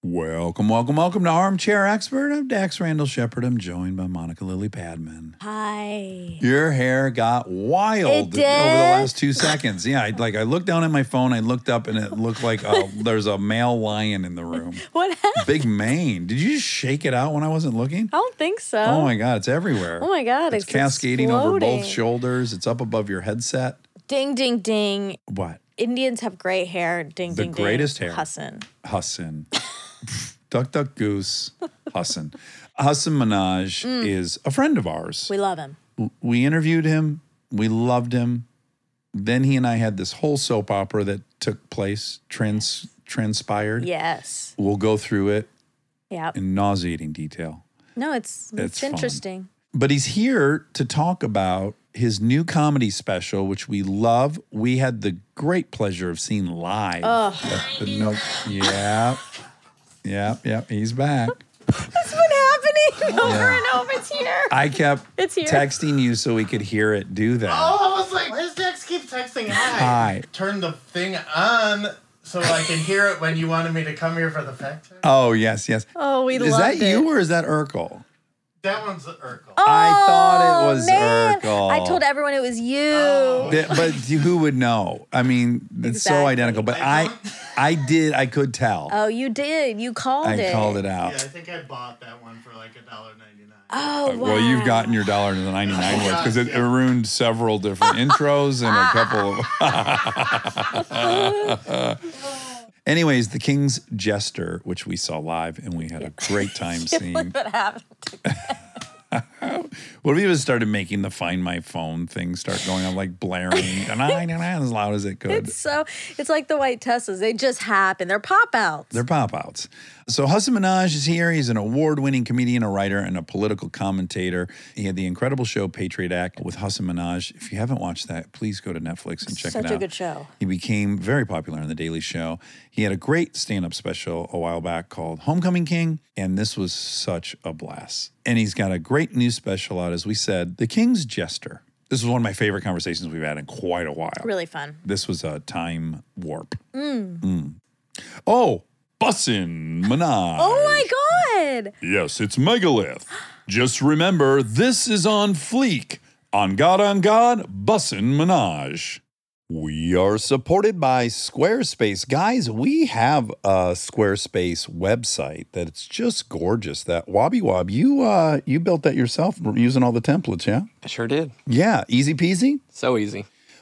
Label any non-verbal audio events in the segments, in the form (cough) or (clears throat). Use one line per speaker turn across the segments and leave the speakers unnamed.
Welcome, welcome, welcome to Armchair Expert. I'm Dax Randall Shepard. I'm joined by Monica Lily Padman.
Hi. (laughs)
Your hair got wild
It did?
over the last two seconds. Yeah, I, like I looked down at my phone, I looked up, and it looked like
(laughs)
a, there's a male lion in the room.
What happened?
Big mane. Did you just shake it out when I wasn't looking?
I don't think so.
Oh my god, it's everywhere.
Uh-huh. Oh my God,
it's,
it's
cascading over both
exploding.
shoulders. It's up above your headset.
Ding, ding, ding.
What?
Indians have great hair. Ding,
The
ding,
greatest
ding.
hair.
Hassan. (laughs)
Hassan. duck, duck, goose. Hassan. Hassan Minaj
Mm.
is a friend of ours.
We
(laughs)
love him.
we interviewed him, we loved him. Then he and I had this whole soap opera that took place, trans transpired.
Yes.
We'll go through it
Yeah.
in nauseating detail.
No, it's it's,
It's fun.
interesting.
But he's here to talk about his new comedy special, which we love. We had the great pleasure of seeing live. But no, yeah. Yep, yep, he's back.
It's been happening (laughs) over and over. It's here.
I kept
(laughs) It's here.
texting you so we could hear it do that.
Oh, I was like, why does Dex keep texting hi?
Hi.
Turn the thing on so I can hear it when you wanted me to come here for the fact check.
Oh, yes, yes.
Oh, we
is that
loved it.
you or is that Urkel?
That one's Urkel.
Oh.
I thought it was
Oh, man.
Urkel. Oh.
I told everyone it was you.
Th- but who would know? I mean, it's so
Exactly.
identical. But
I
I, I did, I could tell.
Oh, you did. You called
I
it.
called it
Yeah, I
out.
think I bought that one for like a dollar ninety nine.
Oh,
Uh,
wow. (laughs)
Well, you've gotten your dollar to the 99 worth because it ruined several
(laughs)
different intros and a couple of.
(laughs)
Anyways, The King's Jester, which we saw live and we had a great
(laughs)
time seeing.
What happened?
What if we just started making the Find My Phone thing start going on, like blaring as loud as it could?
It's so it's like the white Teslas. They just happen. They're pop outs.
They're pop outs. So Hassan Minaj is here. He's an award winning comedian, a writer, and a political commentator. He had the incredible show Patriot Act with Hassan Minaj. If you haven't watched that, please go to Netflix and check
Such
it out.
a good show.
He became very popular on The Daily Show. He had a great stand up special a while back called Homecoming King, and this was such a blast. And he's got a great new special out, as we said, The King's Jester. This was one of my favorite conversations we've had in quite a while.
really fun.
This was a time warp. Mm. Oh, Bussin Minaj.
Oh my god.
Yes, it's Megalith. Just remember, this is on fleek. On God, on God, Bussin Minaj. We are supported by Squarespace. Guys, we have a Squarespace website that's just gorgeous. That Wobby Wob, you uh you built that yourself using all the templates, yeah?
I sure did.
Yeah, easy peasy.
So easy.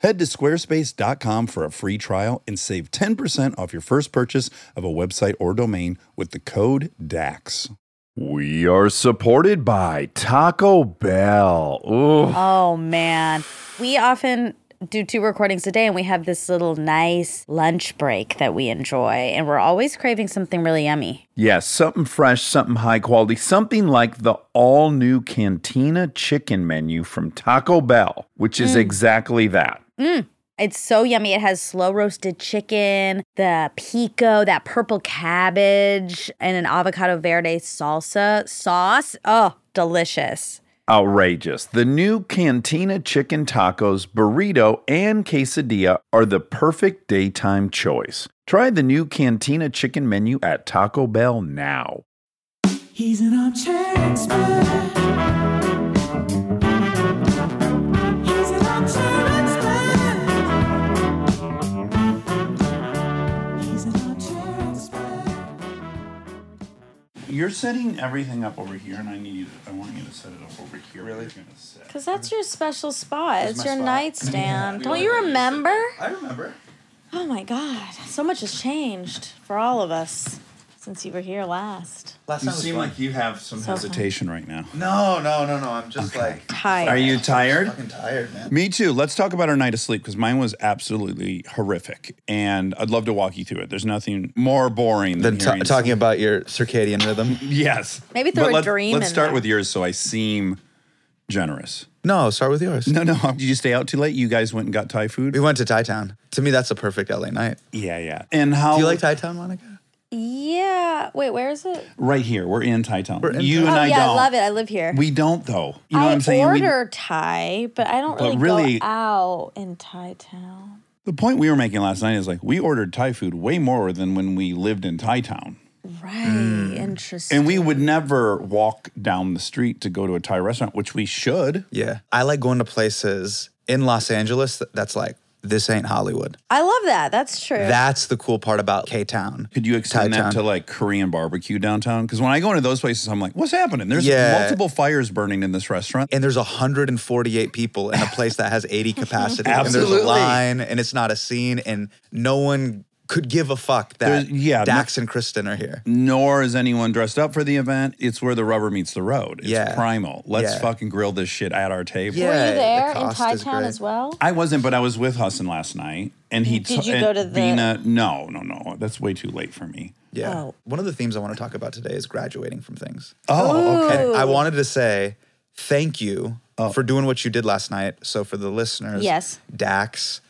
Head to squarespace.com for a free trial and save 10% off your first purchase of a website or domain with the code DAX.
We are supported by Taco Bell. Ooh.
Oh man. We often do two recordings a day and we have this little nice lunch break that we enjoy and we're always craving something really yummy.
Yeah, something fresh, something high quality, something like the all new Cantina chicken menu from Taco Bell, which is exactly that.
It's so yummy. It has slow roasted chicken, the pico, that purple cabbage, and an avocado verde salsa sauce. Oh, delicious.
Outrageous. The new Cantina chicken tacos, burrito, and quesadilla are the perfect daytime choice. Try the new Cantina chicken menu at Taco Bell now.
He's an armchair expert. He's an armchair expert. He's an armchair expert.
You're setting everything up over here, and I need you to, I want you to set it up over here. Really?
Because that's your special spot. It's your
spot.
(laughs) nightstand. Don't you remember?
I remember.
Oh my God. So much has changed for all of us since you were here last.
Last
You
time was
seem
fun.
like you have some
So
hesitation right now.
No, no, no, no. I'm just like
Tired.
Are you tired?
fucking tired, man.
Me too. Let's talk about our night of sleep because mine was absolutely horrific, and I'd love to walk you through it. There's nothing more boring than
Then ta
hearing-
talking about your circadian rhythm.
Yes,
Maybe throw a
let's-
dream
Let's
in
start
there.
with yours, so I seem generous.
No, start with yours.
No, (laughs) no. Did you stay out too late? You guys went and got Thai food?
We went to Thai Town. To me, that's a perfect LA night.
Yeah, yeah. And how?
Do you like Thai Town, Monica?
Yeah. Wait, where is it?
Right here. We're in Thai Town.
We're in
you
Thai
and
oh
I
yeah,
don't.
I love it. I live here.
We don't though. You know
I
what I'm saying? We-
order Thai, but I don't
But
really,
really-
go out in Thai town.
the point we were making last night is like we ordered Thai food way more than when we lived in Thai Town.
Right. Interesting.
Mm. And we would never walk down the street to go to a Thai restaurant, which we should.
Yeah. I like going to places in Los Angeles that- that's like, this ain't Hollywood.
I love that. That's true.
That's the cool part about K Town.
Could you extend
Thai
that
town.
to like Korean barbecue downtown? Because when I go into those places, I'm like, what's happening? There's
Yeah.
multiple fires burning in this restaurant.
and there's 148 people in a place that has (laughs) 80 capacity. And
Absolutely.
there's a line and it's not a scene and no one could give a fuck
There's-
that
yeah,
Dax and Kristen are here.
Nor is anyone dressed up for the event. It's where the rubber meets the road. It's
Yeah.
primal. Let's
Yeah.
fucking grill this shit at our table.
Yeah.
Were
the
you there in
cost
Thai
is
town
great.
as well?
I wasn't, but I was with Hassan last night, and he
Did you
and
go to the-
Vina? No, no, no. That's way too late for me.
Yeah.
Oh.
One of the themes I want to talk about today is graduating from things.
Oh, okay.
And I wanted to say thank you for doing what you did last night. So for the listeners,
Yes.
Dax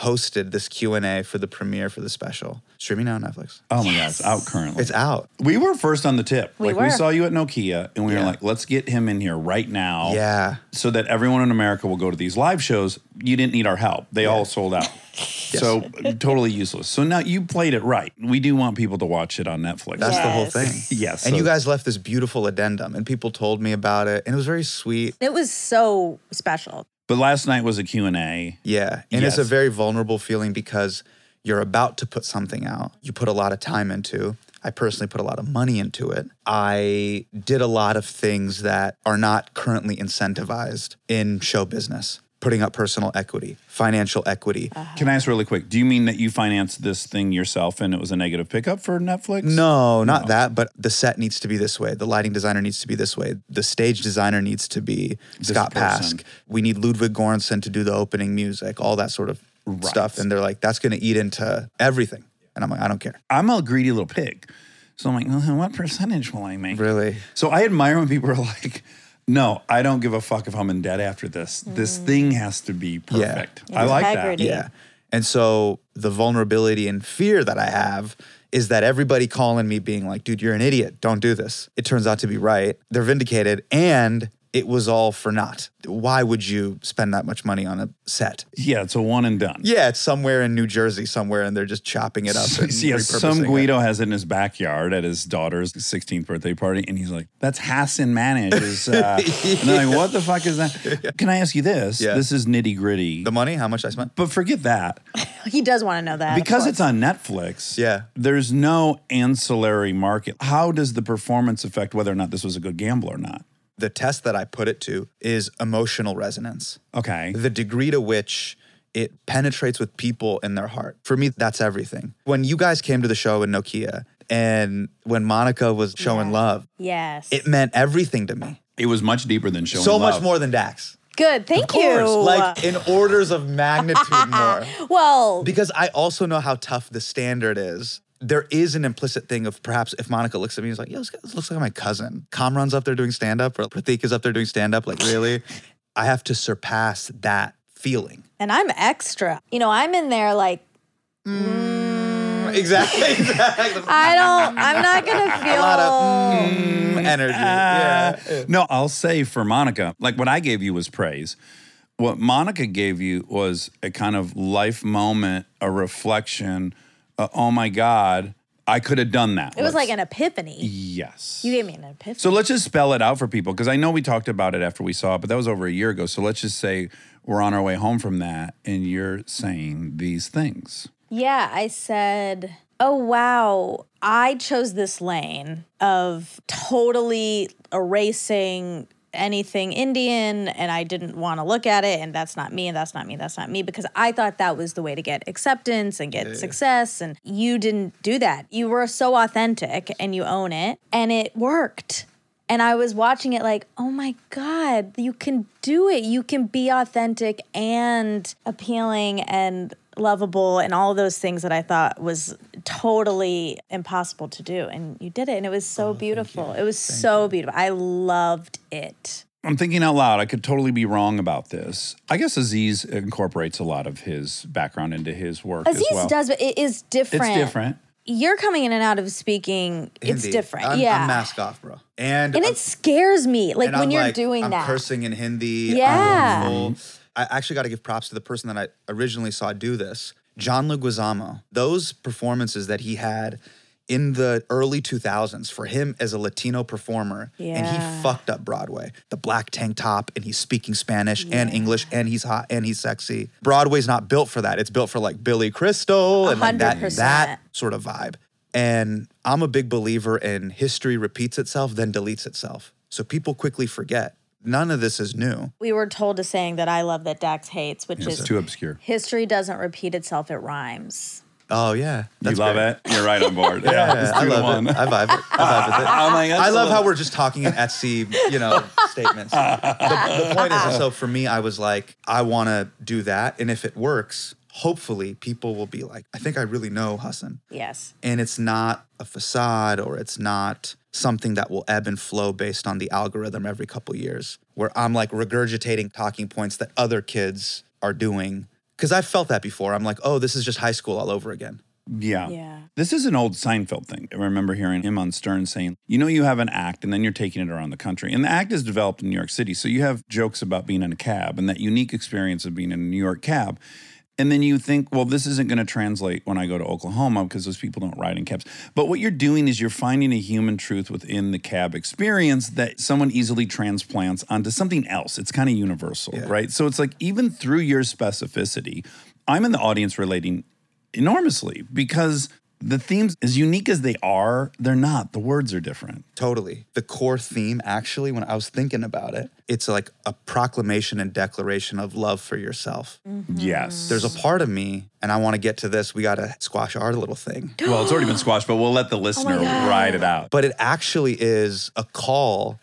hosted this Q&A for the premiere for the special. Streaming now on Netflix.
Oh my God, it's out currently.
It's out.
we were first on the tip.
We
like we
were.
saw you at Nokia, and we were like, let's get him in here right now.
Yeah.
So that everyone in America will go to these live shows. You didn't need our help. They all sold
(laughs)
out. So totally useless. So now you played it right. We do want people to watch it on Netflix.
That's the whole
Yes.
(laughs)
thing.
Yes.
And
so-
you guys left this beautiful addendum and people told me about it and it was very sweet.
It was so special.
But last night was a Q&A.
Yeah. And it's a
Yes.
very vulnerable feeling because you're about to put something out. You put a lot of time into. I personally put a lot of money into it. I did a lot of things that are not currently incentivized in show business. Putting up personal equity, financial equity.
Can I ask really quick? Do you mean that you financed this thing yourself and it was a negative pickup for Netflix?
No, not that, but the set needs to be this way. The lighting designer needs to be this way. The stage designer needs to be Scott
person.
Pask. We need Ludwig Göransson to do the opening music, all that sort of stuff. And they're like, that's going to eat into everything. And I'm like, I don't care.
I'm a greedy little pig. So I'm like, "Uh, what percentage will I make?
Really?
So I admire when people are like, no, I don't give a fuck if I'm in debt after this. This thing has to be perfect. I like that.
Integrity.
Yeah. And so the vulnerability and fear that I have is that everybody calling me being like, dude, you're an idiot. Don't do this. It turns out to be right. They're vindicated and it was all for naught. Why would you spend that much money on a set?
Yeah, it's a one and done.
Yeah, it's somewhere in New Jersey somewhere, and they're just chopping it up. (laughs)
(laughs)
And
Yeah, some
repurposing it.
Guido has it in his backyard at his daughter's 16th birthday party, and he's like, "That's Hassan Manage."
(laughs)
Uh, And I'm like, "What the fuck is that?" Can I ask you this?
Yeah.
This is nitty gritty,
The money, how much I spent?
but forget that.
He does want to know that. of
because
course.
it's on Netflix.
Yeah.
There's no ancillary market. How does the performance affect whether or not this was a good gamble or not?
The test that I put it to is emotional resonance,
Okay.
the degree to which it penetrates with people in their heart. For me, that's everything. When you guys came to the show in Nokia, and when Monica was showing love,
Yes.
it meant everything to me.
It was much deeper than showing
so much
love.
more than Dax.
Good. Thank you.
Like in orders of magnitude more.
well,
because I also know how tough the standard is. There is an implicit thing of perhaps if Monica looks at me and is like, yo, this, guy, this looks like my cousin. Kamran's up there doing stand up, or Pratik is up there doing stand up. Like, really? I have to surpass that feeling.
and I'm extra. You know, I'm in there like Mm. (laughs)
Exactly. exactly.
I don't. I'm
(laughs)
not gonna feel.
A lot of mm, energy. yeah.
Uh, No, I'll say for Monica, like what I gave you was praise. What Monica gave you was a kind of life moment, a reflection. Uh, oh my God, I could have done that.
it was like an epiphany.
yes.
You gave me an epiphany.
So let's just spell it out for people because I know we talked about it after we saw it, but that was over a year ago. So let's just say we're on our way home from that and you're saying these things.
Yeah, I said, Oh, wow. I chose this lane of totally erasing anything Indian, and I didn't want to look at it. And that's not me, and that's not me, that's not me, because I thought that was the way to get acceptance and get success. And you didn't do that. You were so authentic and you own it, and it worked. And I was watching it like, oh my God, you can do it. You can be authentic and appealing and lovable and all those things that I thought was totally impossible
Oh,
to do. And you did it. And it was so beautiful. It was so beautiful. I loved it.
I'm thinking out loud. I could totally be wrong about this. I guess Aziz incorporates a lot of his background into his work
Aziz
as well.
does, but it is different.
It's different.
You're coming in and out of speaking. It's
Hindi.
different.
I'm,
yeah.
I'm mask off, bro. And
and
I'm-
it scares me, like
and
when
I'm
you're
like,
doing
I'm
that.
cursing in Hindi. I'm
Yeah.
awful. I actually got to give props to the person that I originally saw do this, John Leguizamo. Those performances that he had in the early 2000s for him as a Latino performer, and
Yeah.
he fucked up Broadway. The black tank top, and he's speaking Spanish and English, and he's hot and he's sexy. Broadway's not built for that. It's built for like Billy Crystal and like that
100%.
that sort of vibe. And I'm a big believer in history repeats itself, then deletes itself. So people quickly forget. None of this is new.
we were told a saying that I love that Dax hates, which
It's
is
too obscure.
history doesn't repeat itself, it rhymes.
Oh yeah,
you love
great.
it. You're right on board. yeah,
(laughs) Yeah,
it's
I
two to
love
one.
it. I vibe it.
(laughs)
(laughs) I vibe with it.
I'm like, that's
I love
a
how
little-
we're just talking in Etsy, you know,
(laughs)
statements. The, the point is, so for me, I was like, I want to do that, and if it works, hopefully, people will be like, I think I really know Hassan.
Yes.
and it's not a facade or it's not something that will ebb and flow based on the algorithm every couple years where i'm like regurgitating talking points that other kids are doing because i've felt that before i'm like oh this is just high school all over again
Yeah.
Yeah.
This is an old Seinfeld thing. I remember hearing him on Stern saying, You know, you have an act and then you're taking it around the country. And the act is developed in New York City. So you have jokes about being in a cab and that unique experience of being in a New York cab. And then you think, well, this isn't going to translate when I go to Oklahoma because those people don't ride in cabs. But what you're doing is you're finding a human truth within the cab experience that someone easily transplants onto something else. It's kind of universal, right? So it's like even through your specificity, I'm in the audience relating enormously because the themes, as unique as they are, they're not. The words are different.
Totally. The core theme, actually, when I was thinking about it, it's like a proclamation and declaration of love for yourself.
Mm.
Mm-hmm.
Yes.
(gasps)
There's a part of me, and I want to get to this. We got to squash our little thing.
well, it's already been squashed, but we'll let
Oh
the listener ride it out.
But it actually is a call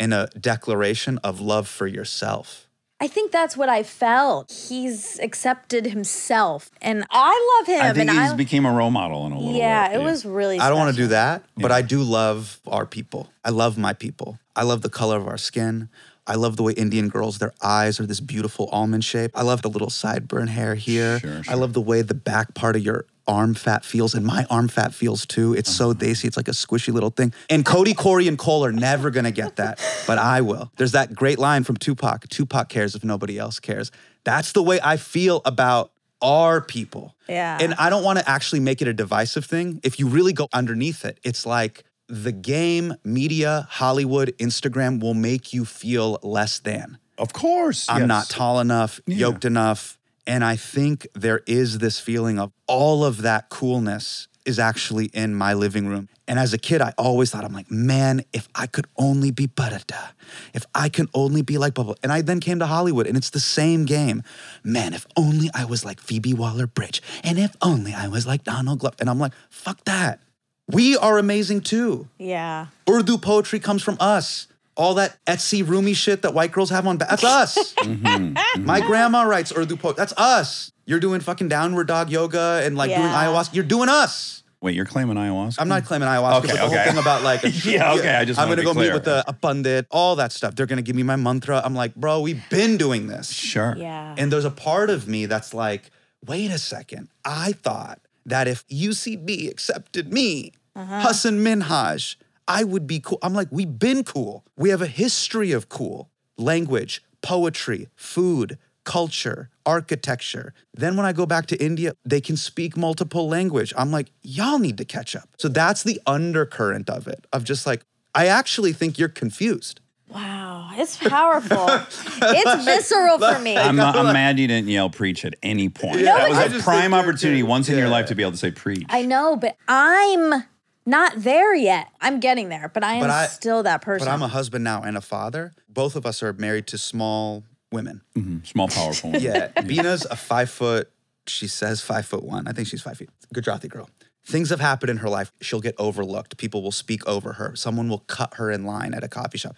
and a declaration of love for yourself.
I think that's what I felt. He's accepted himself and I love him
I think
and
he's
I
became a role model in a little
Yeah,
way.
it was really
I don't want to
special.
do that, but I do love our people. I love my people. I love the color of our skin. I love the way Indian girls, their eyes are this beautiful almond shape. I love the little sideburn hair here. I love the way the back part of your arm fat feels, and my arm fat feels too. It's so daisy. It's like a squishy little thing. And Cody, Corey, and Cole are never gonna get that, but I will. There's that great line from Tupac Tupac cares if nobody else cares. That's the way I feel about our people.
Yeah.
And I don't want to actually make it a divisive thing. If you really go underneath it, it's like the game, media, Hollywood, Instagram will make you feel less than.
Of course.
I'm
yes.
not tall enough, yoked enough. And I think there is this feeling of all of that coolness is actually in my living room. And as a kid, I always thought, I'm like, man, if I could only be Barada, if I can only be like Bubble. And I then came to Hollywood and it's the same game. Man, if only I was like Phoebe Waller Bridge. And if only I was like Donald Glover. And I'm like, fuck that. We are amazing too.
Yeah.
Urdu poetry comes from us. All that Etsy roomy shit that white girls have on ba- that's
(laughs)
us.
Mm-hmm,
My grandma writes Urdu poetry. That's us. You're doing fucking downward dog yoga and like doing
Yeah.
ayahuasca. You're doing us.
Wait, you're claiming ayahuasca?
I'm not claiming ayahuasca,
Okay,
but the
okay.
whole thing about like,
(laughs) Yeah, okay, I just
I'm
wanna
gonna
be
go
clear.
meet with the a pundit, all that stuff. They're gonna give me my mantra. I'm like, bro, we've been doing this.
Sure.
Yeah.
And there's a part of me that's like, wait a second. I thought that if UCB accepted me, Hassan Minhaj, I would be cool. I'm like, we've been cool. We have a history of cool language, poetry, food, culture, architecture. Then when I go back to India, they can speak multiple language. I'm like, y'all need to catch up. So that's the undercurrent of it, of just like, I actually think you're confused.
Wow. It's
(laughs)
powerful. it's visceral for me.
I'm, not, I'm mad you didn't yell preach at any point. that
I
was a
just
prime
think you're
opportunity
good.
once in your
Yeah.
life to be able to say preach.
I know, but I'm not there yet. I'm getting there, but I am
But I-
still that person.
But I'm a husband now and a father. Both of us are married to small women.
Mm-hmm. Small, powerful. (laughs)
Yeah. Bina's a five foot, she says five foot one. I think she's five feet. Gujarati girl. Things have happened in her life. She'll get overlooked. People will speak over her. Someone will cut her in line at a coffee shop.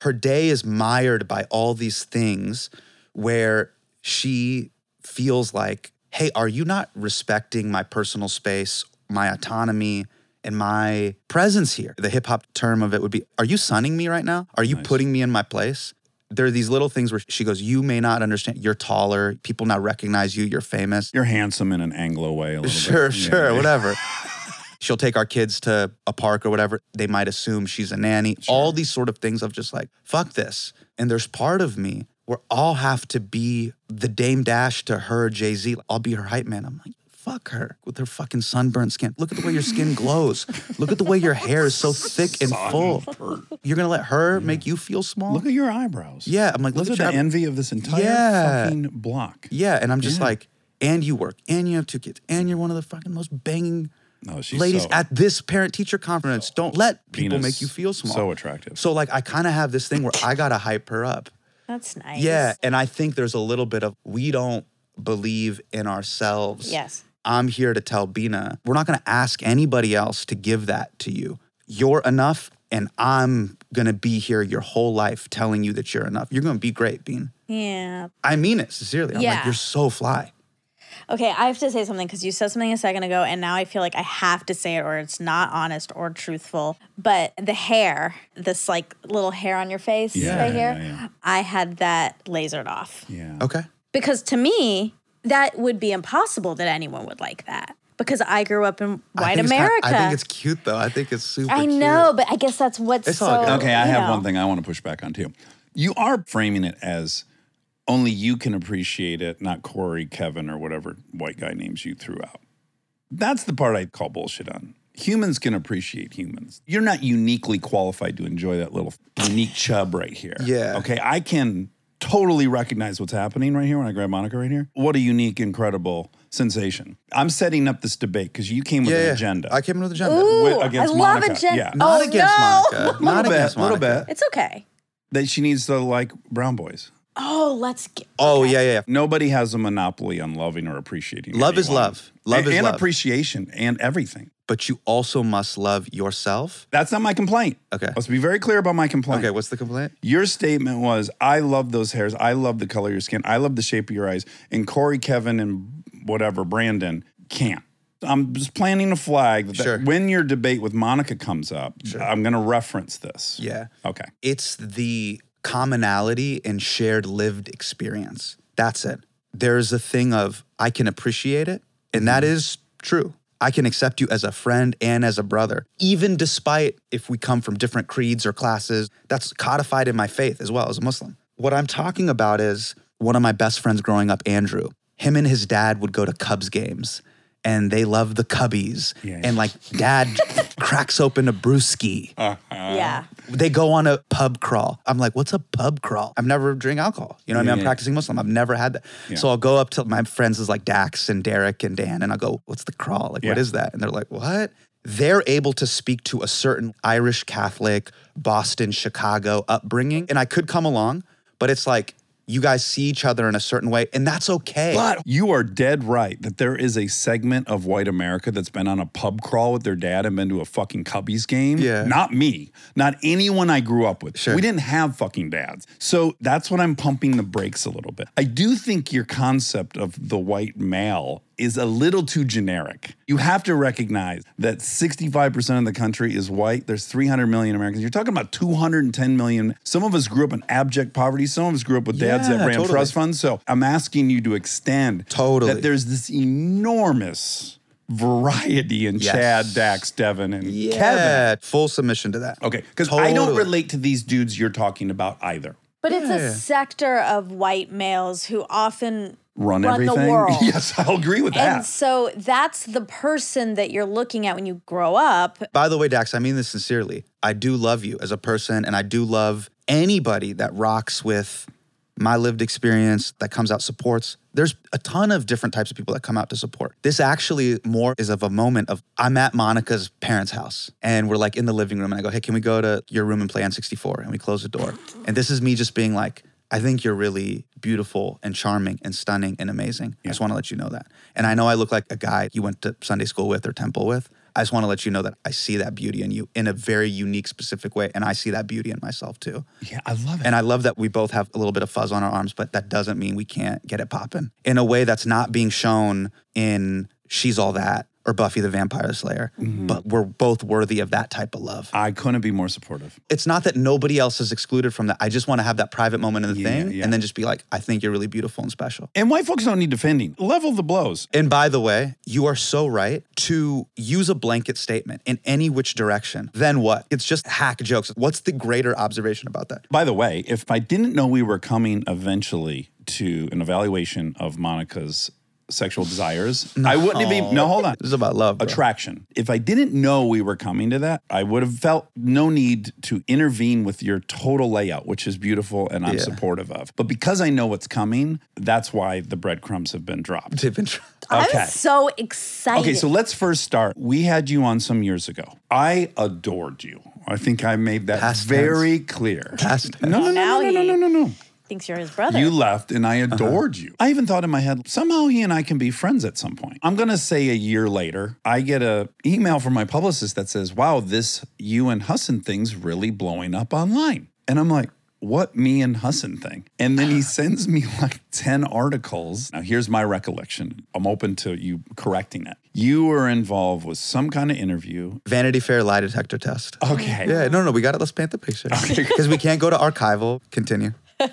Her day is mired by all these things where she feels like, hey, are you not respecting my personal space, my autonomy, and my presence here? The hip hop term of it would be, are you sunning me right now? Are you putting me in my place? There are these little things where she goes, You may not understand. You're taller. People now recognize you. You're famous.
You're handsome in an Anglo way a little
sure,
bit. Yeah, (laughs)
sure,
yeah.
whatever. She'll take our kids to a park or whatever. They might assume she's a nanny. All these sort of things of just like, fuck this. And there's part of me where I'll have to be the Dame Dash to her, Jay Z. I'll be her hype man. I'm like, fuck her with her fucking sunburned skin. Look at the way your skin glows. Look at the way your hair is so
(laughs)
thick and full. You're gonna let her make you feel small?
Look at your eyebrows.
Yeah, I'm like,
Those
look
are the
at your eyebrows.
envy of this entire
Yeah.
fucking block.
Yeah, and I'm just
Yeah.
like, and you work, and you have two kids, and you're one of the fucking most banging
No, Oh, she's
ladies
so-
at this parent-teacher conference. Don't let people
Gina's
make you feel small.
so attractive.
So like, I kind of have this thing where I gotta hype her up.
That's nice.
Yeah, and I think there's a little bit of we don't believe in ourselves.
Yes.
I'm here to tell Bina, we're not going to ask anybody else to give that to you. You're enough, and I'm going to be here your whole life telling you that you're enough. You're going to be great, Bean.
Yeah.
I mean it sincerely. I'm like,
Yeah.
you're so fly.
Okay, I have to say something because you said something a second ago, and now I feel like I have to say it or it's not honest or truthful. But the hair, this like little hair on your face
Yeah,
right
yeah,
here,
yeah.
I had that lasered off.
Yeah.
Okay.
Because to me, that would be impossible that anyone would like that because I grew up in
I
white
think it's kinda-
America.
I think it's cute though. I think it's super
I
cute.
know, but I guess that's what's
It's all
so.
good.
Okay, I
you
have
know.
one thing I want to push back on too. You are framing it as only you can appreciate it, not Corey, Kevin, or whatever white guy names you throughout. That's the part I call bullshit on. Humans can appreciate humans. You're not uniquely qualified to enjoy that little unique chub right here.
Yeah.
Okay, I can totally recognize what's happening right here when I grab Monica right here. What a unique, incredible sensation. I'm setting up this debate because you came with
Yeah,
an
yeah.
agenda.
I came in with an agenda.
Ooh,
Wi-
I
against
love
Monica.
a gen-
Yeah.
Not
oh, no.
against Monica.
little
Not
bit,
against
little
Monica.
bit.
It's okay.
that she needs to like brown boys.
Oh, let's get.
Uh-huh.
Oh yeah, yeah, yeah.
Nobody has a monopoly on loving or appreciating.
Love is
anyone.
love. Love
and,
is
and
love.
appreciation and everything.
But you also must love yourself.
That's not my complaint.
Okay.
Let's be very clear about my complaint.
Okay, what's the complaint?
Your statement was, I love those hairs. I love the color of your skin. I love the shape of your eyes. And Corey, Kevin, and whatever, Brandon can't. I'm just planting a flag that
Sure.
when your debate with Monica comes up, I'm going to reference this.
Yeah.
Okay.
It's the commonality and shared lived experience. That's it. There's a thing of I can appreciate it, and that is true. I can accept you as a friend and as a brother, even despite if we come from different creeds or classes. That's codified in my faith as well as a Muslim. What I'm talking about is one of my best friends growing up, Andrew. Him and his dad would go to Cubs games and they love the Cubbies. And like dad cracks open a brewski
yeah.
they go on a pub crawl. I'm like, what's a pub crawl? I've never drink alcohol. You know what I mean? I'm practicing Muslim. I've never had that. So I'll go up to my friends is like Dax and Derek and Dan, and I'll go, what's the crawl? Like, what
Yeah.
is that? And they're like, what? They're able to speak to a certain Irish Catholic, Boston, Chicago upbringing. And I could come along, but it's like, you guys see each other in a certain way, and that's okay.
But you are dead right that there is a segment of white America that's been on a pub crawl with their dad and been to a fucking Cubbies game.
Yeah.
Not me, not anyone I grew up with.
Sure.
We didn't have fucking dads. So that's what I'm pumping the brakes a little bit. I do think your concept of the white male is a little too generic. You have to recognize that 65% of the country is white. There's 300 million Americans. You're talking about 210 million. Some of us grew up in abject poverty. Some of us grew up with dads that
Yeah,
ran
totally.
trust funds. So I'm asking you to extend
Totally.
that there's this enormous variety in
Yes.
Chad, Dax, Devin, and
yeah,
Kevin.
full submission to that.
Okay, because I don't
Totally.
relate to these dudes you're talking about either.
But it's a sector of white males who often
Run, everything. (laughs)
the world.
Yes, I'll agree with that.
And so that's the person that you're looking at when you grow up.
(laughs) By the way, Dax, I mean this sincerely. I do love you as a person, and I do love anybody that rocks with my lived experience that comes out supports. There's a ton of different types of people that come out to support. This actually more is of a moment of I'm at Monica's parents' house and we're like in the living room and I go, "Hey, can we go to your room and play on 64?" and we close the door. And this is me just being like, "I think you're really beautiful and charming and stunning and amazing. I just want to let you know that." And I know I look like a guy you went to Sunday school with or temple with. I just want to let you know that I see that beauty in you in a very unique, specific way. And I see that beauty in myself too.
yeah, I love it.
And I love that we both have a little bit of fuzz on our arms, but that doesn't mean we can't get it popping in a way that's not being shown in She's All That or Buffy the Vampire Slayer,
Mm-hmm.
but we're both worthy of that type of love.
I couldn't be more supportive.
It's not that nobody else is excluded from that. I just want to have that private moment in the
Yeah,
thing
yeah.
and then just be like, I think you're really beautiful and special.
And white folks don't need defending. Level the blows.
And by the way, you are so right to use a blanket statement in any which direction. Then what? It's just hack jokes. What's the greater observation about that?
By the way, if I didn't know we were coming eventually to an evaluation of Monica's sexual desires, I wouldn't have even. No, hold on.
This is about love. Bro.
Attraction. If I didn't know we were coming to that, I would have felt no need to intervene with your total layout, which is beautiful and I'm
Yeah.
supportive of. But because I know what's coming, that's why the breadcrumbs have been dropped.
They've been tr-
Okay.
I'm so excited.
Okay, so let's first start. We had you on some years ago. I adored you. I think I made that
Past
very clear.
Past tense.
No, no,
Now
no, no, no,
he-
no, no, no.
thinks you're his brother.
You left and I adored you. I even thought in my head, somehow he and I can be friends at some point. I'm going to say a year later, I get a email from my publicist that says, wow, this you and Hussin thing's really blowing up online. And I'm like, what me and Hussin thing? And then he sends me like 10 articles. Now, here's my recollection. I'm open to you correcting it. You were involved with some kind of interview.
Vanity Fair lie detector test.
Oh, Okay.
Oh, Yeah, no, no, we got it. Let's paint the picture. Because we can't go to archival. Continue.
(laughs)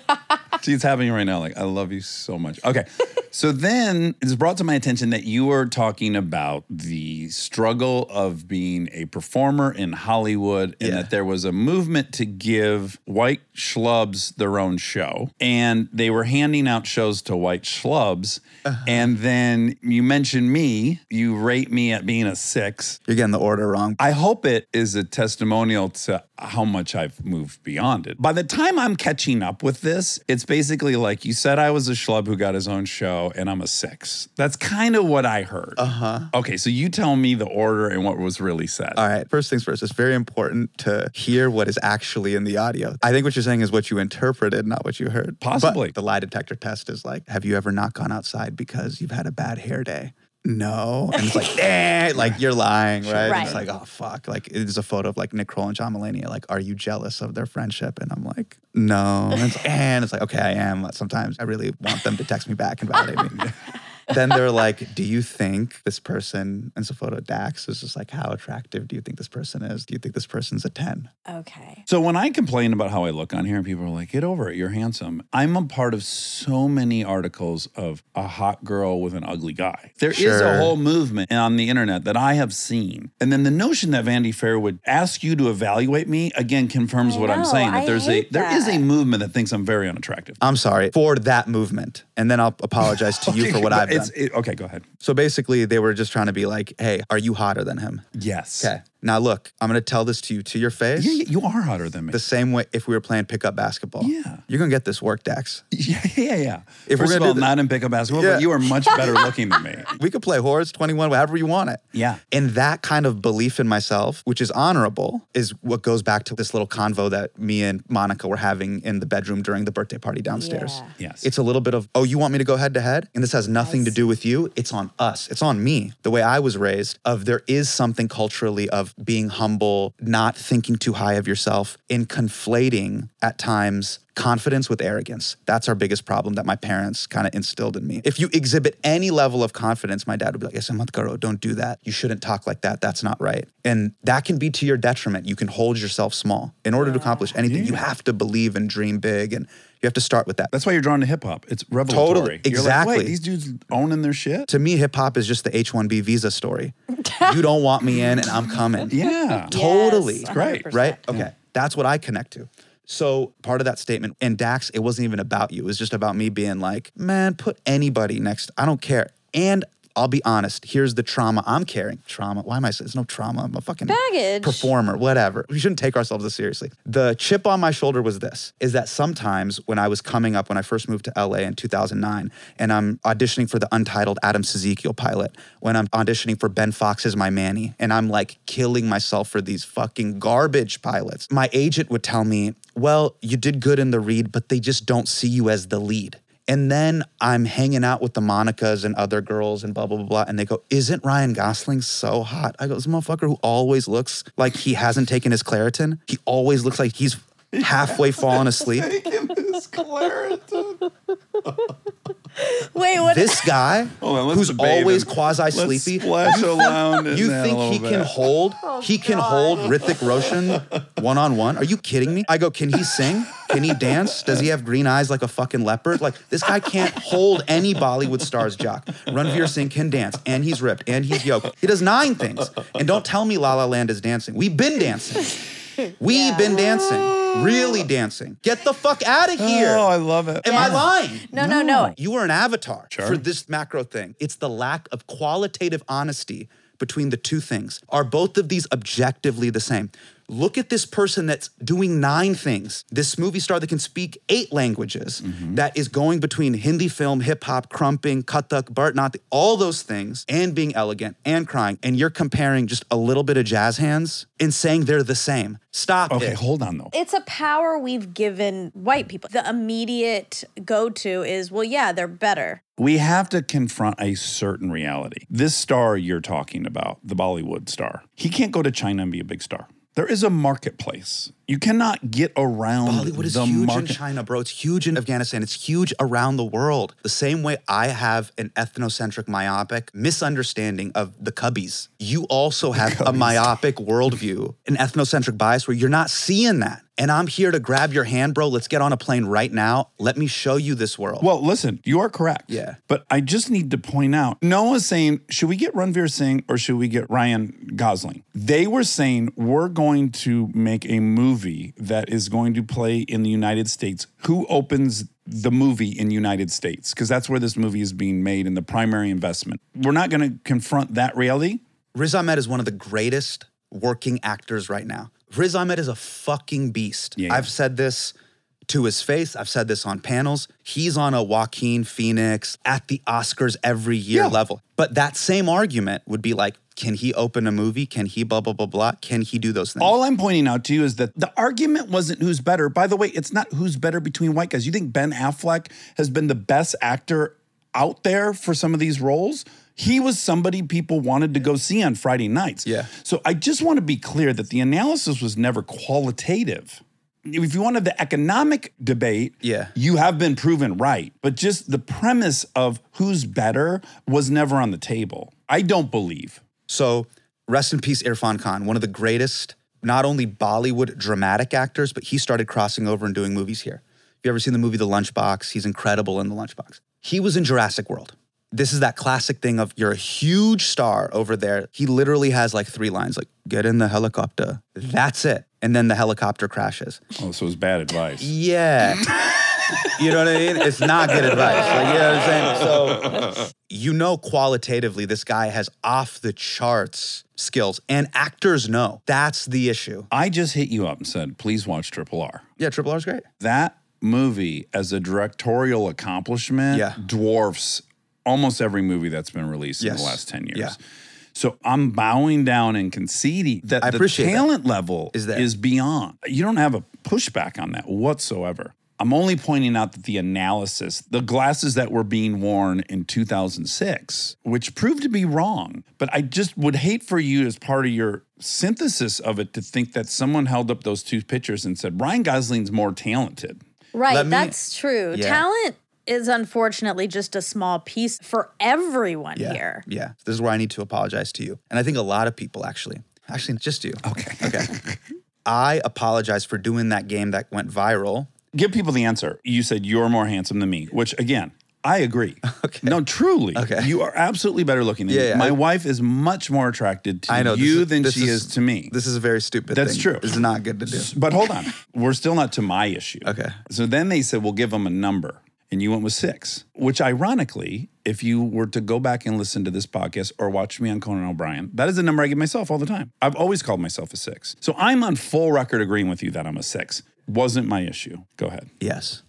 See, it's happening right now. Like, I love you so much. Okay. so then it's brought to my attention that you were talking about the struggle of being a performer in Hollywood and
Yeah.
that there was a movement to give white schlubs their own show. And they were handing out shows to white schlubs. And then you mentioned me, you rate me at being a six.
You're getting the order wrong.
I hope it is a testimonial to how much I've moved beyond it. By the time I'm catching up with this, it's basically like you said I was a schlub who got his own show and I'm a six. That's kind of what I heard. Uh huh. Okay, so you tell me the order and what was really said.
All right, first things first, it's very important to hear what is actually in the audio. I think what you're saying is what you interpreted, not what you heard. But
Possibly.
the lie detector test is like, have you ever not gone outside because you've had a bad hair day? No. And it's
(laughs)
like, eh, like you're lying, right? And It's
Right.
like, oh, fuck. Like, it's a photo of like Nick Kroll and John Mulaney. Like, are you jealous of their friendship? And I'm like, no. And it's, and it's like, okay, I am. Sometimes I really want them to text me back and
(laughs)
validate me. then they're like, "Do you think this person?" And so photo Dax is just like, "How attractive do you think this person is? Do you think this person's a 10?
okay.
So when I complain about how I look on here and people are like, get over it, you're handsome. I'm a part of so many articles of a hot girl with an ugly guy. There is a
Sure.
whole movement on the internet that I have seen. And then the notion that Vandy Fair would ask you to evaluate me again confirms
I
what I'm
know,
saying. That
I
there's a
hate
there is a
that.
movement that thinks I'm very unattractive.
I'm sorry for that movement, and then I'll apologize to you for what I've done.
It's- it- okay, go ahead.
so basically, they were just trying to be like, "Hey, are you hotter than him?"
Yes.
Okay. Now look, I'm gonna tell this to you to your face.
Yeah, yeah, you are hotter than me.
The same way if we were playing pickup basketball.
Yeah.
You're gonna get this work, Dax.
(laughs) yeah, yeah, yeah.
If we're
First of
gonna do
all,
the-
not in pickup basketball,
Yeah.
but you are much
(laughs)
better looking than me.
We could play horse 21, however you want it.
Yeah.
And that kind of belief in myself, which is honorable, is what goes back to this little convo that me and Monica were having in the bedroom during the birthday party downstairs.
Yeah.
Yes.
It's a little bit of, oh, you want me to go head to head? And this has nothing to do with you. It's on us. It's on me. The way I was raised, of there is something culturally of being humble, not thinking too high of yourself, in conflating at times confidence with arrogance. That's our biggest problem that my parents kind of instilled in me. If you exhibit any level of confidence, my dad would be like, Esamatkaro, don't do that. You shouldn't talk like that. That's not right. And that can be to your detriment. You can hold yourself small. In order to accomplish anything, you have to believe and dream big and you have to start with that.
That's why you're drawn to hip hop. It's revelatory. You're like,
Exactly.
Wait, these dudes owning their shit.
to me, hip hop is just the H 1B visa story. you don't want me in and I'm coming.
yeah.
Totally.
Yes,
It's
great,
100%.
Right? Okay. That's what I connect to. So part of that statement, and Dax, it wasn't even about you. It was just about me being like, man, put anybody next. I don't care. And I'll be honest, here's the trauma I'm carrying. Trauma. Why am I saying it's no trauma? I'm a fucking
Baggage.
performer, whatever. We shouldn't take ourselves this seriously. The chip on my shoulder was this is that sometimes when I was coming up, when I first moved to LA in 2009, and I'm auditioning for the untitled Adam Ezekiel pilot, when I'm auditioning for Ben Fox's My Manny, and I'm like killing myself for these fucking garbage pilots, my agent would tell me, well, you did good in the read, but they just don't see you as the lead. And then I'm hanging out with the Monicas and other girls and blah, blah, blah, blah. And they go, Isn't Ryan Gosling so hot? I go, This motherfucker who always looks like he hasn't taken his Claritin. He always looks like he's
(laughs)
halfway fallen asleep.
Wait, what?
This guy,
Hold on, let's
who's
bathe him.
always quasi
Let's
sleepy,
splash around. in
you
that a
think he
little
can
bit.
hold? he can
God.
hold Rithik Roshan one on one? Are you kidding me? I go, can he sing? Can he dance? Does he have green eyes like a fucking leopard? Like this guy can't hold any Bollywood stars jock. Ranveer Singh can dance, and he's ripped, and he's yoked. He does nine things. And don't tell me La La Land is dancing. We've been dancing. We've been dancing. Really dancing. Get the fuck out of here.
Oh, I love it.
Am I lying?
no, no, no.
You were an avatar for this macro thing. It's the lack of qualitative honesty between the two things. Are both of these objectively the same? Look at this person that's doing nine things. This movie star that can speak eight languages, that is going between Hindi film, hip hop, crumping, kathak, bharatanatyam, all those things, and being elegant and crying. And you're comparing just a little bit of jazz hands and saying they're the same. Stop
Okay,
it.
hold on though.
It's a power we've given white people. The immediate go to is, well, yeah, they're better.
We have to confront a certain reality. This star you're talking about, the Bollywood star, he can't go to China and be a big star. There is a marketplace. You cannot get around
Bollywood is
the
huge
market.
in China, bro. It's huge in Afghanistan. It's huge around the world. The same way I have an ethnocentric, myopic misunderstanding of the Cubbies. You also have a myopic worldview, an ethnocentric bias where you're not seeing that. And I'm here to grab your hand, bro. Let's get on a plane right now. Let me show you this world.
Well, listen, you are correct.
Yeah.
But I just need to point out Noah's saying, should we get Ranveer Singh or should we get Ryan Gosling? They were saying, we're going to make a movie that is going to play in the United States. Who opens the movie in United States? Because that's where this movie is being made and the primary investment. We're not going to confront that reality.
Riz Ahmed is one of the greatest working actors right now. Riz Ahmed is a fucking beast.
Yeah.
I've said this to his face. I've said this on panels. He's on a Joaquin Phoenix at the Oscars every year level. But that same argument would be like, can he open a movie? Can he blah blah blah blah? Can he do those things?
All I'm pointing out to you is that the argument wasn't who's better. By the way, it's not who's better between white guys. You think Ben Affleck has been the best actor out there for some of these roles? He was somebody people wanted to go see on Friday nights.
Yeah.
So I just want to be clear that the analysis was never qualitative. If you wanted the economic debate,
Yeah.
you have been proven right. But just the premise of who's better was never on the table. I don't believe.
So rest in peace, Irfan Khan, one of the greatest, not only Bollywood dramatic actors, but he started crossing over and doing movies here. Have you ever seen the movie The Lunchbox? He's incredible in The Lunchbox. He was in Jurassic World. This is that classic thing of you're a huge star over there. He literally has like three lines like, get in the helicopter. That's it. And then the helicopter crashes.
Oh, so it was bad advice.
Yeah. you know what I mean? It's not good advice. Like, you know what I'm saying? So you know qualitatively this guy has off the charts skills and actors know. That's the issue.
I just hit you up and said, please watch Triple R.
Yeah, Triple R's great.
That movie, as a directorial accomplishment,
Yeah.
dwarfs almost every movie that's been released in
Yes.
the last 10 years.
Yeah.
So I'm bowing down and conceding that
I
the
appreciate that.
talent level
Is there.
beyond. You don't have a pushback on that whatsoever. I'm only pointing out that the analysis, the glasses that were being worn in 2006, which proved to be wrong. But I just would hate for you, as part of your synthesis of it, to think that someone held up those two pictures and said, Ryan Gosling's more talented.
Right.
Let me-
that's true.
Yeah.
Talent is unfortunately just a small piece for everyone
Yeah.
here.
Yeah. This is where I need to apologize to you. And I think a lot of people actually. Actually, just you.
Oh.
Okay. Okay. I apologize for doing that game that went viral.
Give people the answer. You said you're more handsome than me, which again, I
(laughs)
agree. Okay. No, truly.
Okay.
You are absolutely better looking than
Yeah,
me.
yeah,
My
I-
wife is much more attracted to
I know this
you
is-
than
this
she is, to me.
This is a very stupid
That's
thing.
true.
This is not good to do.
But hold on, we're still not to my issue.
Okay.
So then they said, we'll give them a number. And you went with six, which ironically, if you were to go back and listen to this podcast or watch me on Conan O'Brien, that is the number I give myself all the time. I've always called myself a six. So I'm on full record agreeing with you that I'm a six. Wasn't my issue. Go ahead.
Yes.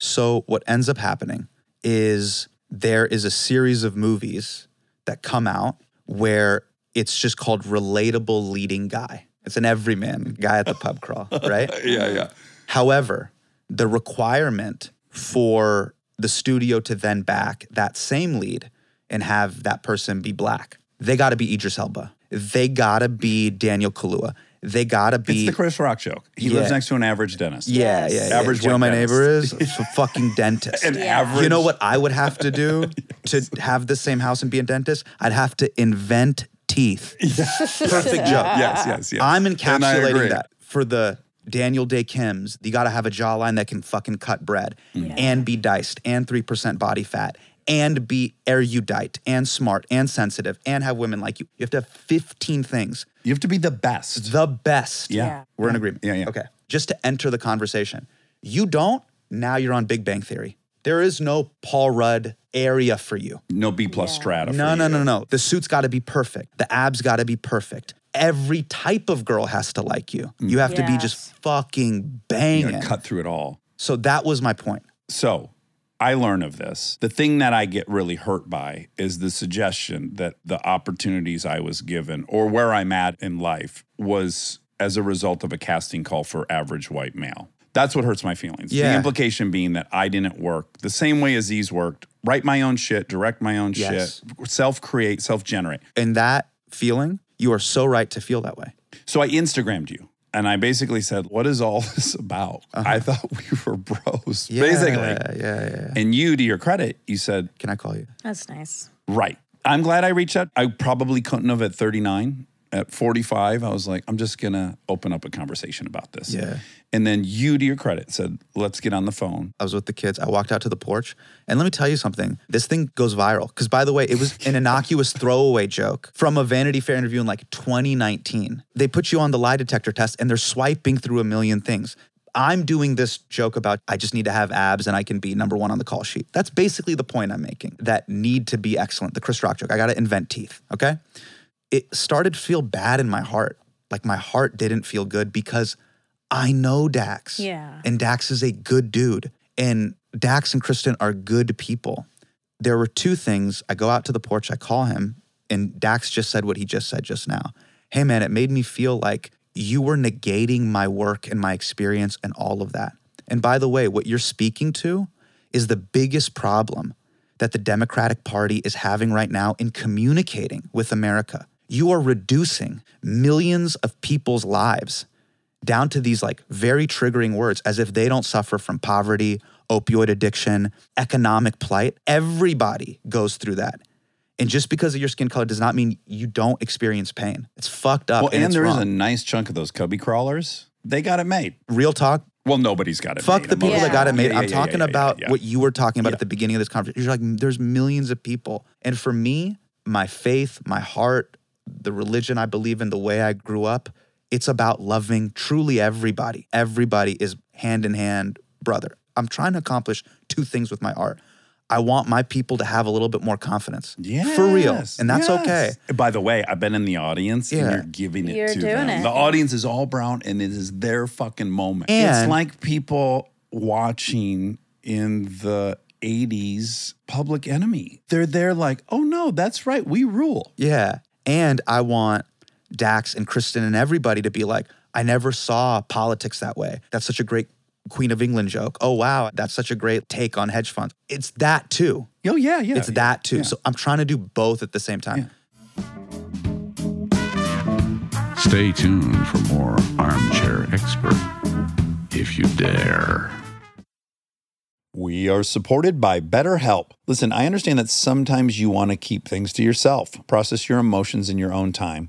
So what ends up happening is there is a series of movies that come out where it's just called relatable leading guy. It's an everyman guy at the
(laughs)
pub crawl, right?
Yeah, yeah.
However, the requirement for the studio to then back that same lead and have that person be black, they got to be Idris Elba. They got to be Daniel Kalua. They gotta
It's
be
the Chris Rock joke. He
Yeah.
lives next to an average dentist.
yeah,
Yes.
yeah, yeah.
Average
Do you know
white
what my neighbor is? It's a fucking
(laughs)
dentist.
An
Yeah.
average.
You know what I would have
(laughs)
to do to have the same house and be a dentist? I'd have to invent
(laughs)
teeth. Perfect joke.
Yes, yes, yes.
I'm
And I agree.
encapsulating that for the Daniel Day Kims. You got to have a jawline that can fucking cut bread
Mm.
and be diced and 3% body fat and be erudite and smart and sensitive and have women like you. You have to have 15 things.
You have to be the best.
The best.
yeah.
We're in agreement.
Yeah, yeah.
Okay. Just to enter the conversation. You don't, now you're on Big Bang Theory. There is no Paul Rudd area for you.
No B plus strata. for
No, no,
you.
no, no. The suit's got to be perfect. The abs got to be perfect. Every type of girl has to like you. You have to be
Yes.
just fucking
You
banging.
gotta Mm. cut through it all.
So that was my point.
So I learn of this. The thing that I get really hurt by is the suggestion that the opportunities I was given or where I'm at in life was as a result of a casting call for average white male. That's what hurts my feelings. The
Yeah.
implication being that I didn't work the same way as these worked, write my own shit, direct my own
Yes.
shit, self create, self generate.
And that feeling, you are so right to feel that way.
So I Instagrammed you. And I basically said, What is all (laughs) this about? I thought we were bros, basically.
Uh-huh. Yeah, yeah, yeah.
And you, to your credit, you said,
Can I call you?
That's nice.
Right. I'm glad I reached out. I probably couldn't have at 39. At 45, I was like, I'm just going to open up a conversation about this.
Yeah.
And then you, to your credit, said, Let's get on the phone.
I was with the kids. I walked out to the porch. And let me tell you something. This thing goes viral. Because, by the way, it was an innocuous throwaway joke from a Vanity Fair interview in like 2019. They put you on the lie detector test and they're swiping through a million things. I'm doing this joke about I just need to have abs and I can be number one on the call sheet. That's basically the point I'm making that need to be excellent. The Chris Rock joke. I got to invent teeth. Okay. It started to feel bad in my heart. Like my heart didn't feel good because I know Dax.
Yeah.
And Dax is a good dude. And Dax and Kristen are good people. There were two things. I go out to the porch, I call him, and Dax just said what he just said just now. Hey, man, it made me feel like you were negating my work and my experience and all of that. And by the way, what you're speaking to is the biggest problem that the Democratic Party is having right now in communicating with America. You are reducing millions of people's lives down to these like very triggering words as if they don't suffer from poverty, opioid addiction, economic plight. Everybody goes through that. And just because of your skin color does not mean you don't experience pain. It's fucked up.
Well, and,
Uh, it's
there is
wrong.
a nice chunk of those cubby crawlers. They got it made.
real talk.
Well, nobody's got it
Fuck
made.
the people
Yeah.
that got it made.
Yeah,
I'm
yeah, yeah,
talking
yeah, yeah,
about
yeah.
what you were talking about at the beginning of this conversation. You're like, there's millions of people. And for me, my faith, my heart, the religion I believe in, the way I grew up, it's about loving truly everybody. Everybody is hand in hand, brother. I'm trying to accomplish two things with my art. I want my people to have a little bit more confidence. For real.
Yes,
And that's
yes.
okay.
By the way, I've been in the audience and
Yeah.
you're giving it
You're
to
doing
them.
it.
The audience is all brown and it is their fucking moment. it's
And-
like people watching in the 80s Public Enemy. They're there like, oh no, that's right, we rule.
Yeah. And I want Dax and Kristen and everybody to be like, I never saw politics that way. That's such a great Queen of England joke. Oh, wow. That's such a great take on hedge funds. It's that too.
Oh yeah, yeah.
It's that too. So I'm trying to do both at the same time.
Stay tuned for more Armchair Expert, if you dare.
We are supported by BetterHelp. Listen, I understand that sometimes you want to keep things to yourself, process your emotions in your own time.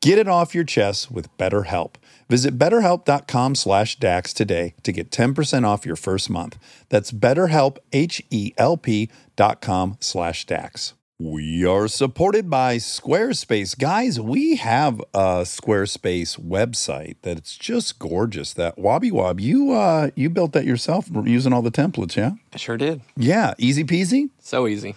Get it off your chest with BetterHelp. Visit betterhelp.com slash DAX today to get 10% off your E first month. That's betterhelp, H-E-L-P dot com slash DAX. We are supported by Squarespace. Guys, we have a Squarespace website that's just gorgeous. That Wobby Wob, you uh you built that yourself using all the templates, yeah?
I sure did.
Yeah, easy peasy.
So easy.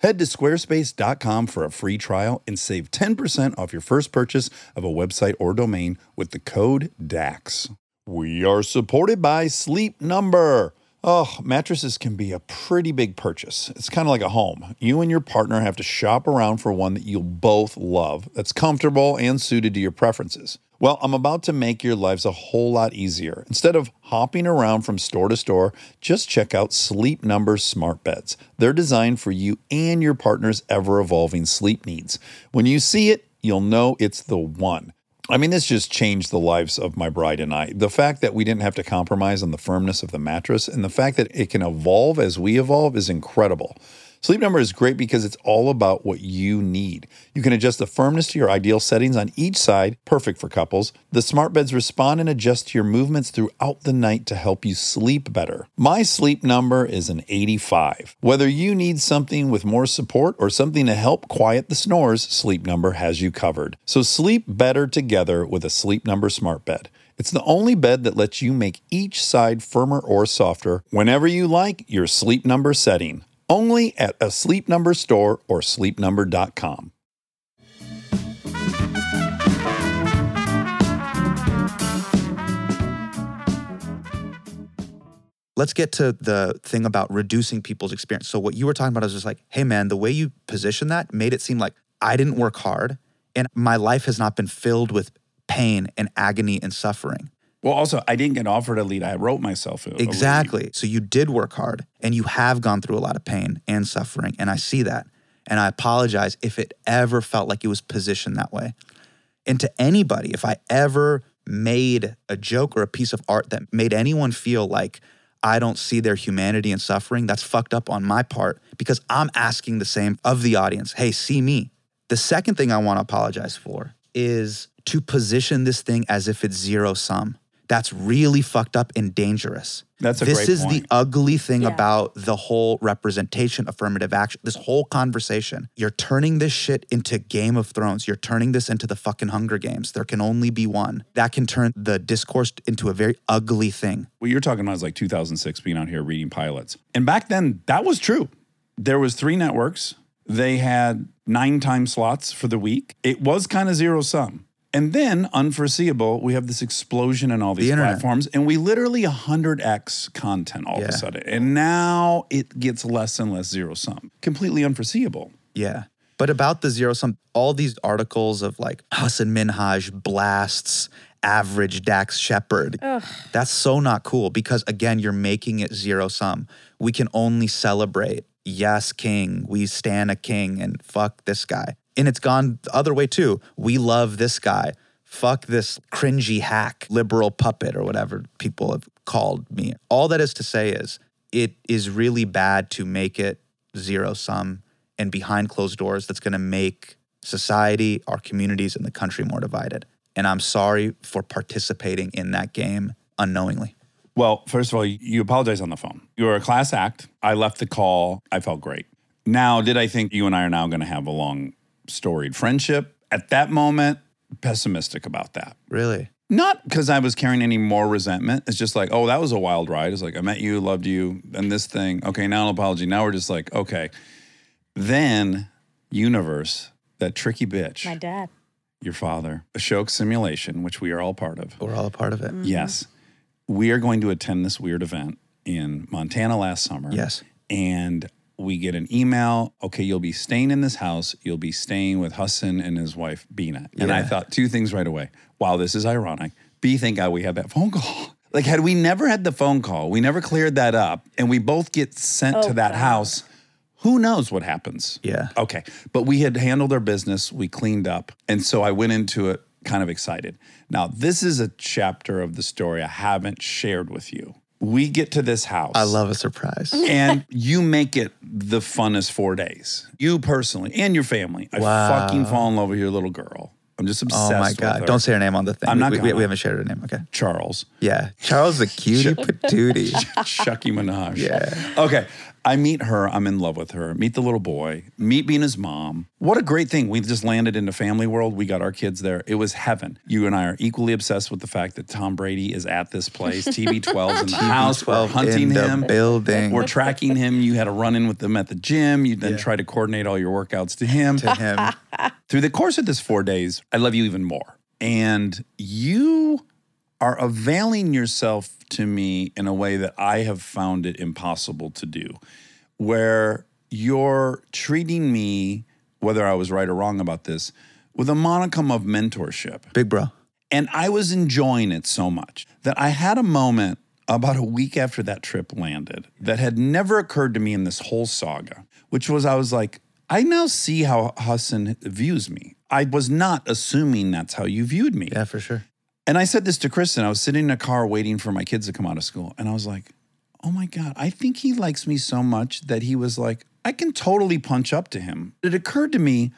Head to squarespace.com for a free trial and save 10% off your first purchase of a website or domain with the code DAX. We are supported by Sleep Number. Oh, mattresses can be a pretty big purchase. It's kind of like a home. You and your partner have to shop around for one that you'll both love, that's comfortable and suited to your preferences. Well, I'm about to make your lives a whole lot easier. Instead of hopping around from store to store, just check out Sleep Number smart beds. They're designed for you and your partner's ever evolving sleep needs. When you see it, you'll know it's the one. I mean, this just changed the lives of my bride and I. The fact that we didn't have to compromise on the firmness of the mattress and the fact that it can evolve as we evolve is incredible. Sleep Number is great because it's all about what you need. You can adjust the firmness to your ideal settings on each side, perfect for couples. The smart beds respond and adjust to your movements throughout the night to help you sleep better. My sleep number is an 85. Whether you need something with more support or something to help quiet the snores, Sleep Number has you covered. So sleep better together with a Sleep Number smart bed. It's the only bed that lets you make each side firmer or softer whenever you like your sleep number setting. Only at a sleep number store or sleepnumber.com.
let's get to the thing about reducing people's experience. So what you were talking about is just like, hey man, the way you position that made it seem like I didn't work hard and my life has not been filled with pain and agony and suffering.
Well, also, I didn't get offered a lead. I wrote myself a a lead.
Exactly. So you did work hard and you have gone through a lot of pain and suffering. And I see that. And I apologize if it ever felt like it was positioned that way. And to anybody, if I ever made a joke or a piece of art that made anyone feel like I don't see their humanity and suffering, that's fucked up on my part because I'm asking the same of the audience. Hey, see me. The second thing I want to apologize for is to position this thing as if it's zero sum. That's really fucked up and dangerous.
That's a
this
great
is
point.
the ugly thing
Yeah.
about the whole representation, affirmative action, this whole conversation. You're turning this shit into Game of Thrones. You're turning this into the fucking Hunger Games. There can only be one. That can turn the discourse into a very ugly thing.
what you're talking about is like 2006 being out here reading pilots. And back then, that was true. There was three networks. They had nine time slots for the week. It was kind of zero sum. And then unforeseeable, we have this explosion in all these
internet.
platforms and we literally 100x content all of a
Yeah.
sudden. And now it gets less and less zero sum. Completely unforeseeable.
Yeah. But about the zero sum, all these articles of like Hassan Minhaj blasts average Dax Shepherd. That's so not cool because again, you're making it zero sum. We can only celebrate, yes, king, we stand a king and fuck this guy. And it's gone the other way too. We love this guy. Fuck this cringy hack, liberal puppet, or whatever people have called me. All that is to say is it is really bad to make it zero sum and behind closed doors that's going to make society, our communities, and the country more divided. And I'm sorry for participating in that game unknowingly.
Well, first of all, you apologize on the phone. You were a class act. I left the call. I felt great. Now, did I think you and I are now going to have a long, storied friendship? At that moment, pessimistic about that.
Really?
Not because I was carrying any more resentment. It's just like, oh, that was a wild ride. It's like, I met you, loved you, and this thing. Okay, now an apology. Now we're just like, okay. Then, universe, that tricky bitch,
My dad.
your father, Ashok simulation, which we are all part of.
We're all a part of it.
Mm.
Yes. We are going to attend this weird event in Montana last summer.
Yes.
And we get an email, okay, you'll be staying in this house. You'll be staying with Hassan and his wife, Bina. And I
Yeah.
thought two things right away. Wow, this is ironic. B, thank God we had that phone call. (laughs) Like, had we never had the phone call, we never cleared that up, and we both get sent to that house, who knows what happens?
Yeah.
Okay. But we had handled our business, we cleaned up. And so I went into it
kind of excited. Now, this is a chapter of the story I haven't shared with you. We get to this house.
I love a surprise.
(laughs) and you make it the funnest four days. You personally and your family. I
Wow.
fucking fall in love with your little girl. I'm just
Oh
obsessed.
my
with
god!
her.
Don't say her name on the thing.
I'm
We-
not
We, we,
gonna.
we haven't shared her name. Okay.
Charles.
Yeah,
(laughs)
Charles the cutie patootie.
Shucky Minaj.
Yeah.
Okay. I meet her. I'm in love with her. Meet the little boy. Meet being his mom. What a great thing. We just landed in the family world. We got our kids there. It was heaven. You and I are equally obsessed with the fact that Tom Brady is at this place. TB12's in
(laughs)
the house. We're
Twelve
hunting
in the
him.
building.
We're tracking him. You had a run in with them at the gym. You then try to coordinate all your workouts to him.
to him.
Through the course of this four days, I love you even more. And you are availing yourself to me in a way that I have found it impossible to do, where you're treating me, whether I was right or wrong about this, with a monicum of mentorship. (laughs)
Big bro.
And I was enjoying it so much that I had a moment about a week after that trip landed that had never occurred to me in this whole saga, which was I was like, I now see how Hassan views me. I was not assuming that's how you viewed me.
Yeah, for sure.
And I said this to Kristen. I was sitting in a car waiting for my kids to come out of school. And I was like, oh my God, I think he likes me so much that he was like, I can totally punch up to him. It occurred to me,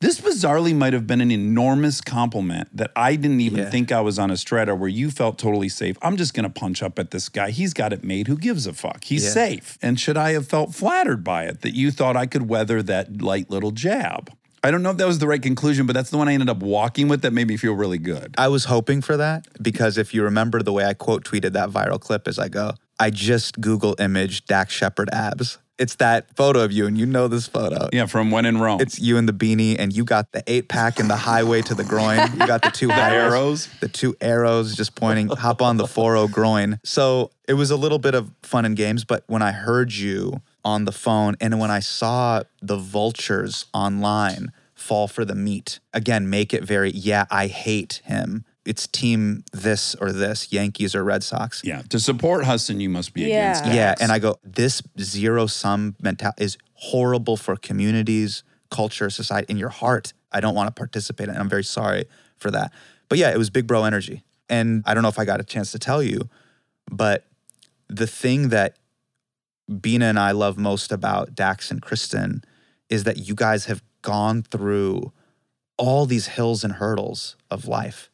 this bizarrely might have been an enormous compliment that I didn't even
Yeah.
think I was on a strata where you felt totally safe. I'm just going to punch up at this guy. He's got it made. Who gives a fuck? He's
Yeah.
safe. And should I have felt flattered by it that you thought I could weather that light little jab? I don't know if that was the right conclusion, but that's the one I ended up walking with that made me feel really good.
I was hoping for that because if you remember the way I quote tweeted that viral clip is I go, I just Google image Dak Shepard abs. It's that photo of you, and you know this photo.
Yeah, from when in Rome.
It's you and the beanie, and you got the eight pack and the highway to the groin. You got the two arrows, the two arrows just pointing, hop on the 4 0 groin. So it was a little bit of fun and games, but when I heard you on the phone and when I saw the vultures online fall for the meat, again, make it very, yeah, I hate him. It's team this or this, Yankees or Red Sox.
yeah. To support Hudson, you must be
Yeah.
against.
Yeah,
Dax.
and I go, this zero sum mentality is horrible for communities, culture, society, in your heart. I don't want to participate in it. I'm very sorry for that. But yeah, it was big bro energy. And I don't know if I got a chance to tell you, but the thing that Bina and I love most about Dax and Kristen is that you guys have gone through all these hills and hurdles of life.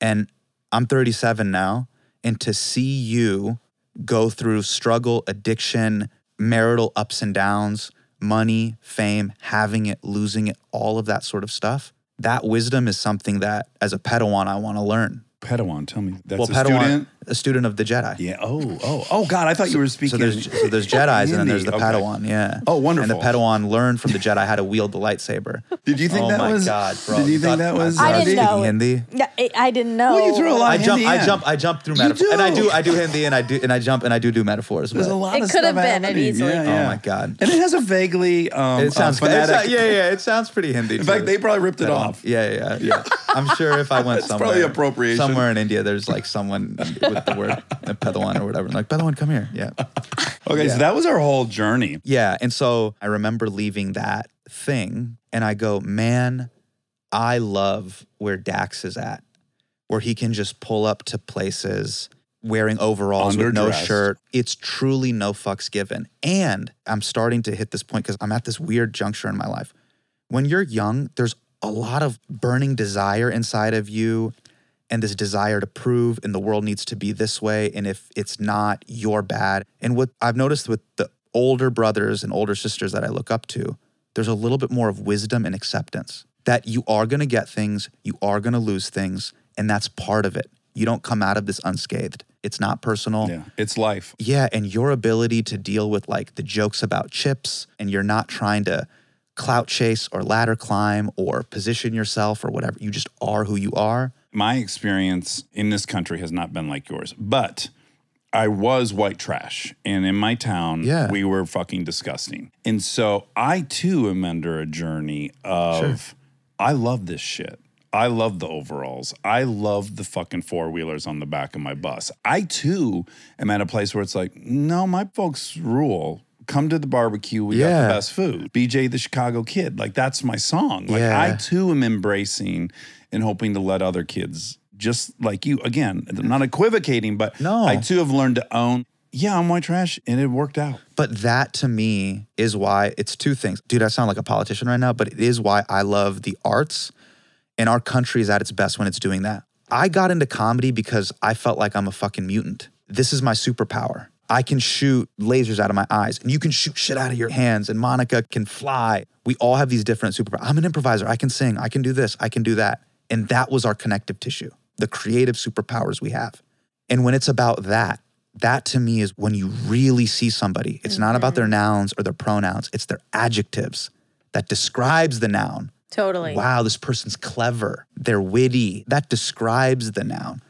And I'm 37 now, and to see you go through struggle, addiction, marital ups and downs, money, fame, having it, losing it, all of that sort of stuff. That wisdom is something that, as a Padawan, I want to learn.
Padawan, tell me that's
well,
a
Padawan,
student.
a student of the Jedi.
Yeah. Oh, oh, oh, God! I thought you were speaking.
So there's so there's Jedi's and then there's the
Hindi, okay.
Padawan. Yeah.
Oh, wonderful.
And the Padawan learned from the Jedi how to wield the lightsaber.
(laughs) Did you think
oh
that
my
was?
God, bro!
Did you think
thought
that was?
I
thought
didn't
speaking
know.
Hindi.
No, I, I didn't know.
Well, you threw a lot.
I jump,
Hindi
I
in.
jump, I jump through metaphors, and I
do.
do, I do Hindi, and I do, and I jump, and I do do metaphors.
There's
but-
a lot
It
of
could
stuff
have been, it
happening.
easily-
Yeah,
Oh
yeah.
Oh my god!
And it has a vaguely um,
It sounds
uh,
good. It's-
phonetic.
yeah, yeah. It sounds pretty Hindi.
In fact, they probably ripped it off.
Yeah, yeah, yeah. I'm sure if I went somewhere,
probably appropriation.
Somewhere in India, there's like someone with the word Padawan or whatever. like Padawan, come here. Yeah,
Okay, so that was our whole journey.
yeah. And so I remember leaving that thing, and I go, man, I love where Dax is at, where he can just pull up to places wearing overalls with no
Underdressed.
shirt. It's truly no fucks given. And I'm starting to hit this point because I'm at this weird juncture in my life. When you're young, there's a lot of burning desire inside of you and this desire to prove and the world needs to be this way and if it's not you're bad and what i've noticed with the older brothers and older sisters that i look up to there's a little bit more of wisdom and acceptance that you are going to get things you are going to lose things and that's part of it you don't come out of this unscathed it's not personal
Yeah, it's life.
yeah, and your ability to deal with like the jokes about chips and you're not trying to clout chase or ladder climb or position yourself or whatever. You just are who you are.
my experience in this country has not been like yours, but I was white trash. And in my town,
Yeah.
we were fucking disgusting. And so I too am under a journey of I love this shit. I love the overalls. I love the fucking four wheelers on the back of my bus. I too am at a place where it's like, no, my folks rule. Come to the barbecue. We got
Yeah.
the best food. BJ the Chicago Kid. Like that's my song. Like
Yeah.
I too am embracing and hoping to let other kids just like you. Again, I'm not equivocating, but
No.
I too have learned to own. Yeah, I'm white trash, and it worked out.
But that to me is why it's two things. Dude, I sound like a politician right now, but it is why I love the arts and our country is at its best when it's doing that. I got into comedy because I felt like I'm a fucking mutant. This is my superpower. I can shoot lasers out of my eyes and you can shoot shit out of your hands and Monica can fly. We all have these different superpowers. I'm an improviser. I can sing. I can do this. I can do that. And that was our connective tissue, the creative superpowers we have. And when it's about that, that to me is when you really see somebody. It's not about their nouns or their pronouns, it's their adjectives that describes the noun.
Totally.
Wow, this person's clever. They're witty. That describes the noun.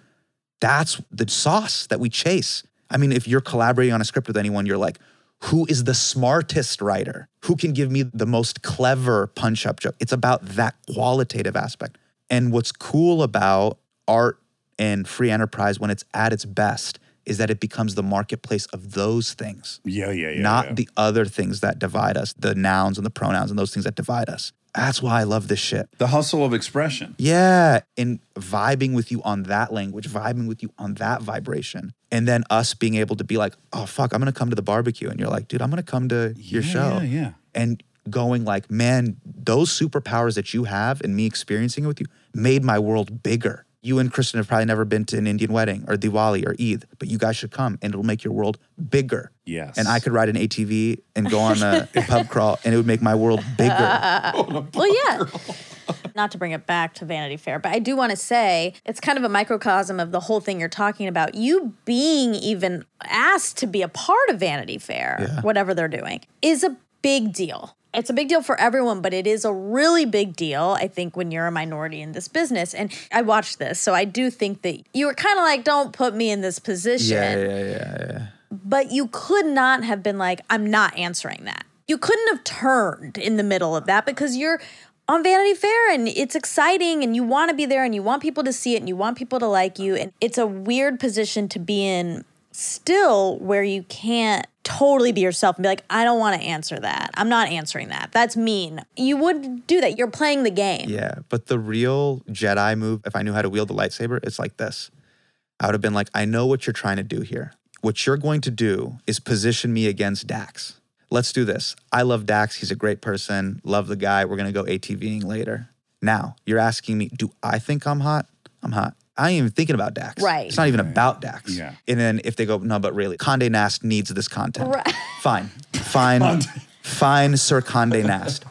That's the sauce that we chase. I mean, if you're collaborating on a script with anyone, you're like, who is the smartest writer? Who can give me the most clever punch up joke? It's about that qualitative aspect. And what's cool about art and free enterprise when it's at its best is that it becomes the marketplace of those things
Yeah, yeah, yeah.
not
yeah.
the other things that divide us, the nouns and the pronouns and those things that divide us. That's why I love this shit.
the hustle of expression.
Yeah. And vibing with you on that language, vibing with you on that vibration. And then us being able to be like, oh, fuck, I'm going to come to the barbecue. And you're like, dude, I'm going to come to your
Yeah,
show.
yeah, yeah.
And going like, man, those superpowers that you have and me experiencing it with you made my world bigger. You and Kristen have probably never been to an Indian wedding or Diwali or Eid, but you guys should come and it'll make your world bigger.
Yes.
And I could ride an ATV and go
(laughs)
on a pub crawl and it would make my world bigger.
(laughs) Well, yeah. Not to bring it back to Vanity Fair, but I do want to say it's kind of a microcosm of the whole thing you're talking about. You being even asked to be a part of Vanity Fair, whatever they're doing, is a big deal. It's a big deal for everyone, but it is a really big deal, I think, when you're a minority in this business. And I watched this, so I do think that you were kind of like, don't put me in this position
Yeah, yeah, yeah, yeah.
but you could not have been like, I'm not answering that. You couldn't have turned in the middle of that because you're on Vanity Fair and it's exciting and you want to be there and you want people to see it and you want people to like you. And it's a weird position to be in still where you can't totally be yourself and be like, I don't want to answer that. I'm not answering that. That's mean. You would do that. You're playing the game.
Yeah. But the real Jedi move, if I knew how to wield a lightsaber, it's like this. I would have been like, I know what you're trying to do here. What you're going to do is position me against Dax. Let's do this. I love Dax. He's a great person. Love the guy. We're going to go ATVing later. Now, you're asking me, do I think I'm hot? I'm hot. I ain't even thinking about Dax.
Right.
It's not even about Dax.
Yeah.
And then if they go, no, but really, Conde Nast needs this content. Fine. Fine. fine, Sir Conde Nast.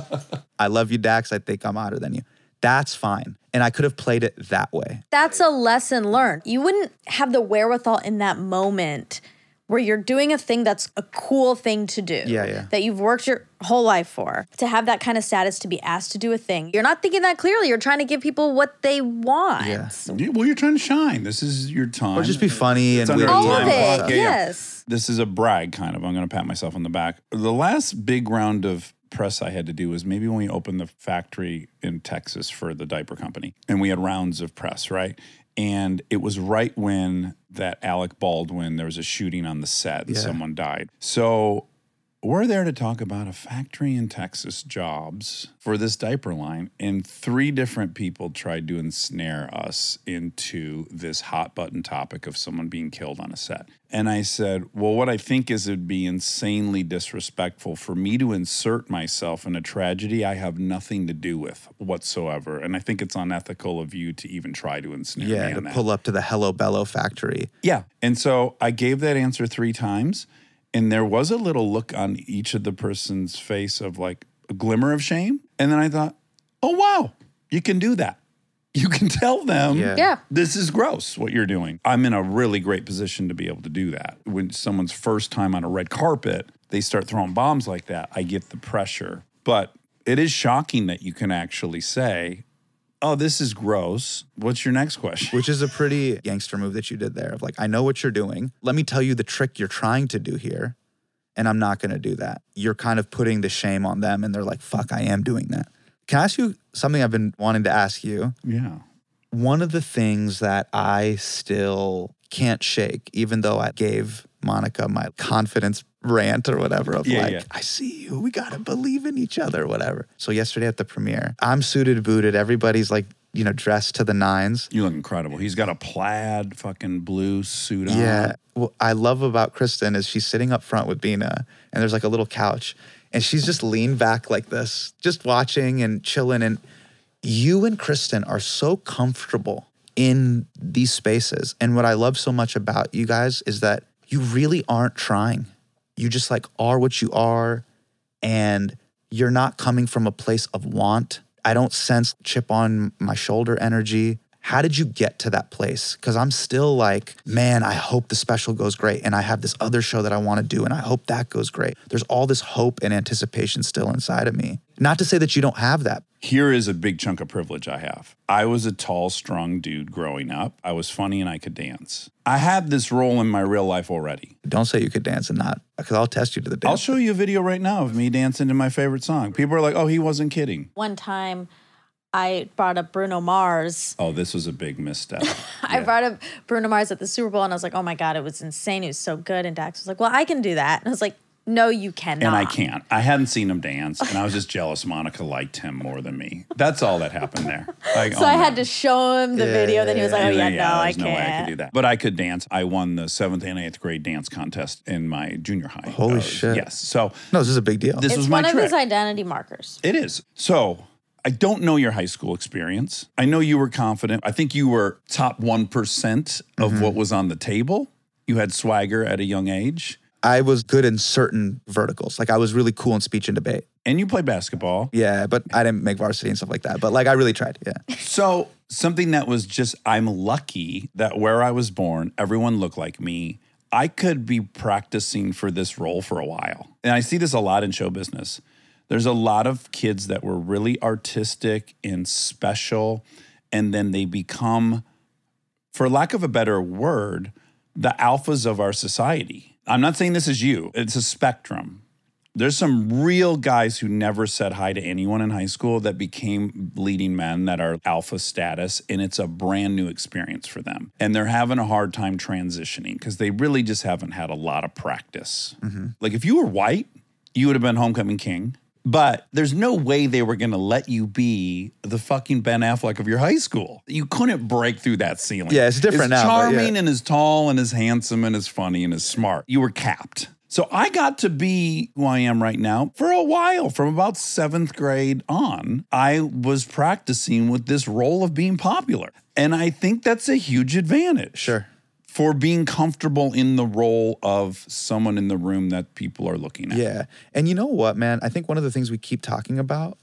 (laughs) I love you, Dax. I think I'm hotter than you. That's fine. And I could have played it that way.
That's a lesson learned. You wouldn't have the wherewithal in that moment where you're doing a thing that's a cool thing to do.
Yeah, yeah.
That you've worked your whole life for. To have that kind of status to be asked to do a thing. You're not thinking that clearly. You're trying to give people what they want.
Yeah.
Yeah, Well, you're trying to shine. This is your time.
Or just be funny
It's
and
under
weird.
All
time
of it.
clock.
Yes.
This is a brag, kind of. I'm going to pat myself on the back. The last big round of press I had to do was maybe when we opened the factory in Texas for the diaper company, and we had rounds of press, right? And it was right when that Alec Baldwin, there was a shooting on the set and someone died. So we're there to talk about a factory in Texas jobs for this diaper line. And three different people tried to ensnare us into this hot button topic of someone being killed on a set. And I said, Well, what I think is it'd be insanely disrespectful for me to insert myself in a tragedy I have nothing to do with whatsoever. And I think it's unethical of you to even try to ensnare me.
Yeah,
on
to
that.
pull up to the Hello Bello factory.
Yeah. And so I gave that answer three times, and there was a little look on each of the person's face of like a glimmer of shame. And then I thought, oh, wow, you can do that. You can tell them,
Yeah.
Yeah.
this is gross what you're doing. I'm in a really great position to be able to do that. When someone's first time on a red carpet, they start throwing bombs like that. I get the pressure. But it is shocking that you can actually say, oh, this is gross. What's your next question?
Which is a pretty gangster move that you did there of like, I know what you're doing. Let me tell you the trick you're trying to do here. And I'm not going to do that. You're kind of putting the shame on them. And they're like, fuck, I am doing that. Can I ask you something I've been wanting to ask you?
yeah.
one of the things that I still can't shake, even though I gave Monica my confidence rant or whatever of
Yeah,
like,
yeah.
I see you. We gotta believe in each other, whatever. So yesterday at the premiere, I'm suited, booted. Everybody's like you know, dressed to the nines.
You look incredible. He's got a plaid fucking blue suit on.
Yeah. What I love about Kristen is she's sitting up front with Bina, and there's like a little couch, and she's just leaned back like this, just watching and chilling. And you and Kristen are so comfortable in these spaces. And what I love so much about you guys is that you really aren't trying. You just like are what you are, and you're not coming from a place of want. I don't sense chip on my shoulder energy. How did you get to that place? Because I'm still like, man, I hope the special goes great. And I have this other show that I want to do, and I hope that goes great. There's all this hope and anticipation still inside of me. Not to say that you don't have that.
Here is a big chunk of privilege I have. I was a tall, strong dude growing up. I was funny and I could dance. I had this role in my real life already.
Don't say you could dance and not, because I'll test you to the dance.
I'll show you a video right now of me dancing to my favorite song. People are like, oh, he wasn't kidding.
One time I brought up Bruno Mars.
Oh, this was a big
(laughs)
misstep.
I brought up Bruno Mars at the Super Bowl and I was like, oh my God, it was insane. He was so good. And Dax was like, well, I can do that. And I was like, no, you cannot.
And I can't. I hadn't seen him dance, and I was just jealous Monica liked him more than me. That's all that happened
(laughs)
there. Like,
So
oh
I
no.
had to show him the video. Then he was like, oh
And
yeah,
then,
no, I
there's
can't.
way I could do that. But I could dance. I won the seventh and eighth grade dance contest in my junior high. Uh,
Holy shit.
Yes. So
No, this is a big deal.
this
It's
was my
one of
trick.
his identity markers. (laughs)
It is. So I don't know your high school experience. I know you were confident. I think you were top 1% of
Mm-hmm.
what was on the table. You had swagger at a young age
I was good in certain verticals. Like I was really cool in speech and debate.
and you played basketball.
Yeah, but I didn't make varsity and stuff like that. But like I really tried. Yeah.
So something that was just I'm lucky that where I was born, everyone looked like me. I could be practicing for this role for a while. And I see this a lot in show business. There's a lot of kids that were really artistic and special and then they become for lack of a better word, the alphas of our society. I'm not saying this is you. It's a spectrum. There's some real guys who never said hi to anyone in high school that became leading men that are alpha status, and it's a brand new experience for them. And they're having a hard time transitioning because they really just haven't had a lot of practice.
Mm-hmm.
Like if you were white, you would have been homecoming king, but there's no way they were going to let you be the fucking Ben Affleck of your high school. You couldn't break through that ceiling.
Yeah, it's different
as
now, but yeah.
Charming and as tall and as handsome and as funny and as smart. You were capped. So I got to be who I am right now for a while. From about seventh grade on, I was practicing with this role of being popular. And I think that's a huge advantage.
Sure.
For being comfortable in the role of someone in the room that people are looking at.
Yeah. And you know what, man? I think one of the things we keep talking about,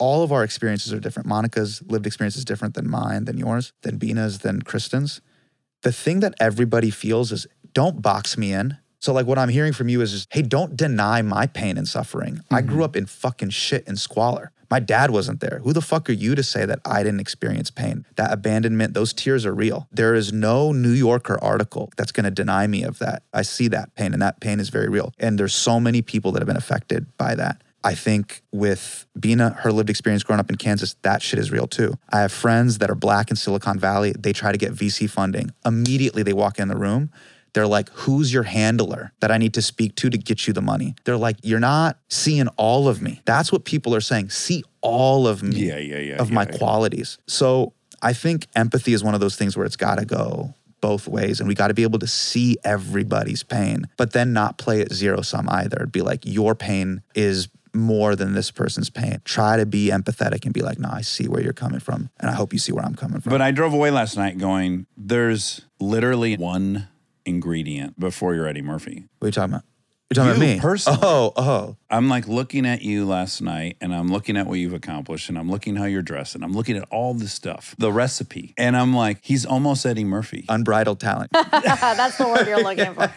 all of our experiences are different. Monica's lived experience is different than mine, than yours, than Bina's, than Kristen's. The thing that everybody feels is don't box me in. So, like, what I'm hearing from you is just, hey, don't deny my pain and suffering. I grew up in fucking shit and squalor. My dad wasn't there. Who the fuck are you to say that I didn't experience pain? That abandonment, those tears are real. There is no New Yorker article that's going to deny me of that. I see that pain, and that pain is very real. And there's so many people that have been affected by that. I think with Bina, her lived experience growing up in Kansas, that shit is real too. I have friends that are black in Silicon Valley. They try to get VC funding. Immediately they walk in the room. They're like, who's your handler that I need to speak to to get you the money? They're like, you're not seeing all of me. That's what people are saying. See all of me
Yeah, yeah, yeah,
of my
yeah, yeah.
qualities. So I think empathy is one of those things where it's got to go both ways and we got to be able to see everybody's pain, but then not play it zero sum either. It'd be like, your pain is more than this person's pain. Try to be empathetic and be like, no, I see where you're coming from. And I hope you see where I'm coming from.
But I drove away last night going, there's literally one ingredient before you're Eddie Murphy.
what are you talking about? You're talking
You
about me?
personally.
Oh, oh.
I'm like looking at you last night and I'm looking at what you've accomplished and I'm looking how you're dressed and I'm looking at all this stuff, the recipe. And I'm like, he's almost Eddie Murphy. (laughs)
Unbridled talent.
That's the word you're looking for.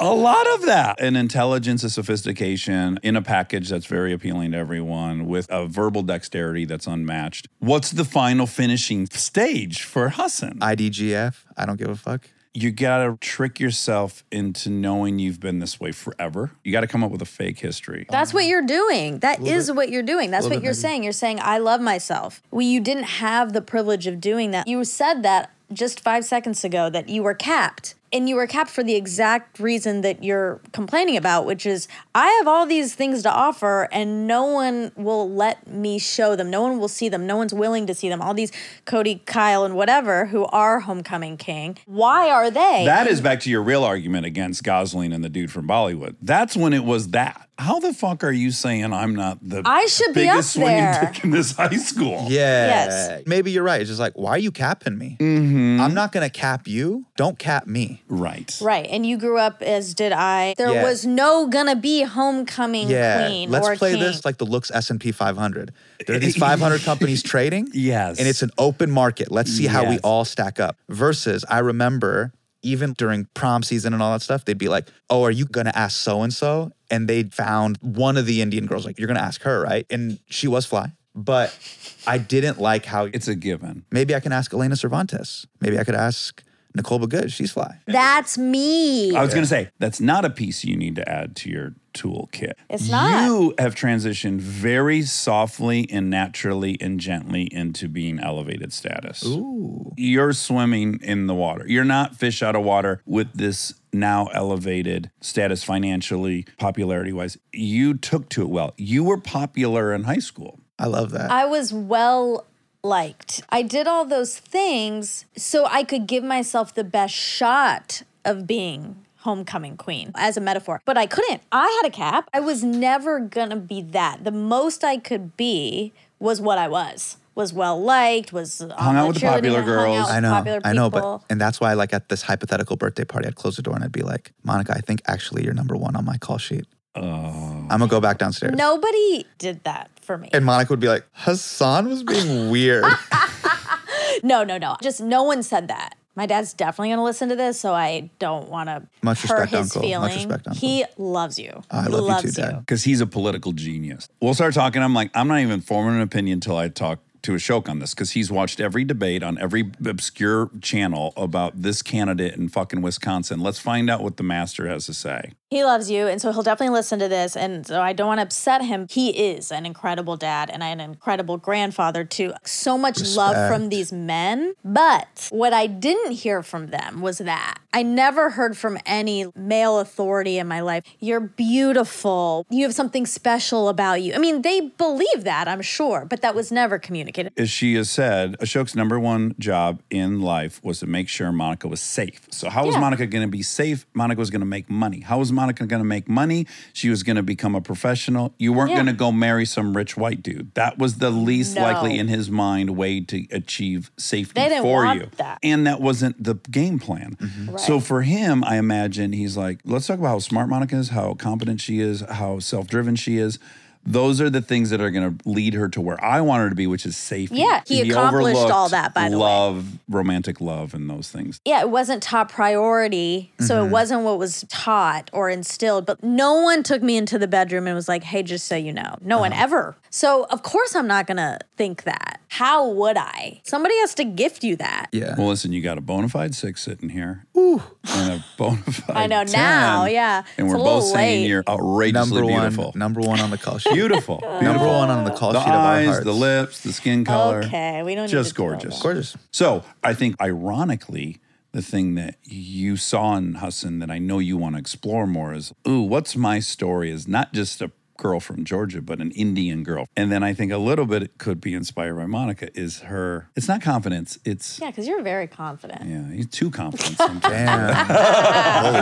A lot of that. An intelligence, a sophistication in a package that's very appealing to everyone with a verbal dexterity that's unmatched. What's the final finishing stage for Hassan?
IDGF. I don't give a fuck.
you gotta trick yourself into knowing you've been this way forever. You gotta come up with a fake history.
That's what you're doing. That is what you're doing. That's what you're saying. You're saying, I love myself. Well, you didn't have the privilege of doing that. You said that just five seconds ago that you were capped. And you were capped for the exact reason that you're complaining about, which is I have all these things to offer and no one will let me show them. No one will see them. No one's willing to see them. All these Cody, Kyle, and whatever who are Homecoming King. Why are they?
That is back to your real argument against Gosling and the dude from Bollywood. That's when it was that. How the fuck are you saying I'm not the
I should be up
biggest swinging
there.
dick in this (laughs) high school?
Yeah.
Yes.
Maybe you're right. It's just like, why are you capping me?
Mm-hmm.
I'm not going to cap you. Don't cap me.
Right.
Right, and you grew up as did I. There
Yeah.
was no gonna be homecoming
Yeah.
queen
Let's
or
play
king.
this like the looks S&P 500. There are these 500 companies trading.
Yes.
And it's an open market. Let's see how we
Yes.
all stack up. Versus, I remember even during prom season and all that stuff, they'd be like, oh, are you going to ask so and so? And they found one of the Indian girls, like, you're going to ask her, right? And she was fly. But I didn't like how
It's a given.
maybe I can ask Elena Cervantes. Maybe I could ask Nicole Good. She's fly.
That's me.
I was going to say, that's not a piece you need to add to your toolkit.
It's not.
You have transitioned very softly and naturally and gently into being elevated status. Ooh. You're swimming in the water. You're not fish out of water with this now elevated status financially, popularity wise. You took to it well. You were popular in high school.
I love that.
I was well liked. I did all those things so I could give myself the best shot of being homecoming queen as a metaphor. But I couldn't. I had a cap. I was never going to be that. The most I could be was what I was. Was well liked, was
Hung out with the popular girls.
I know, I know, but and that's why, like at this hypothetical birthday party, I'd close the door and I'd be like, "Monica, I think actually you're number one on my call sheet.
Oh.
I'm gonna go back downstairs."
Nobody did that for me.
And Monica would be like, "Hassan was being weird."
No, no, no. Just no one said that. My dad's definitely going to listen to this, so I don't want to
Much
hurt
respect,
his
Uncle. Much
feeling.
respect, Uncle.
He loves you.
I
He
love you
loves
too, Dad.
because he's a political genius. We'll start talking. I'm like, I'm not even forming an opinion until I talk to Ashok on this because he's watched every debate on every obscure channel about this candidate in fucking Wisconsin. Let's find out what the master has to say.
He loves you, and so he'll definitely listen to this. And so I don't want to upset him. He is an incredible dad and an incredible grandfather too. So much love from these men. But what I didn't hear from them was that I never heard from any male authority in my life. You're beautiful. You have something special about you. I mean, they believe that, I'm sure, but that was never communicated.
As she has said, Ashok's number one job in life was to make sure Monica was safe. So, how was
Yeah.
Monica going to be safe? Monica was going to make money. How was Monica going to make money? She was going to become a professional. You weren't
Yeah.
going to go marry some rich white dude. That was the least
No.
likely in his mind way to achieve safety
They didn't
for
want
you.
that.
And that wasn't the game plan.
Mm-hmm.
So, for him, I imagine he's like, let's talk about how smart Monica is, how competent she is, how self driven she is. Those are the things that are going to lead her to where I want her to be, which is safe.
Yeah, he accomplished all that, by the way.
Love, romantic love, and those things.
yeah, it wasn't top priority. So
Mm-hmm.
it wasn't what was taught or instilled. But no one took me into the bedroom and was like, hey, just so you know, no one
Uh-huh.
ever. So of course I'm not going to think that. How would I? Somebody has to gift you that.
yeah,
Well, listen, you got a bona fide six sitting here. Ooh. And a bona fide
(laughs) I know
10,
now. Yeah.
And
It's
we're
a little
both saying
late.
you're outrageously
number
beautiful.
one, number one on the call sheet.
beautiful.
number
beautiful.
one on the call
The
sheet of our
eyes,
hearts.
the lips, the skin color.
Okay, we don't need
Just
to dwell
gorgeous.
on
Gorgeous.
So I think, ironically, the thing that you saw in Husson that I know you want to explore more is, ooh, what's my story is not just a girl from Georgia, but an Indian girl. And then I think a little bit it could be inspired by Monica is her, it's not confidence, it's,
Yeah, because you're very confident.
yeah, he's too confident sometimes. (laughs)
Damn.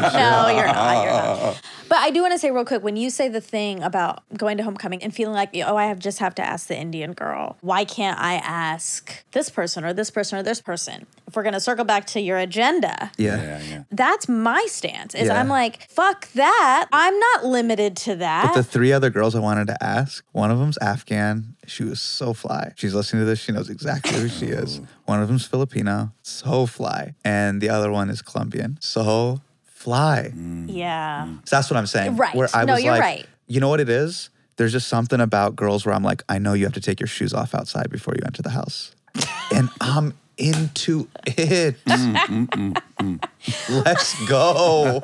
(laughs) No, you're not. You're
(laughs)
not. But I do want to say real quick when you say the thing about going to homecoming and feeling like, oh, I have just have to ask the Indian girl. Why can't I ask this person or this person or this person? If we're gonna circle back to your agenda,
yeah.
that's my stance. Is
Yeah.
I'm like, fuck that. I'm not limited to that.
But the three other girls I wanted to ask, one of them's Afghan. She was so fly. She's listening to this. She knows exactly who she is. One of them's Filipino, so fly. And the other one is Colombian, so fly. (laughs)
yeah.
So that's what I'm saying.
Right.
Where I
No,
was
you're
like,
right.
you know what it is? There's just
(laughs)
something about girls where I'm like, I know you have to take your shoes off outside before you enter the house. and I'm into it. (laughs) Let's go.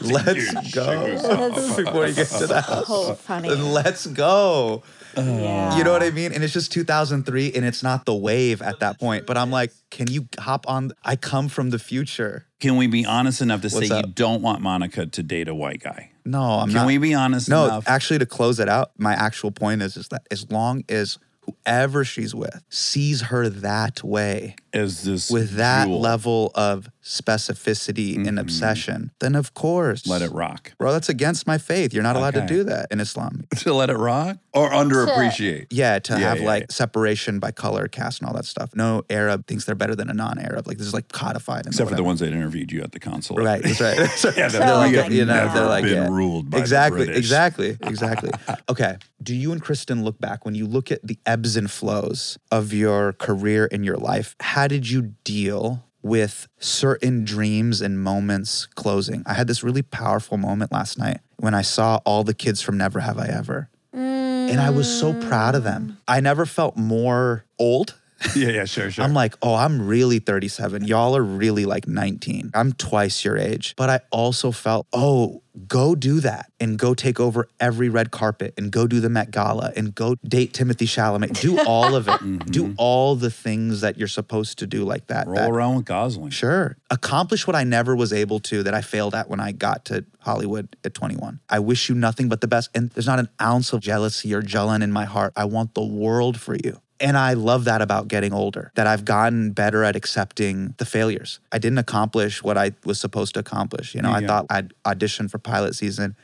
Let's go. Before you get to the
so
house.
funny.
Let's go.
yeah.
You know what I mean? And it's just 2003 and it's not the wave at that point. But I'm like, can you hop on? I come from the future.
Can we be honest enough to
What's
say
up?
you don't want Monica to date a white guy?
No, I'm
Can
not.
we be honest
No,
enough?
actually, to close it out, my actual point is, is that as long as whoever she's with sees her that way,
Is this
with that
jewel,
level of specificity and obsession, then of course.
Mm-hmm. Let it rock.
Bro, that's against my faith. You're not allowed to
Okay.
do that in Islam.
(laughs) to let it rock.
or underappreciate.
Yeah, to
Yeah,
have
yeah,
like
yeah.
separation by color, caste, and all that stuff. No Arab thinks they're better than a non Arab. Like, this is like codified. in
Except for the
whatever.
ones that interviewed you at the consulate.
Right, that's right. (laughs) That's right.
Yeah,
They're
So
like,
good.
you know,
Never
they're like
been
yeah.
ruled by the
exactly,
British.
exactly,
(laughs)
exactly. okay, do you and Kristen look back when you look at the ebbs and flows of your career and your life? How did you deal? With certain dreams and moments closing. I had this really powerful moment last night when I saw all the kids from Never Have I Ever. And I was so proud of them. I never felt more old
(laughs) Yeah, yeah, sure, sure.
I'm like, oh, I'm really 37. Y'all are really like 19. I'm twice your age. But I also felt, oh, go do that and go take over every red carpet and go do the Met Gala and go date Timothy Chalamet. Do
(laughs)
all of it. Do all the things that you're supposed to do like that.
Mm-hmm. Roll
that-
around with Gosling.
Sure. Accomplish what I never was able to that I failed at when I got to Hollywood at 21. I wish you nothing but the best. And there's not an ounce of jealousy or gelling in my heart. I want the world for you. And I love that about getting older, that I've gotten better at accepting the failures. I didn't accomplish what I was supposed to accomplish. You know, I thought I'd audition for pilot season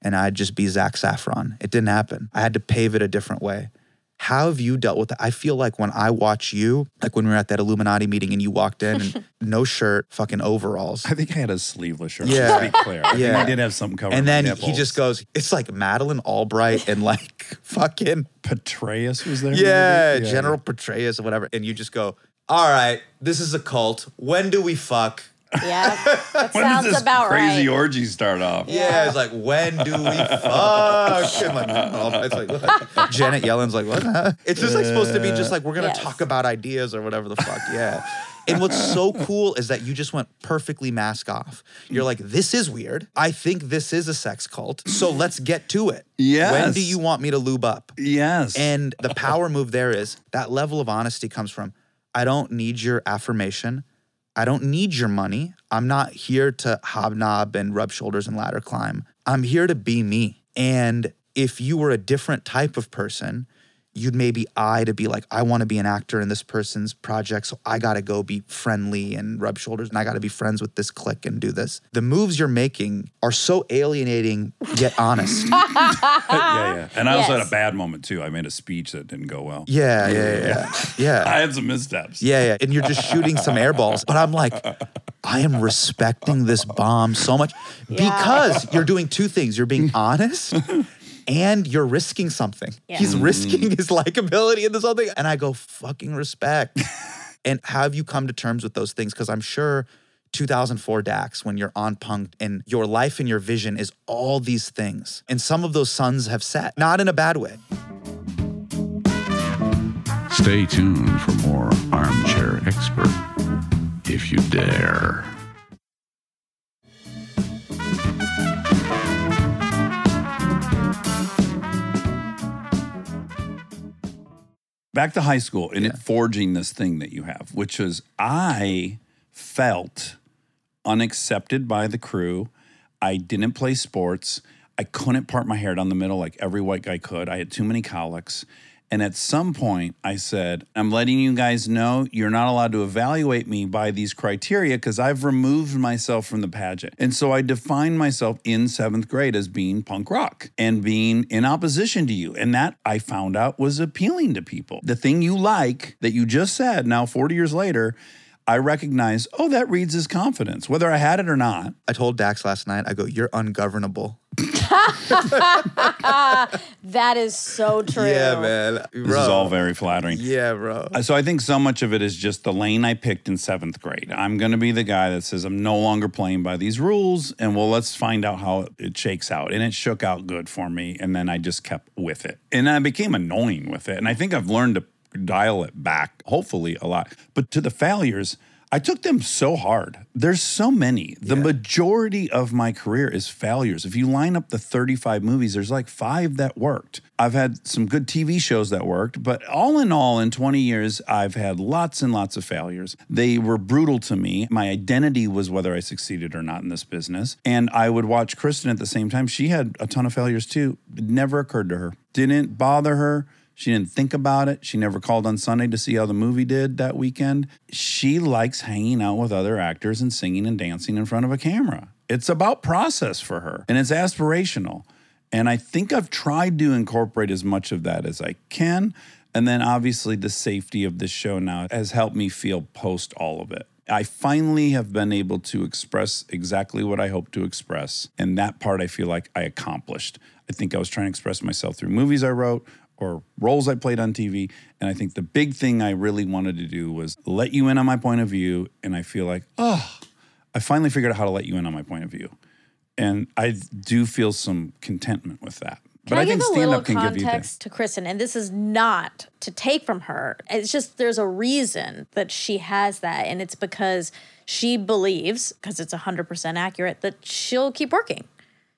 and I'd just be Zach Saffron. It didn't happen. I had to pave it a different way. How have you dealt with that? I feel like when I watch you, like when we were at that Illuminati meeting and you walked in and no shirt, fucking overalls.
I think I had a sleeveless shirt.
Yeah.
Yeah. To be clear. I think
Yeah.
I did have something covered.
And
my
then he
nipples.
just goes, it's like Madeline Albright and like (laughs) fucking,
Petraeus was there.
yeah,
maybe?
General Petraeus or whatever. And you just go, all right, this is a cult. When do we fuck? (laughs)
Yeah. That sounds
this
about
crazy
right.
orgy start off.
Yeah, it's like, when do we fuck? And like, oh, it's like, what? Janet Yellen's like, what? It's just like supposed to be just like, we're going to
Yes.
talk about ideas or whatever the fuck. Yeah. and what's so cool is that you just went perfectly mask off. You're like, this is weird. I think this is a sex cult. So let's get to it. When
Yes.
do you want me to lube up?
Yes.
And the power move there is that level of honesty comes from I don't need your affirmation. I don't need your money. I'm not here to hobnob and rub shoulders and ladder climb. I'm here to be me. And if you were a different type of person, you'd maybe I to be like, I want to be an actor in this person's project. So I got to go be friendly and rub shoulders and I got to be friends with this clique and do this. The moves you're making are so alienating yet honest.
yeah, yeah. And I also had
Ah, Yes.
a bad moment too. I made a speech that didn't go well.
yeah, yeah, yeah. Yeah. yeah.
I had some missteps.
Yeah, yeah. And you're just shooting some air balls. But I'm like, I am respecting this bomb so much because you're doing two things. You're being honest and you're risking something.
Yeah.
He's
Mm.
risking his likability in this whole thing. And I go, fucking respect. and how have you come to terms with those things? Because I'm sure 2004 Dax, when you're on punk and your life and your vision is all these things. And some of those suns have set, not in a bad way.
Stay tuned for more Armchair Expert, if you dare.
Back to high school and it forging this thing that you have, which is I felt unaccepted by the crew. I didn't play sports. I couldn't part my hair down the middle like every white guy could. I had too many colics. And at some point, I said, I'm letting you guys know you're not allowed to evaluate me by these criteria because I've removed myself from the pageant. And so I defined myself in seventh grade as being punk rock and being in opposition to you. And that I found out was appealing to people. The thing you like that you just said now, 40 years later, I recognize, oh, that reads as confidence, whether I had it or not.
I told Dax last night, I go, you're ungovernable.
That is so true.
Yeah, man.
This is all very flattering.
Yeah, bro.
Uh, So I think so much of it is just the lane I picked in seventh grade. I'm going to be the guy that says I'm no longer playing by these rules, and well, let's find out how it shakes out. And it shook out good for me, and then I just kept with it, and I became annoying with it. And I think I've learned to dial it back, hopefully a lot. But to the failures, I took them so hard. There's so many. The majority of my career is failures. If you line up the 35 movies, there's like five that worked. I've had some good TV shows that worked, but all in all, in 20 years, I've had lots and lots of failures. They were brutal to me. My identity was whether I succeeded or not in this business. And I would watch Kristen at the same time. She had a ton of failures too. It never occurred to her, didn't bother her. She didn't think about it. She never called on Sunday to see how the movie did that weekend. She likes hanging out with other actors and singing and dancing in front of a camera. It's about process for her and it's aspirational. And I think I've tried to incorporate as much of that as I can. And then obviously, the safety of this show now has helped me feel post all of it. I finally have been able to express exactly what I hope to express. And that part I feel like I accomplished. I think I was trying to express myself through movies I wrote or roles I played on TV. And I think the big thing I really wanted to do was let you in on my point of view. And I feel like, oh, I finally figured out how to let you in on my point of view. And I do feel some contentment with that.
Can I, give a
stand-up
little context to Kristen? And this is not to take from her. It's just there's a reason that she has that. And it's because she believes, because it's 100% accurate, that she'll keep working.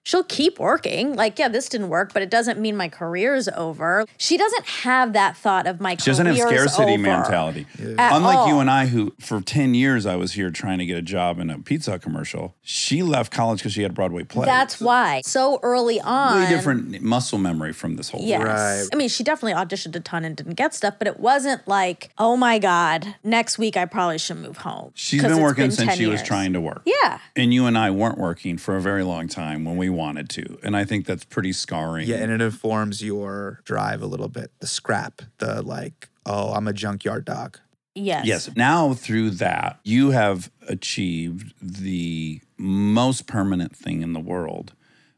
She'll keep working. Like, yeah, this didn't work, but it doesn't mean my career's over. She doesn't have that thought of my
She doesn't have
career's
scarcity
over.
mentality.
At
Unlike you
all.
and I, who for 10 years I was here trying to get a job in a pizza commercial, she left college because she had a Broadway play.
That's why. So early on.
Really different muscle memory from this whole thing.
Yes.
Right.
I mean, she definitely auditioned a ton and didn't get stuff, but it wasn't like, oh my God, next week I probably should move home.
She's
'Cause
been
it's
working since
10
she was
years.
trying to work.
Yeah.
And you and I weren't working for a very long time when we wanted to. And I think that's pretty scarring.
Yeah, and it informs your drive a little bit. The scrap, the like, oh, I'm a junkyard dog.
Yes.
Yes. Now, through that, you have achieved the most permanent thing in the world,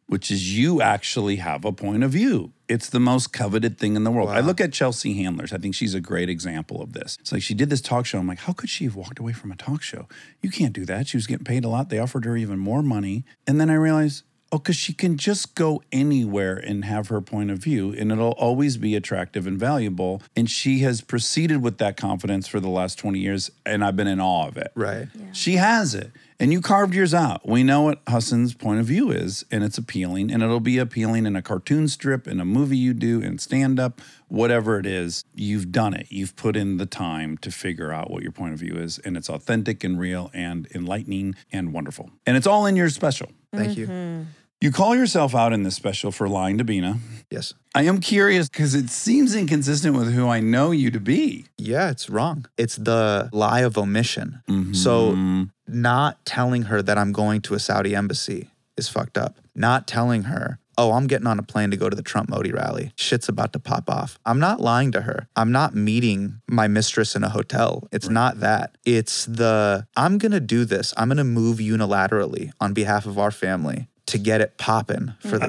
which is you actually have a point of view. It's the most coveted thing in the world. I look at Chelsea Handlers. I think she's a great example of this. It's like she did this talk show. I'm like, how could she have walked away from a talk show? You can't do that. She was getting paid a lot. They offered her even more money. And then I realized, oh, because she can just go anywhere and have her point of view, and it'll always be attractive and valuable. And she has proceeded with that confidence for the last 20 years, and I've been in awe of it.
Right.
She has it. And you carved yours out. We know what Huston's point of view is, and it's appealing, and it'll be appealing in a cartoon strip, in a movie you do, in stand up, whatever it is. You've done it. You've put in the time to figure out what your point of view is, and it's authentic and real and enlightening and wonderful. And it's all in your special.
Thank you.
You call yourself out in this special for lying to Bina.
Yes.
I am curious because it seems inconsistent with who I know you to be.
Yeah, it's wrong. It's the lie of omission. So, not telling her that I'm going to a Saudi embassy is fucked up. Not telling her, oh, I'm getting on a plane to go to the Trump Modi rally. Shit's about to pop off. I'm not lying to her. I'm not meeting my mistress in a hotel. It's not that. It's the, I'm going to do this. I'm going to move unilaterally on behalf of our family to get it popping for the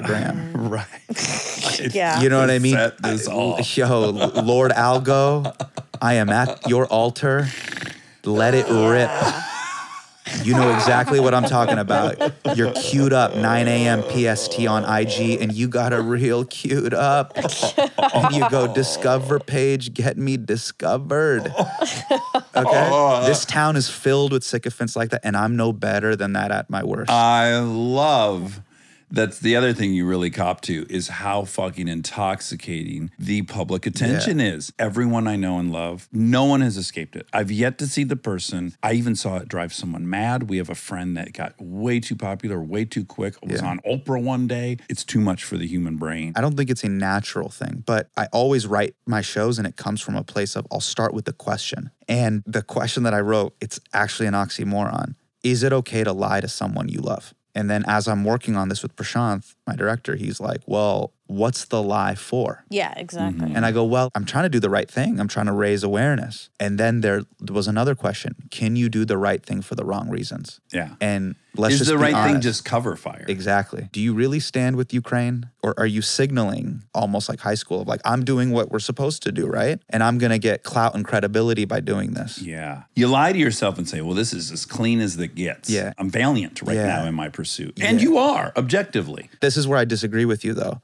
(laughs)
gram.
Right.
Yeah.
You know what I mean?
Set this
I-
off.
(laughs) Yo, Lord Algo, I am at your altar. Let it rip. You know exactly what I'm talking about. You're queued up 9 a.m. PST on IG, and you got a real queued up. And you go discover page, get me discovered.
Oh.
Okay, this town is filled with sycophants like that, and I'm no better than that at my worst.
I love that's the other thing you really cop to is how fucking intoxicating the public attention is. Everyone I know and love, no one has escaped it. I've yet to see the person. I even saw it drive someone mad. We have a friend that got way too popular, way too quick, was on Oprah one day. It's too much for the human brain.
I don't think it's a natural thing, but I always write my shows and it comes from a place of I'll start with the question. And the question that I wrote, it's actually an oxymoron. Is it okay to lie to someone you love? And then as I'm working on this with Prashanth, my director, he's like, Well, what's the lie for?
Yeah, exactly.
Mm-hmm.
And
Mm.
I go, Well, I'm trying to do the right thing. I'm trying to raise awareness. And then there was another question Can you do the right thing for the wrong reasons?
Yeah.
And let's
is
just
the
be
right thing
honest.
just cover fire?
Exactly. Do you really stand with Ukraine? Or are you signaling almost like high school of like, I'm doing what we're supposed to do, right? And I'm going to get clout and credibility by doing this.
Yeah. You lie to yourself and say, well, this is as clean as it gets.
Yeah.
I'm valiant right
Yeah.
now in my pursuit. And you are, objectively.
This is where I disagree with you, though.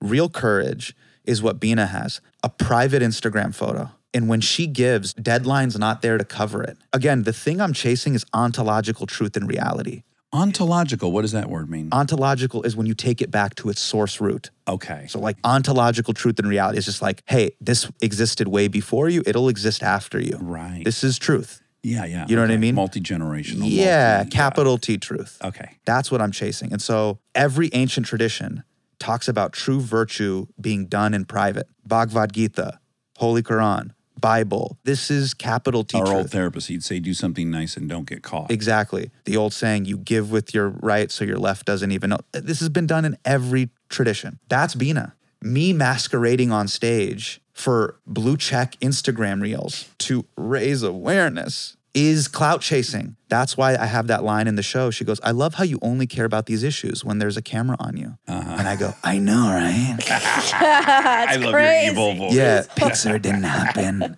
Real courage is what Bina has a private Instagram photo. And when she gives, deadline's not there to cover it. Again, the thing I'm chasing is ontological truth and reality.
Ontological, what does that word mean?
Ontological is when you take it back to its source root.
Okay.
So, like, ontological truth and reality is just like, hey, this existed way before you, it'll exist after you.
Right.
This is truth.
yeah, yeah.
you know what I mean?
Multi Uh, generational.
Yeah, capital T truth.
Okay.
That's what I'm chasing. And so every ancient tradition talks about true virtue being done in private. Bhagavad Gita, Holy Quran, Bible. This is capital T
Our
truth.
old therapist, he'd say, do something nice and don't get caught.
Exactly. The old saying, you give with your right so your left doesn't even know. This has been done in every tradition. That's Bina. Me masquerading on stage for blue check Instagram reels to raise awareness is clout chasing. That's why I have that line in the show. She goes, I love how you only care about these issues when there's a camera on you. And I go, I know, right?
I love
crazy.
your evil voice.
Yeah, Pixar didn't happen.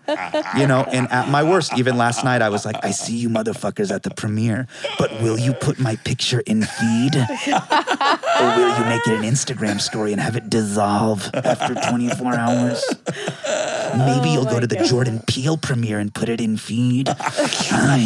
You know, and at my worst, even last night, I was like, I see you motherfuckers at the premiere, but will you put my picture in feed? Or will you make it an Instagram story and have it dissolve after 24 hours? Maybe you'll go to the Jordan Peele premiere and put it in feed. Ah,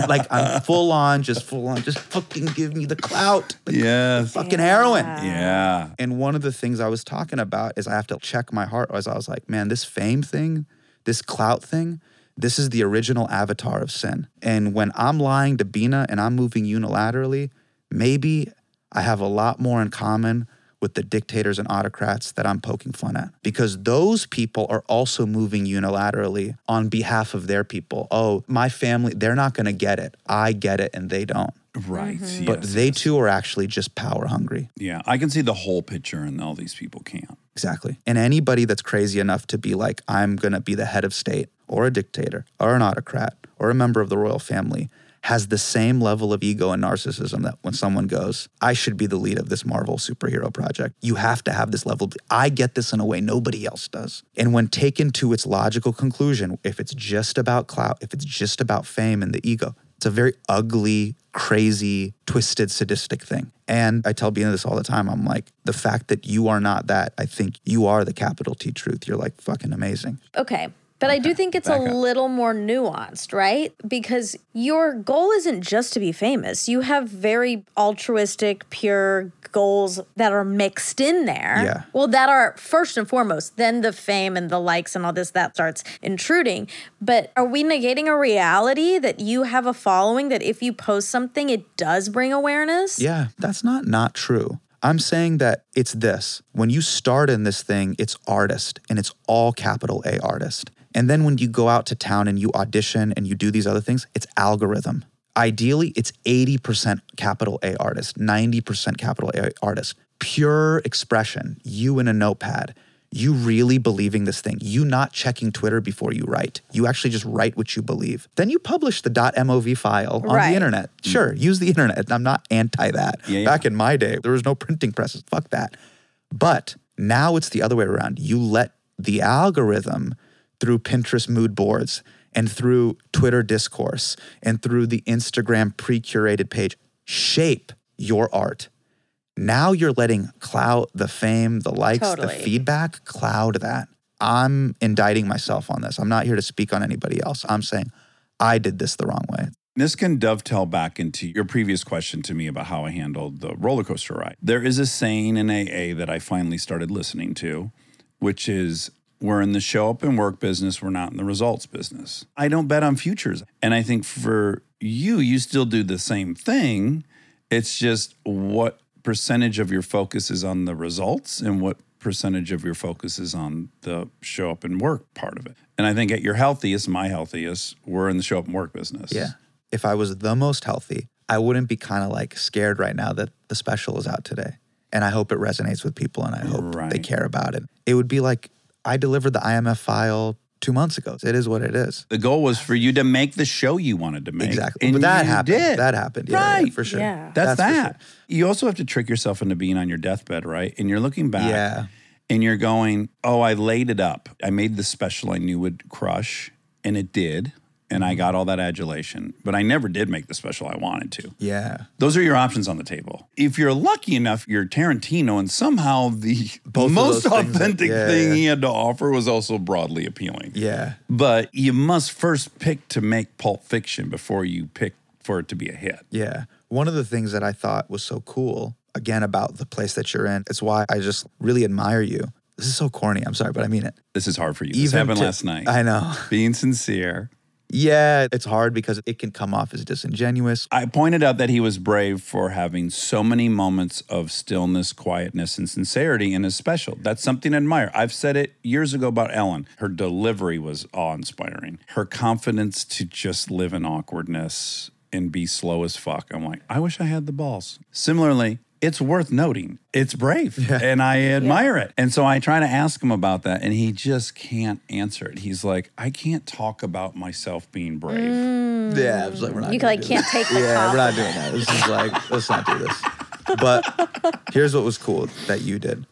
yeah. Like, I'm full on, just full on, just fucking give me the clout. Like,
Yes.
Fucking heroin.
Yeah.
And one of the things I was talking about is I have to check my heart as I was like, man, this fame thing, this clout thing, this is the original avatar of sin. And when I'm lying to Bina and I'm moving unilaterally, maybe I have a lot more in common with the dictators and autocrats that I'm poking fun at because those people are also moving unilaterally on behalf of their people. Oh, my family, they're not going to get it. I get it and they don't.
Right.
But
yes.
they too are actually just power hungry.
yeah. I can see the whole picture, and all these people can't.
Exactly. And anybody that's crazy enough to be like, I'm going to be the head of state or a dictator or an autocrat or a member of the royal family has the same level of ego and narcissism that when someone goes, I should be the lead of this Marvel superhero project, you have to have this level. Of, I get this in a way nobody else does. And when taken to its logical conclusion, if it's just about clout, if it's just about fame and the ego, it's a very ugly, crazy, twisted, sadistic thing. And I tell Bina this all the time. I'm like, the fact that you are not that, I think you are the capital T truth. You're like fucking amazing.
Okay. But I do think it's a little more nuanced, right? Because your goal isn't just to be famous. You have very altruistic, pure goals that are mixed in there.
Yeah.
Well, that are first and foremost, then the fame and the likes and all this that starts intruding. But are we negating a reality that you have a following that if you post something, it does bring awareness?
Yeah, that's not not true. I'm saying that it's this. When you start in this thing, it's artist and it's all capital A artist. And then when you go out to town and you audition and you do these other things, it's algorithm. Ideally, it's 80% capital A artist, 90% capital A artist. Pure expression, you in a notepad, you really believing this thing, you not checking Twitter before you write. You actually just write what you believe. Then you publish the .mov file on
Right.
the internet internet. Sure, use the internet. I'm not anti that.
Mm-hmm. yeah.
Back in my day, there was no printing presses. Fuck that. But now it's the other way around. You let the algorithm through Pinterest mood boards and through Twitter discourse and through the Instagram pre curated page shape your art. Now you're letting cloud the fame, the likes, the
Totally.
feedback cloud that. I'm indicting myself on this. I'm not here to speak on anybody else. I'm saying I did this the wrong way.
This can dovetail back into your previous question to me about how I handled the roller coaster ride. There is a saying in AA that I finally started listening to, which is we're in the show up and work business, we're not in the results business. I don't bet on futures. And I think for you, you still do the same thing. It's just what percentage of your focus is on the results and what percentage of your focus is on the show up and work part of it. And I think at your healthiest, my healthiest, we're in the show up and work business.
Yeah. If I was the most healthy, I wouldn't be kind of like scared right now that the special is out today. And I hope it resonates with people and I hope they
Right.
care about it. It would be like, I delivered the IMF file two months ago. It is what it is.
The goal was for you to make the show you wanted to make.
Exactly.
And
but that
you
happened.
did.
That happened. Yeah, yeah,
Right.
for sure.
Yeah.
That's,
for
that. You also have to trick yourself into being on your deathbed, right? And you're looking back
Yeah.
and you're going, oh, I laid it up. I made the special I knew would crush, and it did. and
Mm-hmm.
I got all that adulation, but I never did make the special I wanted to.
Yeah.
Those are your options on the table. If you're lucky enough, you're Tarantino, and somehow the
of
most
those things-
authentic
yeah.
thing he had to offer was also broadly appealing.
Yeah.
But you must first pick to make Pulp Fiction before you pick for it to be a hit.
Yeah. One of the things that I thought was so cool, again, about the place that you're in, it's why I just really admire you. This is so corny. I'm sorry, but I mean it.
This is hard for you. this happened
to-
last night.
I know.
Being sincere.
Yeah, it's hard because it can come off as disingenuous.
I pointed out that he was brave for having so many moments of stillness, quietness, and sincerity in his special. That's something to admire. I've said it years ago about Ellen. Her delivery was awe inspiring. Her confidence to just live in awkwardness and be slow as fuck. I'm like, I wish I had the balls. Similarly, it's worth noting. It's brave and I admire it. And so I try to ask him about that and he just can't answer it. He's like, I can't talk about myself being brave.
Yeah, I was like, we're not
Mm. You
gonna
like
do
can't
this.
take the
(laughs) Yeah,
cop.
we're not doing that. This is
(laughs)
like, let's not do this. But here's what was cool that you did.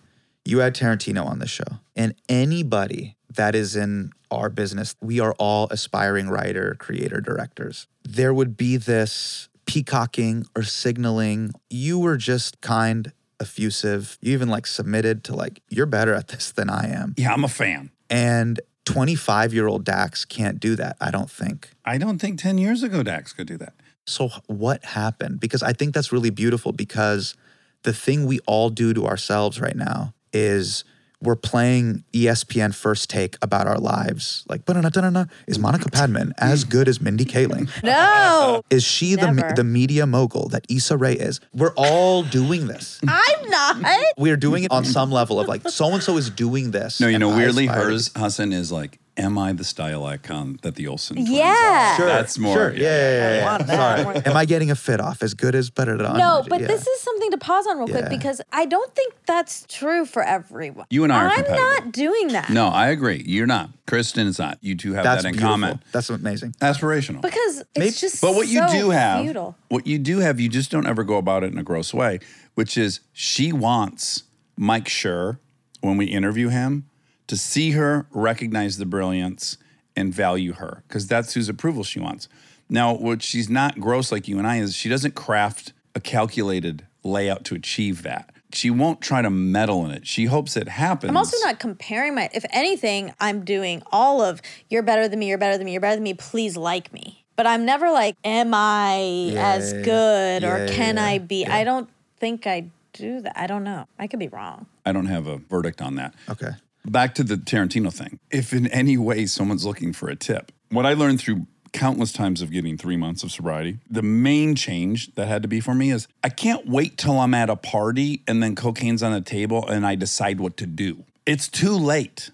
You had Tarantino on the show, and anybody that is in our business, we are all aspiring writer, creator, directors. There would be this peacocking or signaling. You were just kind, effusive. You even like submitted to like, you're better at this than I am.
Yeah, I'm a fan.
And 25 year old Dax can't do that, I don't think.
I don't think 10 years ago Dax could do that.
So, h- what happened? Because I think that's really beautiful because the thing we all do to ourselves right now is we're playing E ESPN first take about our lives. Like, "Ba-na-na-na-na-na, is Monica Padman as good as Mindy Kaling?
No,
Is she the, me-
Never.
the media mogul that Issa Rae is? We're all doing this.
I'm not.
We're doing it on some level of like, so and so is doing this.
No, you
and
know,
I
weirdly,
aspire to be-
hers Hassan is like, "Am I the style icon that the Olsen?" twins
Yeah.
are?"
Sure,
that's more.
Sure. Yeah, yeah, yeah, yeah.
want that.
Sorry. Am I getting a fit off as good as better?
No, but this is something to pause on real
Yeah.
quick because I don't think that's true for everyone.
You and I are
I'm
compatible.
not doing that.
No, I agree. You're not. Kristen is not. You two have
that's
that in
beautiful.
common.
That's amazing.
Aspirational.
Because it's
Maybe-
just
but what you
so
do have,
futile.
what you do have, you just don't ever go about it in a gross way. Which is, she wants Mike Schur when we interview him to see her, recognize the brilliance, and value her because that's whose approval she wants. Now, what she's not gross like you and I is she doesn't craft a calculated layout to achieve that. She won't try to meddle in it. She hopes it happens.
I'm also not comparing my. If anything, I'm doing all of you're better than me, you're better than me, you're better than me. Please like me. But I'm never like, am I as good or
Yeah,
can
yeah,
I be? I don't think I do that. I don't know. I could be wrong.
I don't have a verdict on that.
Okay.
Back to the Tarantino thing. If in any way someone's looking for a tip, what I learned through countless times of getting three months of sobriety, the main change that had to be for me is I can't wait till I'm at a party and then cocaine's on the table and I decide what to do. It's too late.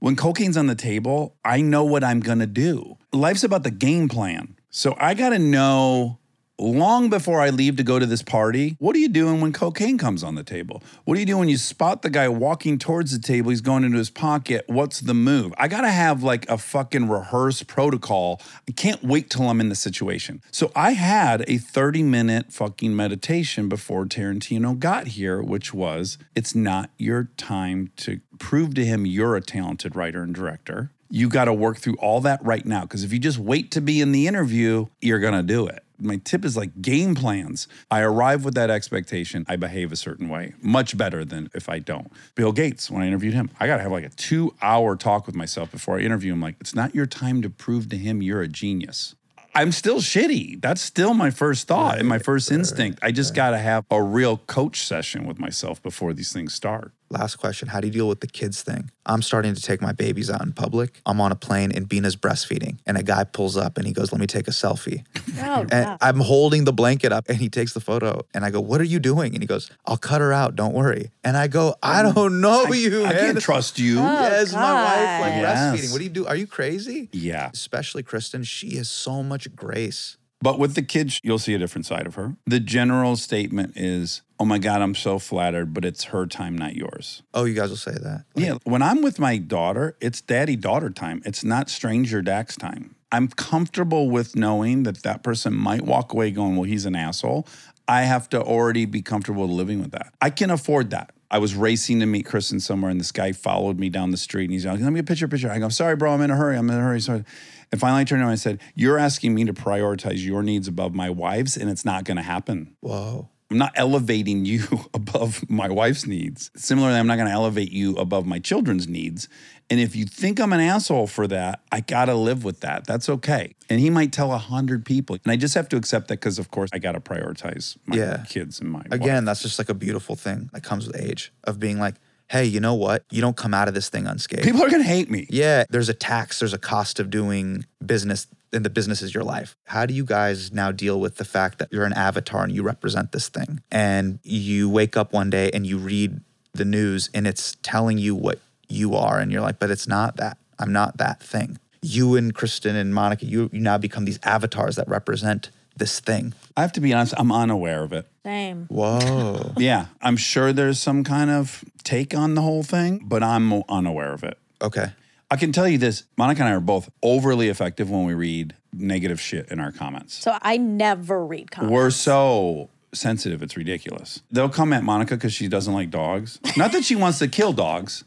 When cocaine's on the table, I know what I'm gonna do. Life's about the game plan. So I gotta know long before I leave to go to this party, what are you doing when cocaine comes on the table? What do you do when you spot the guy walking towards the table? He's going into his pocket. What's the move? I gotta have like a fucking rehearsed protocol. I can't wait till I'm in the situation. So I had a 30 minute fucking meditation before Tarantino got here, which was it's not your time to prove to him you're a talented writer and director. You gotta work through all that right now. Cause if you just wait to be in the interview, you're gonna do it my tip is like game plans. I arrive with that expectation. I behave a certain way, much better than if I don't. Bill Gates, when I interviewed him, I got to have like a two hour talk with myself before I interview him. Like, it's not your time to prove to him you're a genius. I'm still shitty. That's still my first thought and my first instinct. I just got to have a real coach session with myself before these things start.
Last question. How do you deal with the kids thing? I'm starting to take my babies out in public. I'm on a plane and Bina's breastfeeding, and a guy pulls up and he goes, Let me take a selfie.
Oh,
And
wow.
I'm holding the blanket up and he takes the photo. And I go, What are you doing? And he goes, I'll cut her out. Don't worry. And I go, I don't know you. Oh.
I
man.
can't trust you.
Oh,
Yes, my wife, like
God. Yes.
breastfeeding. What do you do? Are you crazy?
yeah.
Especially Kristen, she has so much grace.
But with the kids, you'll see a different side of her. The general statement is, oh my God, I'm so flattered, but it's her time, not yours.
Oh, you guys will say that.
yeah. When I'm with my daughter, it's daddy daughter time. It's not stranger Dax time. I'm comfortable with knowing that that person might walk away going, well, he's an asshole. I have to already be comfortable living with that. I can afford that. I was racing to meet Kristen somewhere, and this guy followed me down the street, and he's like, "Let me get a picture, picture." I go, "Sorry, bro, I'm in a hurry. I'm in a hurry." Sorry. And finally, I turned around and I said, "You're asking me to prioritize your needs above my wife's, and it's not going to happen."
Whoa.
I'm not elevating you (laughs) above my wife's needs. Similarly, I'm not going to elevate you above my children's needs. And if you think I'm an asshole for that, I got to live with that. That's okay. And he might tell a hundred people. And I just have to accept that because, of course, I got to prioritize my
Yeah.
kids and my wife.
Again, that's just like a beautiful thing that comes with age of being like, hey, you know what? You don't come out of this thing unscathed.
People are going to hate me.
yeah, there's a tax, there's a cost of doing business, and the business is your life. How do you guys now deal with the fact that you're an avatar and you represent this thing? And you wake up one day and you read the news and it's telling you what you are, and you're like, but it's not that. I'm not that thing. You and Kristen and Monica, you, you now become these avatars that represent this thing.
I have to be honest, I'm unaware of it.
Same.
Whoa.
Yeah, I'm sure there's some kind of take on the whole thing, but I'm unaware of it.
okay.
I can tell you this Monica and I are both overly effective when we read negative shit in our comments.
So I never read comments.
We're so sensitive, it's ridiculous. They'll come at Monica because she doesn't like dogs. Not that she wants to kill dogs,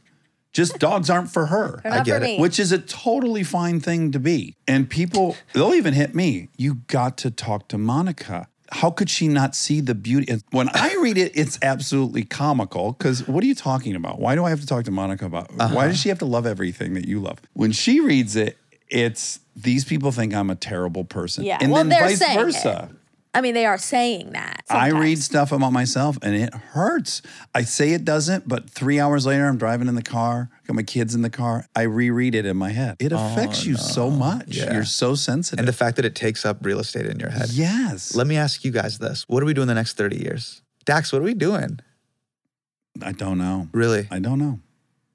just dogs aren't for her.
They're not
get
for
it.
me.
Which is a totally fine thing to be. And people, they'll even hit me. You got to talk to Monica. How could she not see the beauty? And when I read it, it's absolutely comical because what are you talking about? Why do I have to talk to Monica about? Why
Uh-huh.
does she have to love everything that you love? When she reads it, it's these people think I'm a terrible person.
Yeah,
And
well,
then
they're
vice
saying it.
versa.
I mean, they are saying that.
I read
sometimes.
stuff about myself and it hurts. I say it doesn't, but three hours later, I'm driving in the car, got my kids in the car. I reread it in my head. It affects you so much.
Oh, Yeah.
You're so sensitive.
And the fact that it takes up real estate in your head.
yes.
Let me ask you guys this. What are we doing the next 30 years? Dax, what are we doing?
I don't know.
Really?
I don't know.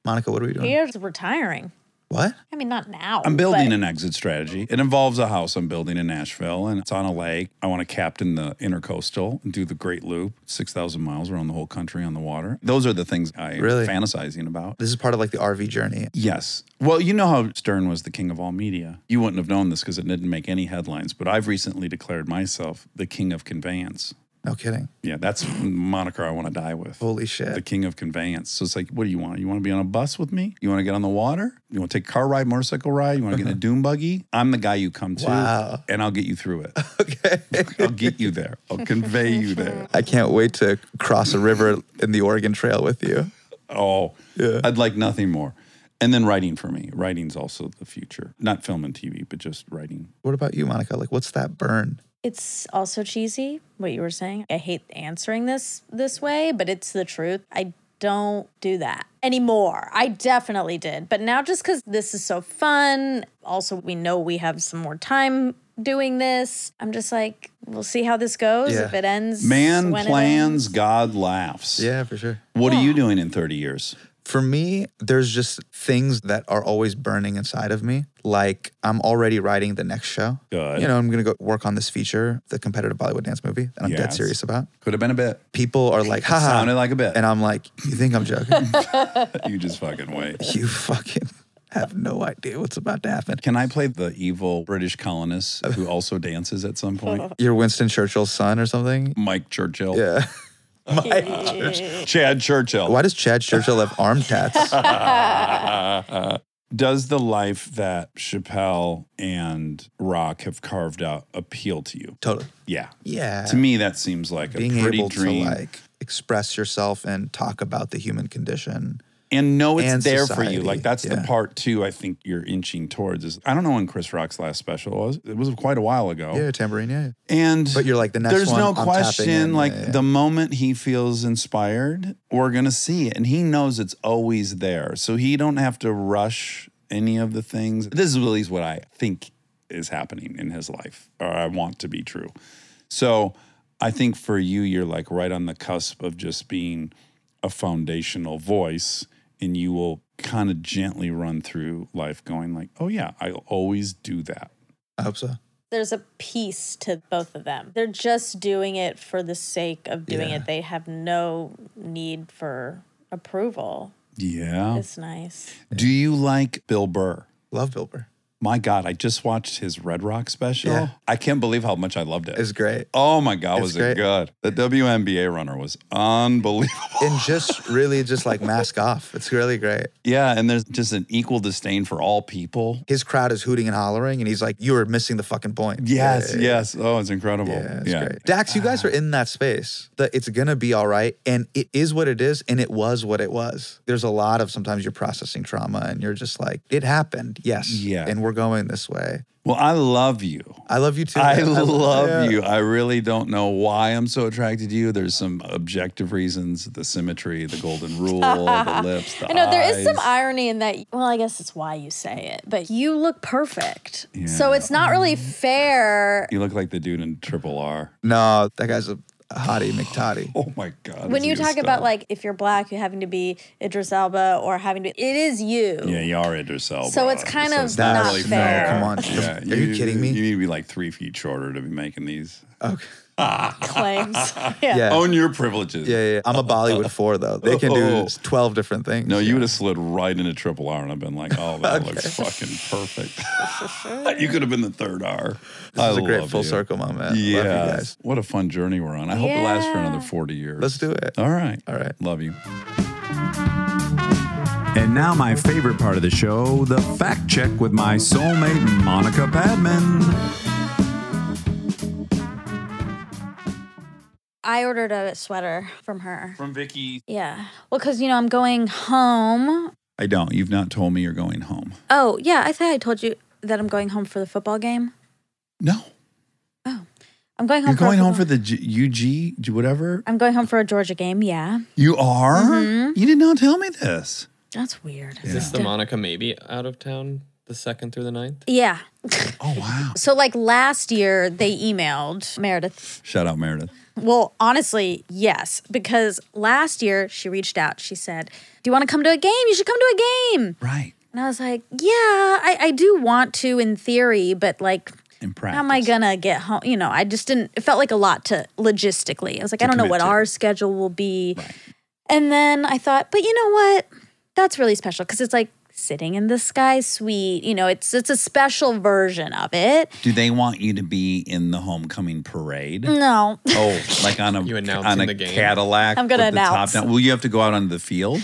Monica, what are we doing?
Here's retiring.
What?
I mean, not now.
I'm building
but-
an exit strategy. It involves a house I'm building in Nashville and it's on a lake. I want to captain the intercoastal and do the Great Loop, 6,000 miles around the whole country on the water. Those are the things I'm
Really?
fantasizing about.
This is part of like the RV journey.
Yes. Well, you know how Stern was the king of all media. You wouldn't have known this because it didn't make any headlines, but I've recently declared myself the king of conveyance.
No kidding.
Yeah, that's the moniker I want to die with.
Holy
The
shit.
king of conveyance. So it's like, what do you want? You want to be on a bus with me? You want to get on the water? You want to take a car ride, motorcycle ride? You want to
(laughs)
get in a dune buggy? I'm the guy you come to,
Wow.
and I'll get you through it.
(laughs) Okay.
I'll get you there. I'll convey you there.
I can't wait to cross a river in the Oregon Trail with you.
Oh, I'd like nothing more. And then writing for me. Writing's also the future. Not film and TV, but just writing.
What about you, Monica? Like, what's that burn?
It's also cheesy what you were saying. I hate answering this this way, but it's the truth. I don't do that anymore. I definitely did. But now just cuz this is so fun, also we know we have some more time doing this. I'm just like we'll see how this goes
Yeah.
if it ends.
Man
when it
plans,
ends.
God laughs.
Yeah, for sure.
What are you doing in 30 years?
For me, there's just things that are always burning inside of me. Like, I'm already writing the next show.
Good.
You know, I'm going to go work on this feature, the competitive Bollywood dance movie that I'm dead
Yes.
serious about.
Could have been a bit.
People are like, haha.
Sounded like a bit.
And I'm like, you think I'm joking? (laughs)
You just fucking wait.
you fucking have no idea what's about to happen.
(laughs) Can I play the evil British colonist who also dances at some point?
You're Winston Churchill's son or something?
Mike Churchill.
Yeah.
(laughs) Chad Churchill.
Why does Chad Churchill have arm tats?
Does the life that Chappelle and Rock have carved out appeal to you?
totally.
Yeah.
Yeah.
To me, that seems like
being
a pretty
able
dream.
to like express yourself and talk about the human condition.
and know it's
and
there for you.
society,
Like that's the
yeah.
part too. I think you're inching towards is I don't know when Chris Rock's last special was. It was quite a while ago.
Yeah, tambourine. Yeah.
And
But you're like, the next
There's
one,
no
I'm tapping
question.
in.
Like
Yeah, yeah.
the moment he feels inspired, we're gonna see it, and he knows it's always there, so he don't have to rush any of the things. This is at least what I think is happening in his life, or I want to be true. So I think for you, you're like right on the cusp of just being a foundational voice, and you will kind of gently run through life, going like, "Oh yeah, I'll always do that."
I hope so.
There's a piece to both of them. They're just doing it for the sake of doing
Yeah.
it. They have no need for approval.
Yeah.
It's nice.
Do you like Bill Burr?
Love Bill Burr.
My God, I just watched his Red Rock special.
Yeah.
I can't believe how much I loved it.
It's great.
oh my God,
it's
was it
great.
good? The WNBA runner was unbelievable. (laughs)
And just really just like mask off. It's really great.
Yeah, and there's just an equal disdain for all people.
His crowd is hooting and hollering, and he's like, You are missing the fucking point.
Yes,
Yeah, yeah,
yes. Oh, it's incredible.
Yeah,
Yeah,
it's great. Dax, you guys are in that space. That it's gonna be all right, and it is what it is, and it was what it was. There's a lot of sometimes you're processing trauma, and you're just like, it happened, yes,
Yeah.
and we're going this way.
Well, I love you.
I love you too.
I
man.
love
yeah.
you. I really don't know why I'm so attracted to you. There's some objective reasons: the symmetry, the golden rule, the lips. The
I know there is some
eyes.
irony in that. Well, I guess it's why you say it, but you look perfect. So it's not really fair
You look like the dude in Triple R.
No, that guy's a hottie McTotty.
Oh my God.
when
is
you
he a
talk about
stud.
like if you're black, you having to be Idris Elba or having to. It is you.
yeah, you are Idris Elba.
So it's kind of
it's
not
really
fair.
No, come on.
(laughs) Yeah,
are you, kidding me?
You need to be like three feet shorter to be making these.
okay.
(laughs)
Claims. (laughs)
Yeah.
Own your privileges.
Yeah, yeah, yeah. I'm a Bollywood four though. They can do
Oh.
twelve different things.
No, you would have slid right into triple R and I've been like, oh, that looks fucking perfect.
(laughs)
you could have been the third R.
This
I
is a great
love
full
you.
circle moment.
Yeah.
Love you guys.
What a fun journey we're on. I hope it lasts for another 40 years.
Let's do it.
All right.
All right.
Love you.
And now, my favorite part of the show the fact check with my soulmate, Monica Padman.
I ordered a sweater from her.
From Vicky.
Yeah. Well, because, you know, I'm going home.
I don't. You've not told me you're going home.
Oh, yeah. I thought I told you that I'm going home for the football game.
No.
I'm going home
You're
for a
going home
football-
for the G- UG, G- whatever.
I'm going home for a Georgia game. Yeah.
You are?
Mm-hmm.
You did not tell me this.
That's weird.
Is this the Monica maybe out of town the second through the ninth?
Yeah. (laughs)
Oh, wow.
So, like last year, they emailed Meredith.
Shout out, Meredith.
Well, honestly, yes, because last year she reached out. She said, Do you want to come to a game? You should come to a game.
Right.
And I was like, Yeah, I, I do want to in theory, but like,
In practice.
how am I gonna get home? You know, I just didn't. It felt like a lot to logistically. I was like, I don't know
commit
what
to.
our schedule will be. And then I thought, but you know what? That's really special because it's like sitting in the sky suite. You know, it's it's a special version of it.
Do they want you to be in the homecoming parade?
No,
Oh, like on a
You announcing
on a
the game.
Cadillac.
I'm gonna
with the
announce.
Top down. Will you have to go out onto the field?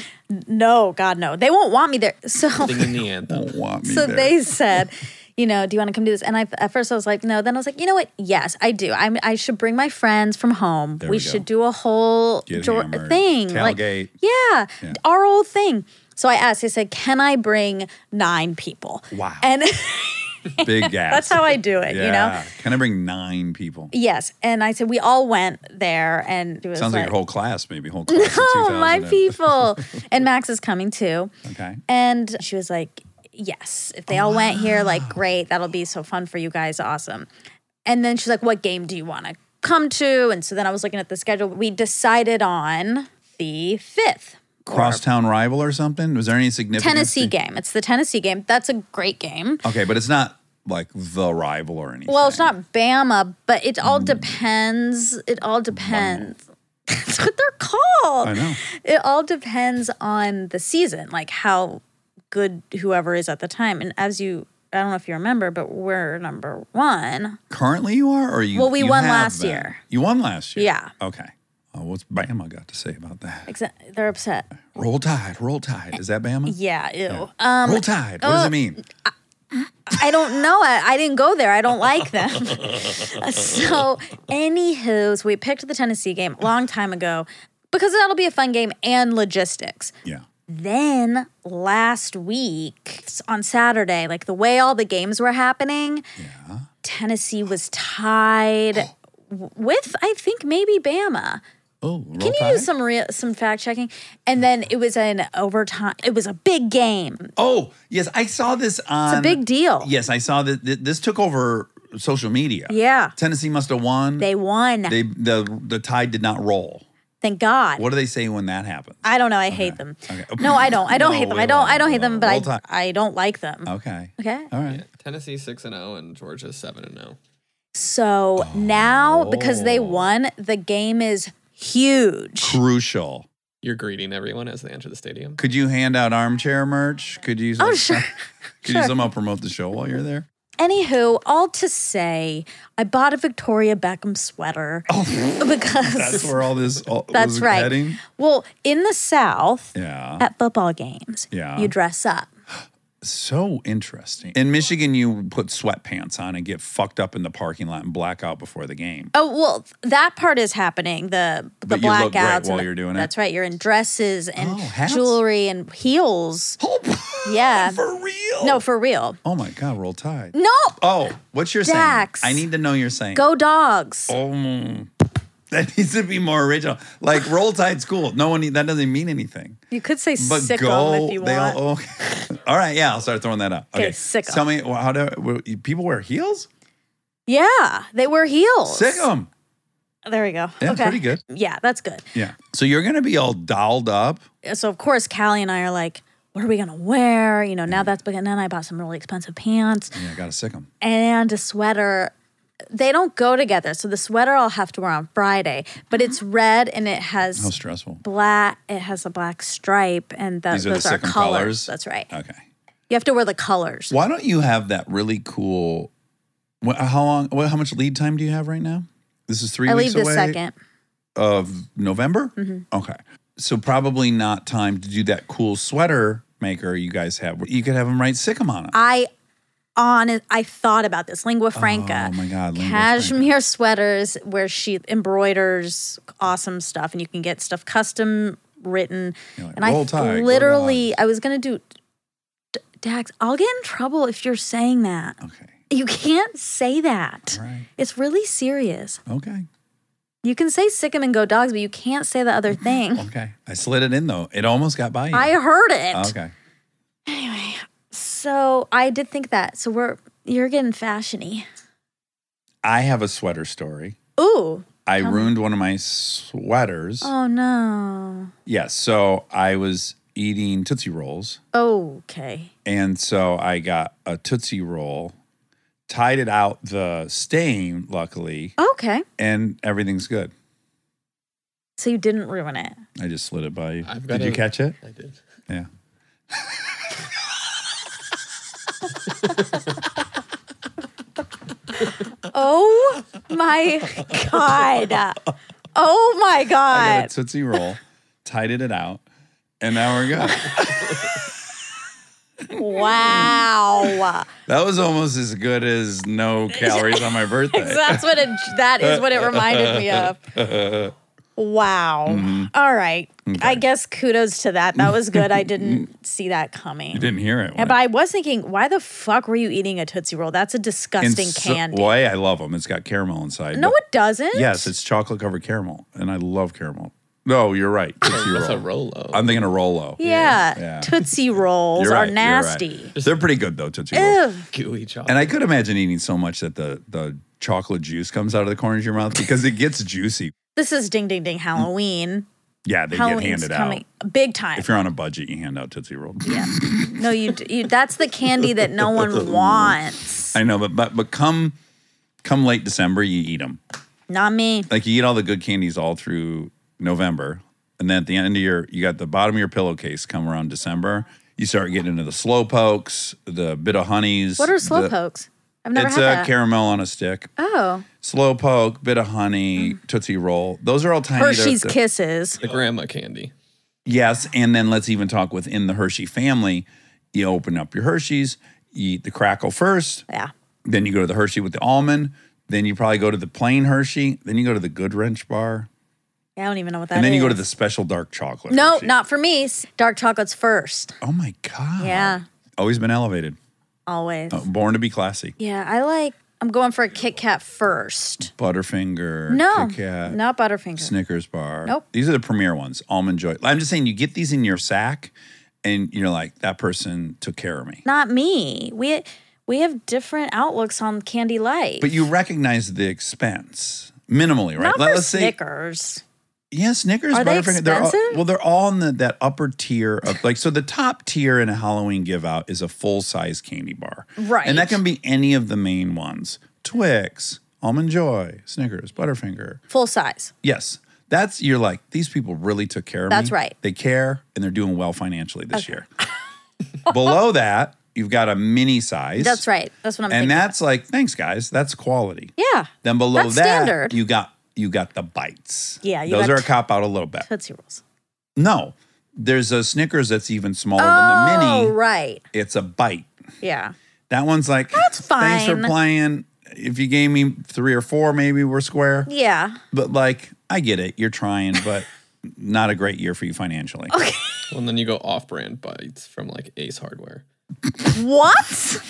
no, God, no. They won't want me there. (laughs) So
Singing the anthem.
Don't want me
so
there.
they said. You know, do you want to come do this? And I, at first, I was like, no. Then I was like, you know what? Yes, I do. I'm, I should bring my friends from home.
There
we
we go.
should do a whole
Get
jo-
hammered.
thing, like
Tailgate.
Yeah,
Yeah.
our old thing. So I asked, I said, can I bring nine people?
Wow.
And
Big gas.
(laughs) that's how I do it, you know?
Can I bring nine people?
Yes. And I said, we all went there and it was
Sounds like,
like,
your whole class, maybe whole class. of
(laughs) oh, my
2000.
people.
(laughs)
and Max is coming too.
Okay.
And she was like, yes, if they all went here, like, great, that'll be so fun for you guys. Awesome. And then she's like, what game do you want to come to? And so then I was looking at the schedule. We decided on the 5th.
Crosstown rival or something? Was there any significance?
Tennessee
to-
game. It's the Tennessee game. That's a great game.
Okay, but it's not like the rival or anything.
Well, it's not Bama, but it all depends. It all depends. (laughs) That's what they're called.
I know.
It all depends on the season, like how good whoever is at the time. And as you, I don't know if you remember, but we're number one.
Currently, you are, or you?
Well, we
you
won
have
last
been?
year.
You won last year.
Yeah.
Okay. Oh, what's Bama got to say about that?
Exa- They're upset.
Roll Tide, Roll Tide. Is that Bama?
Yeah, uh, ew. Um,
roll Tide. What does it mean?
I don't know. I, I didn't go there. I don't like them. so, anywho, so we picked the Tennessee game a long time ago because that'll be a fun game and logistics.
Yeah.
Then last week on Saturday, like the way all the games were happening, Tennessee was tied w- with I think maybe Bama.
Oh, Roll
Can you
Tide.
do some real some fact checking? And then it was an overtime. It was a big game.
oh, yes, I saw this on.
It's a big deal.
Yes, I saw that. th- This took over social media.
Yeah.
Tennessee must have won.
They won.
they the the tide did not roll.
Thank God.
What do they say when that happens?
I don't know. I hate them. No, I don't. I don't
No,
hate them.
we
I don't.
won't.
I don't hate them. But
Roll
I,
Tide.
I don't like them.
Okay.
Okay.
All right.
(laughs) Tennessee six and zero and Georgia seven and oh. zero.
So
Oh.
now because they won, the game is huge.
Crucial.
You're greeting everyone as they enter the stadium.
Could you hand out armchair merch? Could you?
Oh, sure.
(laughs) Could you
Sure.
somehow promote the show while you're there?
Anywho, all to say, I bought a Victoria
(laughs)
Beckham sweater because
Oh, That's where all this all
Oh, (laughs) That's
was
right.
heading.
Well, in the South,
Yeah.
at football games,
Yeah.
you dress up.
So interesting. In Michigan, you put sweatpants on and get fucked up in the parking lot and black out before the game.
(laughs) Oh well, that part is happening. The the
But you
blackouts
look great
and
while
the-
you're doing it.
That's right. You're in dresses and
Oh, hats?
jewelry and heels. Oh,
(laughs)
yeah,
for real.
No, for real.
Oh my God, roll tide.
No,
Oh, what's your
Dax.
saying? I need to know your saying.
go dogs.
Oh, that (laughs) needs to be more original. Like roll tide's cool. No one need, that doesn't mean anything.
You could say
But
sick 'em
go.
if you
they
want.
all, oh, okay. (laughs) all right. Yeah, I'll start throwing that up.
Okay, sick 'em.
Tell me well, how do well, you- people wear heels?
yeah, they wear heels.
Sick 'em.
There we go.
Yeah,
okay.
pretty good.
Yeah, that's good.
Yeah. So you're gonna be all dolled up.
So of course, Callie and I are like, what are we gonna wear? You know, now that's begun. Then I bought some really expensive pants.
Yeah, I gotta sick 'em.
and a sweater. They don't go together. So the sweater I'll have to wear on Friday, but it's red and it
How
has
stressful.
black. It has a black stripe, and tho-
These are the
those are,
second
colors.
colours?
That's right.
Okay.
You have to wear the colors.
Why don't you have that really cool? wh- How long? wh- How much lead time do you have right now? This is three.
I
weeks
leave the
away
second.
of November.
Mhm.
Okay, so probably not time to do that cool sweater maker you guys have. You could have them write sick 'em on it.
I on I thought about this lingua franca.
Oh my god, lingua franca.
Cashmere sweaters where she embroiders awesome stuff, and you can get stuff custom written. and I
roll tide, go
literally, I was gonna do D- Dax. I'll get in trouble if you're saying that.
Okay.
You can't say that.
All right.
It's really serious.
Okay.
You can say sick 'em and go dogs, but you can't say the
(laughs)
other thing.
Okay. I slid it in though. It almost got by you.
I heard it.
Okay.
So I did think that. So we're you're getting fashiony.
I have a sweater story.
Ooh.
I
Tell me.
ruined one of my sweaters.
Oh no.
Yes. So I was eating Tootsie Rolls.
Okay.
And so I got a Tootsie Roll, tied it out the stain, luckily,
Okay.
and everything's good.
So you didn't ruin it.
I just slid it by you.
I've got
Did you
a-
catch it?
I did.
Yeah. Uh,
Oh my God. Oh my
I
God.
got a Tootsie Roll, tied it out, and now we're
(laughs)
good.
Wow.
that was almost as good as
(laughs)
no calories on my birthday.
That's what it, that is what it reminded me of. Wow.
Mm-hmm.
All right. I guess kudos to that. That was good. I
(laughs)
didn't see that coming.
You didn't hear it.
But I was thinking, why the fuck were you eating a Tootsie Roll? That's a disgusting candy.
Boy, I love them. It's got caramel inside.
no,
but-
it doesn't.
Yes, it's chocolate covered caramel, and I love caramel. No, you're right. Tootsie
That's a
Roll.
Rolo.
I'm thinking a Rolo.
Yeah.
Yeah.
Tootsie Rolls
You're
are
right, you're right.
nasty.
They're pretty good though, Tootsie Rolls.
Ew.
gooey chocolate.
And I could imagine eating so much that the the chocolate juice comes out of the corners of your mouth because it gets juicy.
This is ding ding
Mm.
ding Halloween.
Yeah, they get
Halloween's
handed
coming
out.
big time.
If you're on a budget, you hand out Tootsie Roll.
no, you, d- you. That's the candy that
(laughs)
no one wants.
I know, but but but come come late December, you eat them.
Not me.
Like you eat all the good candies all through November, and then at the end of your you got the bottom of your pillowcase come around December. You start getting into the slow pokes, the bit of honeys.
What are
the-
slow pokes? I've never
It's
had
a
that.
caramel on a stick.
oh,
Slow poke, bit of honey, Tootsie Roll. Those are all tiny. they're-
Hershey's
they're-
Kisses.
the grandma candy.
Yes, and then let's even talk within the Hershey family. You open up your Hershey's, you eat the crackle first,
Yeah.
then you go to the Hershey with the almond, then you probably go to the plain Hershey, then you go to the Good Wrench bar,
yeah. I don't even know what that is.
and then you go to the special dark chocolate.
No,
Hershey.
not for me. S- Dark chocolates first.
Oh my god.
Yeah.
Always been elevated.
Always.
Uh, Born to be classy.
Yeah, I like. I'm going for a Kit Kat first.
Butterfinger,
No,
Kit Kat,
not Butterfinger.
Snickers bar.
Nope.
These are the premier ones. Almond Joy. I'm just saying you get these in your sack and you're like that person took care of me.
Not me. We we have different outlooks on candy life.
But you recognize the expense minimally, right?
not
Let-
for
let's
Snickers.
say, yeah, Snickers,
Are they
Butterfinger, they're all-
expensive?
well, they're all in the, that upper tier of like, so the top tier in a Halloween give out is a full size candy bar.
Right.
And that can be any of the main ones Twix, Almond Joy, Snickers, Butterfinger.
Full size.
Yes. That's you're like these people really took care of me.
That's right.
They care and they're doing well financially this year. (laughs) Below that, you've got a mini size.
That's right. That's what I'm
And
thinking.
that's like thanks guys. That's quality.
yeah.
Then below
That's
that,
standard.
you got you got the bites.
Yeah, you
those
got
are a
t-
cop out a little bit.
Tootsie Rolls.
No, there's a Snickers that's even smaller than the
Oh,
mini.
right.
It's a bite.
Yeah.
That one's like
That's
Thanks for
fine."
playing. If you gave me three or four, maybe we're square.
Yeah.
But like, I get it. You're trying, but not a great year for you
(laughs)
financially.
Well, and then you go off brand bites from like Ace Hardware.
What?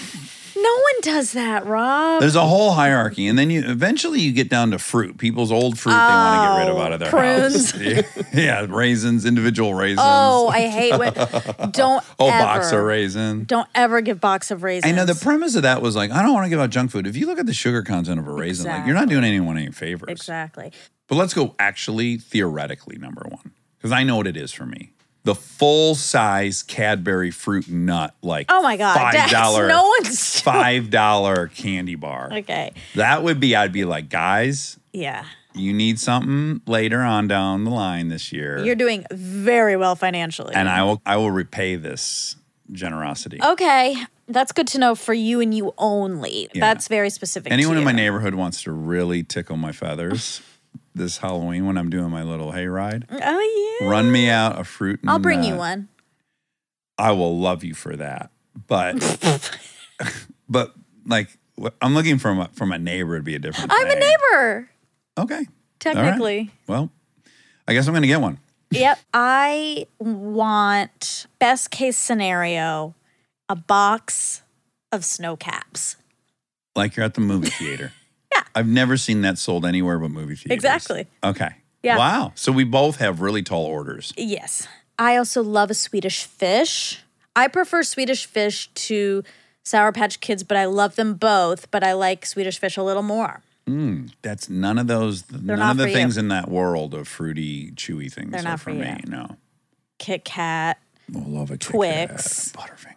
No one does
(laughs)
that, Rob.
There's a whole hierarchy, and then you eventually you get down to fruit. People's old fruit they want to get rid of out of their
Oh, prunes.
house. (laughs) Yeah, yeah, raisins, individual raisins.
oh, I
(laughs)
hate when don't
oh
ever,
box of raisin.
Don't ever give box of raisins.
I know the premise of that was like, I don't want to give out junk food. If you look at the sugar content of a raisin, like you're not doing anyone any favors.
(laughs) exactly.
But let's go actually theoretically number one because I know what it is for me. The full size Cadbury fruit nut, like
Oh my god,
five
Dax,
dollar,
No one's
five dollar candy bar.
(laughs) okay.
That would be. I'd be like, guys,
Yeah,
you need something later on down the line this year,
you're doing very well financially.
and I will. I will repay this generosity.
Oh, Okay, that's good to know for you and you only.
Yeah.
That's very specific. to
Anyone in
you.
my neighborhood wants to really tickle my feathers this Halloween when I'm doing my little hayride.
Oh yeah.
Run me out a fruit.
I'll bring you
nut.
one.
I will love you for that.
(laughs)
But but like wh- I'm looking from a from a neighbor to be a different.
I'm a
thing.
neighbor,
Okay.
technically.
Well, I guess I'm gonna get one.
Yep. I want best case scenario a box of snow caps.
Like you're at the movie theater.
(laughs) Yeah.
I've never seen that sold anywhere but movie theaters.
Exactly.
Okay.
Yeah.
Wow. So we both have really tall orders.
Yes. I also love a Swedish fish. I prefer Swedish fish to Sour Patch Kids, but I love them both, but I like Swedish fish a little more.
Hmm. That's none of those. none
not
of the
for you.
things in that world of fruity, chewy things
They're
are
not
for,
for you.
me. No.
Kit Kat,
I Oh, love a Kit Kat,
Twix.
Butterfinger.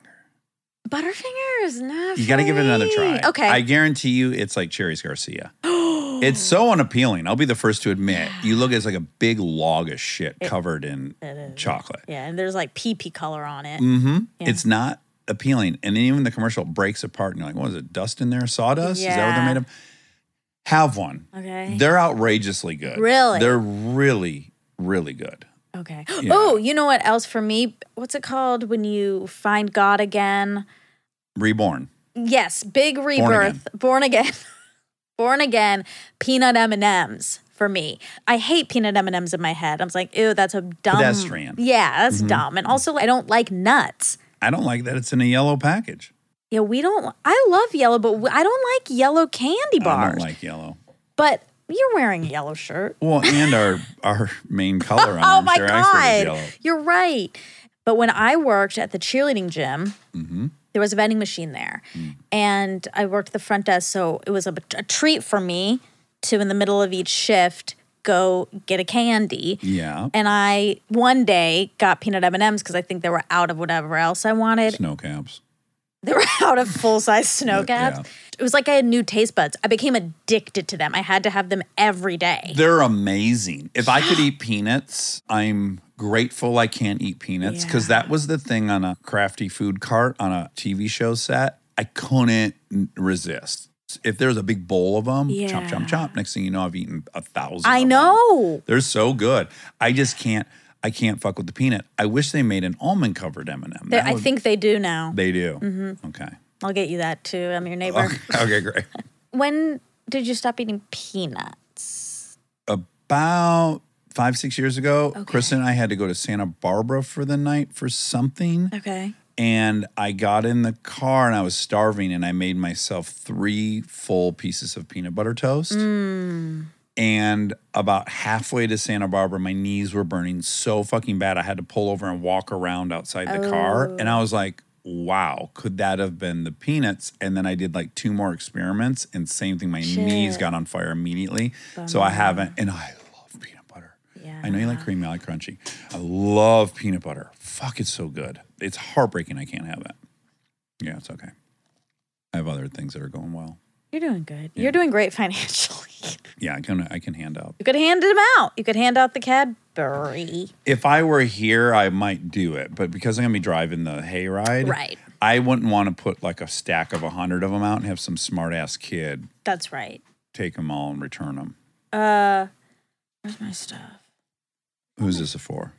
Butterfinger is not.
You
for
got to give it another try.
me. Okay.
I guarantee you it's like Cherries
(gasps)
Garcia. it's so unappealing. I'll be the first to admit. You look at it, it's like a big log of shit covered in chocolate.
yeah, and there's like pee pee color on it.
Mm-hmm.
Yeah.
It's not appealing. And then even the commercial breaks apart and you're like, what is it? Dust in there? Sawdust? Is that what
Yeah.
they're made of? Have one.
Okay.
They're outrageously good.
Really?
They're really, really good.
Okay. Oh, you know what else for me? What's it called when you find God again?
Reborn.
Yes, big
again.
rebirth, born again, (laughs) born again, peanut M and M's for me. I hate peanut M and M's in my head. I'm like, ew, that's a dumb
Pedestrian. Mm-hmm.
Yeah, that's dumb. And also, I don't like nuts.
I don't like that it's in a yellow package.
Yeah, we don't. I love yellow, but we- I don't like yellow candy
I
bars.
don't like yellow.
but you're wearing a yellow shirt.
Well, and our our
(laughs)
main color on
Oh
Arm
my
Chair Expert is
God.
yellow.
You're right. But when I worked at the cheerleading gym, there was a vending machine there. And I worked the front desk. So it was a, a treat for me to, in the middle of each shift, go get a candy.
Yeah.
And I one day got peanut M&Ms because I think they were out of whatever else I
(laughs)
wanted.
Snow caps.
They were out of full size snow
Yeah.
caps. It was like I had new taste buds. I became addicted to them. I had to have them every day.
They're amazing. If I
(gasps)
could eat peanuts, I'm grateful I can't eat peanuts because that was the thing on a crafty food cart on a TV show set. I couldn't n- resist. If there's a big bowl of them, chomp, chomp, chomp. Next thing you know, I've eaten a thousand.
I
of 'em.
know.
They're so good. I just can't. I can't fuck with the peanut. I wish they made an almond covered M and m
They- I think Mm-hmm. they do now.
they do. Okay.
I'll get you that too. I'm your neighbor.
(laughs) Okay. Great.
When did you stop eating peanuts?
about five six years ago kristen and i had to go to santa barbara for the night for something
Okay.
and i got in the car and i was starving and i made myself three full pieces of peanut butter toast and about halfway to santa barbara my knees were burning so fucking bad i had to pull over and walk around outside the car and i was like wow could that have been the peanuts and then i did like two more experiments and same thing my knees got on fire immediately so i haven't and i love peanut butter I know you like creamy, I like crunchy. I love peanut butter. Fuck, it's so good. It's heartbreaking I can't have it. Yeah, it's okay. I have other things that are going well.
You're doing good. You're doing great (laughs) financially.
Yeah, I can I can hand out.
You could hand them out. You could hand out the Cadbury.
If I were here, I might do it, but because I'm gonna be driving the hayride,
Right.
I wouldn't want to put like a stack of a hundred of them out and have some smart ass kid
That's right.
take them all and return them.
Uh, where's my stuff?
Who's this for?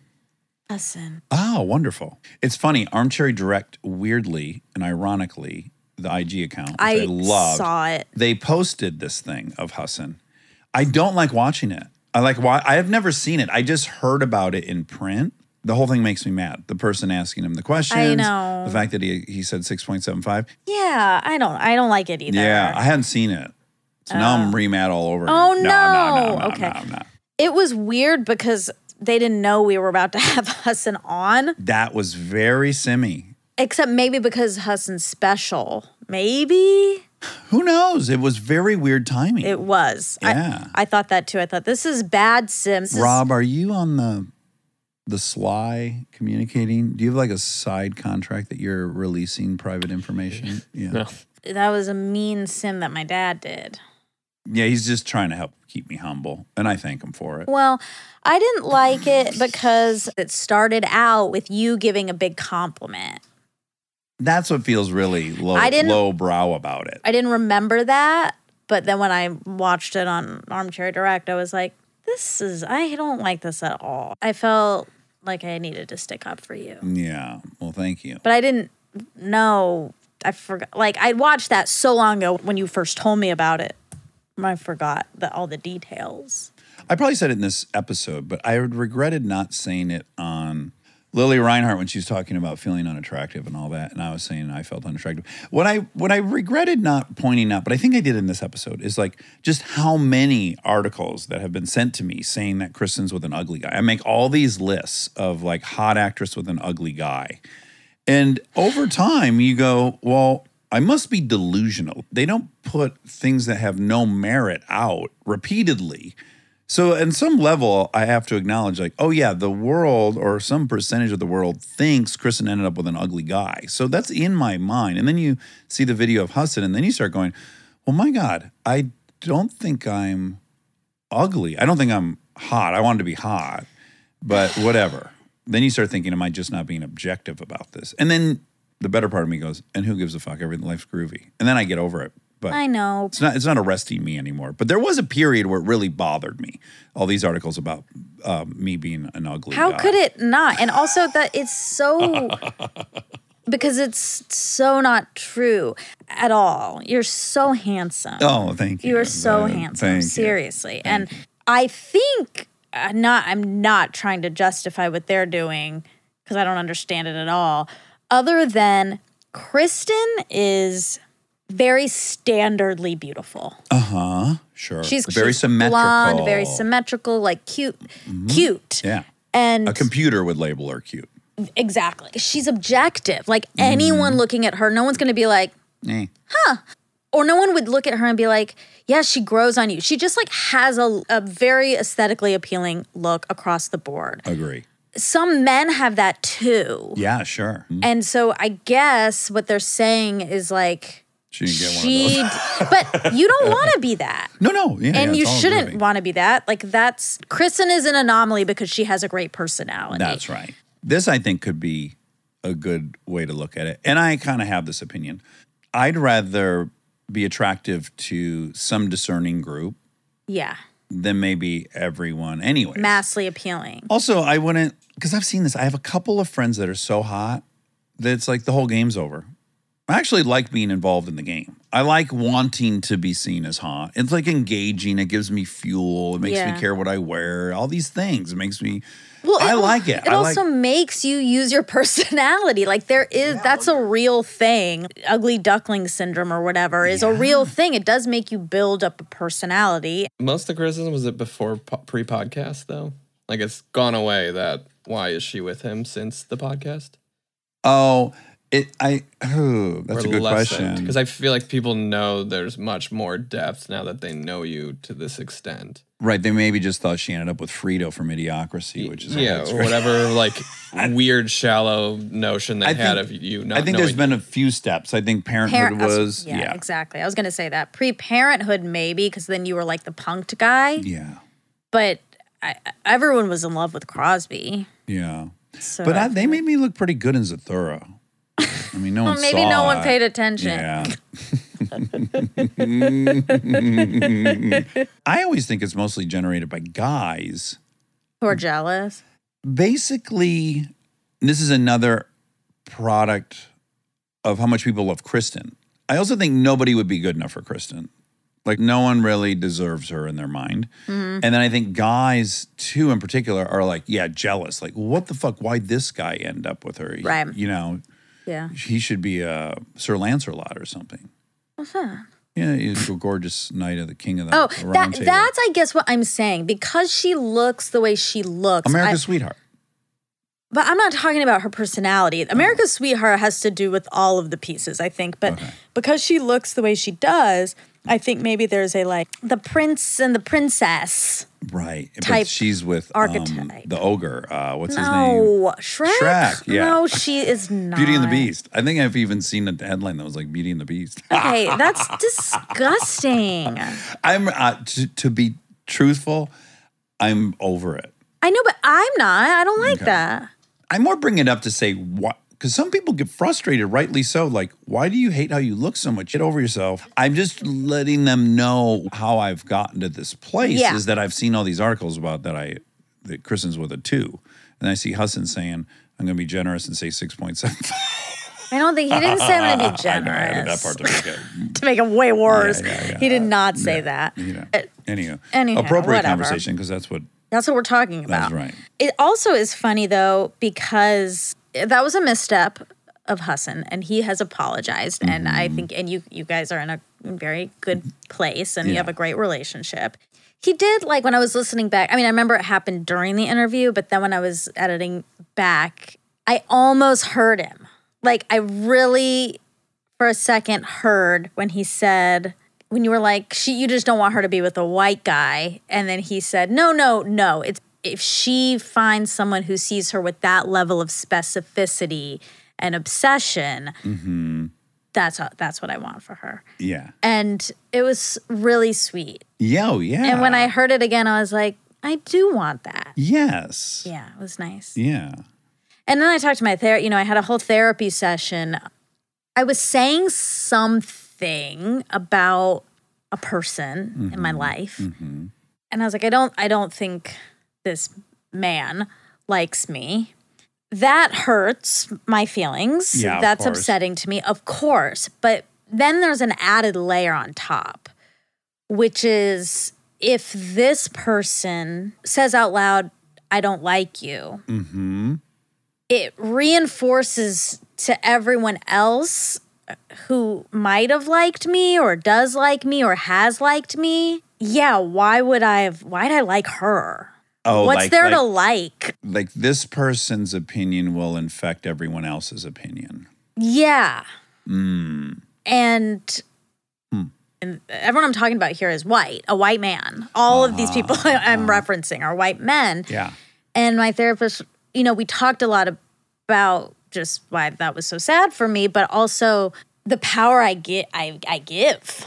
Listen.
Oh, wonderful. It's funny. Armchair Direct, weirdly and ironically, the IG account, which I,
I
loved,
saw it.
they posted this thing of Hassan. I don't like watching it. I like why I have never seen it. I just heard about it in print. The whole thing makes me mad. The person asking him the questions.
know.
The fact that he he said 6.75.
Yeah, I don't. I don't like it either.
Yeah, I hadn't seen it. So now I'm re mad all over.
Oh,
again. no, no,
no.
no,
Okay.
no, no.
it was weird because they didn't know we were about to (laughs) have Hassan on,
That was very simmy.
except maybe because Hassan's special. Maybe
Who knows? It was very weird timing.
it was.
Yeah.
I, I thought that too. I thought this is bad, Sims. This is-
Rob, are you on the the sly communicating? Do you have like a side contract that you're releasing private
(laughs)
information? Yeah.
No.
that was a mean sim that my dad did.
Yeah, he's just trying to help keep me humble, and I thank him for it.
Well, I didn't like it because it started out with you giving a big compliment.
That's what feels really low
I didn't-
low brow about it.
I didn't remember that, but then when I watched it on Armchair Direct, I was like, this is, I don't like this at all. I felt like I needed to stick up for you,
Yeah. Well, thank you.
but I didn't know. I forgot, like, I watched that so long ago when you first told me about it. I forgot the, all the details.
I probably said it in this episode, but I regretted not saying it on Lily Reinhart when she was talking about feeling unattractive and all that, and I was saying I felt unattractive. What I what I regretted not pointing out, but I think I did in this episode, is like just how many articles that have been sent to me saying that Kristen's with an ugly guy. I make all these lists of like hot actress with an ugly guy. And over time, you go, well, I must be delusional. They don't put things that have no merit out repeatedly. So, at some level, I have to acknowledge, like, oh, yeah, the world or some percentage of the world thinks Kristen ended up with an ugly guy. So that's in my mind. And then you see the video of Hudson, and then you start going, well, my God, I don't think I'm ugly. I don't think I'm hot. I wanted to be hot, but whatever. then you start thinking, am I just not being objective about this? And then the better part of me goes, and who gives a fuck? Everything life's groovy. And then I get over it. But
I know.
it's not it's not arresting me anymore. But there was a period where it really bothered me. All these articles about um, me being an ugly.
How
guy.
could it not? And also that
(laughs)
it's so because it's so not true at all. You're so handsome.
Oh, thank you.
you are so
Uh,
handsome.
thank you.
Seriously. And I think uh, not I'm not trying to justify what they're doing cuz I don't understand it at all other than Kristen is very standardly beautiful.
Uh huh. Sure.
She's
very
she's
symmetrical. Mm-hmm.
blonde, very symmetrical, like cute, cute.
Yeah.
And
A computer would label her cute.
Exactly. She's objective. Like
Mm.
anyone looking at her, no one's going to be like,
Eh.
or no one would look at her and be like, yeah, she grows on you. She just like has a, a very aesthetically appealing look across the board.
Agree.
Some men have that too.
Yeah. Sure. Mm.
And so I guess what they're saying is like,
She didn't get one of
she,
those.
but
(laughs)
you don't want to be that.
No, no. Yeah.
And
yeah,
you
it's all
shouldn't
groovy.
want to be that. Like, that's Kristen is an anomaly because she has a great personality.
That's right. This, I think, could be a good way to look at it. And I kind of have this opinion. I'd rather be attractive to some discerning group
Yeah.
than maybe everyone, anyway.
Massively appealing.
also, I wouldn't, because I've seen this. I have a couple of friends that are so hot that it's like the whole game's over. I actually like being involved in the game. I like wanting to be seen as hot. It's like engaging. It gives me fuel. It makes
Yeah.
me care what I wear. All these things. It makes me.
Well,
I
al-
like it.
It
I like-
also makes you use your (laughs) personality. Like there is that's a real thing. Ugly duckling syndrome or whatever is a real thing. It does make you build up a personality.
Most of the criticism was it before po- pre-podcast though. Like it's gone away. That why is she with him since the podcast?
Oh,
It I oh, that's a good question.
Because I feel like people know there's much more depth now that they know you to this extent.
Right. They maybe just thought she ended up with Frito from Idiocracy, which is
yeah, or whatever like weird shallow notion they
I
had
think-
of you. Not
I think
knowing
there's been a few steps. I think parenthood
Parent- I
was
uh, yeah,
yeah.
exactly. I was gonna say that pre parenthood maybe because then you were like the punked guy,
Yeah.
but I, everyone was in love with Crosby.
Yeah.
So
but I, they made me look pretty good in Zathura. I mean, no one
well, Oh, maybe
saw
no one
it.
paid attention. (laughs)
Yeah. (laughs) I always think it's mostly generated by guys.
Who are jealous?
Basically, this is another product of how much people love Kristen. I also think nobody would be good enough for Kristen. Like, no one really deserves her in their mind.
Mm-hmm.
And then I think guys, too, in particular, are like, yeah, jealous. Like, what the fuck? Why this guy end up with her? He-
Right.
You know,
Yeah.
he should be uh, Sir Lancelot or something.
What's that?
Yeah, he's a gorgeous knight of the king of the
Uh-huh. Oh,
round
that,
table.
that's I guess what I'm saying because she looks the way she looks. I-
America's sweetheart.
but I'm not talking about her personality. America's Sweetheart has to do with all of the pieces, I think. But because she looks the way she does, I think maybe there's a like the prince and the princess.
Right.
type
but she's with um,
archetype.
the ogre. Uh, what's his name?
No, Shrek.
Shrek, yeah.
No, she is
(laughs)
not.
Beauty and the Beast. I think I've even seen a headline that was like Beauty and the Beast.
Okay, that's disgusting.
I'm uh, to, to be truthful, I'm over it.
I know, but I'm not. I don't like that.
I more bring it up to say what because some people get frustrated, rightly so. Like, why do you hate how you look so much? Get over yourself. I'm just letting them know how I've gotten to this place.
Yeah.
Is that I've seen all these articles about that I that Kristen's with a two, and I see Husson saying I'm going to be generous and say six point seven.
I don't think he didn't say I'm gonna be
(laughs)
generous.
I added that part to make it.
to make it way worse.
yeah, yeah.
He did not say that.
(laughs) You know. Anyhow,
anyhow,
appropriate
whatever.
conversation because that's what
That's what we're talking about.
that's right.
It also is funny though because that was a misstep of Hassan and he has apologized and I
Mm-hmm.
think and you you guys are in a very good place and you
Yeah.
have a great relationship. He did like when I was listening back. I mean, I remember it happened during the interview, but then when I was editing back, I almost heard him. Like I really for a second heard when he said when you were like she you just don't want her to be with a white guy and then he said no no no it's if she finds someone who sees her with that level of specificity and obsession that's that's what i want for her
Yeah.
and it was really sweet
Yeah. oh, yeah.
and when i heard it again i was like i do want that
yes.
yeah it was nice
Yeah.
and then I talked to my therapist, you know, I had a whole therapy session. I was saying something about a person in
Mm-hmm.
my life.
Mm.
And I was like, I don't I don't think this man likes me. That hurts my feelings.
Yeah, of
That's
course.
upsetting to me, of course. But then there's an added layer on top, which is if this person says out loud, I don't like you,
Mm-hmm.
it reinforces to everyone else who might have liked me or does like me or has liked me. Yeah, why would I have why'd I like her?
Oh,
What's
like,
there
like,
to like?
like this person's opinion will infect everyone else's opinion.
Yeah.
Mm.
And
Hmm.
and everyone I'm talking about here is white, a white man. All of these people
Ah,
(laughs) I'm referencing are white men.
Yeah.
And my therapist, you know, we talked a lot about just why that was so sad for me, but also the power I get I I give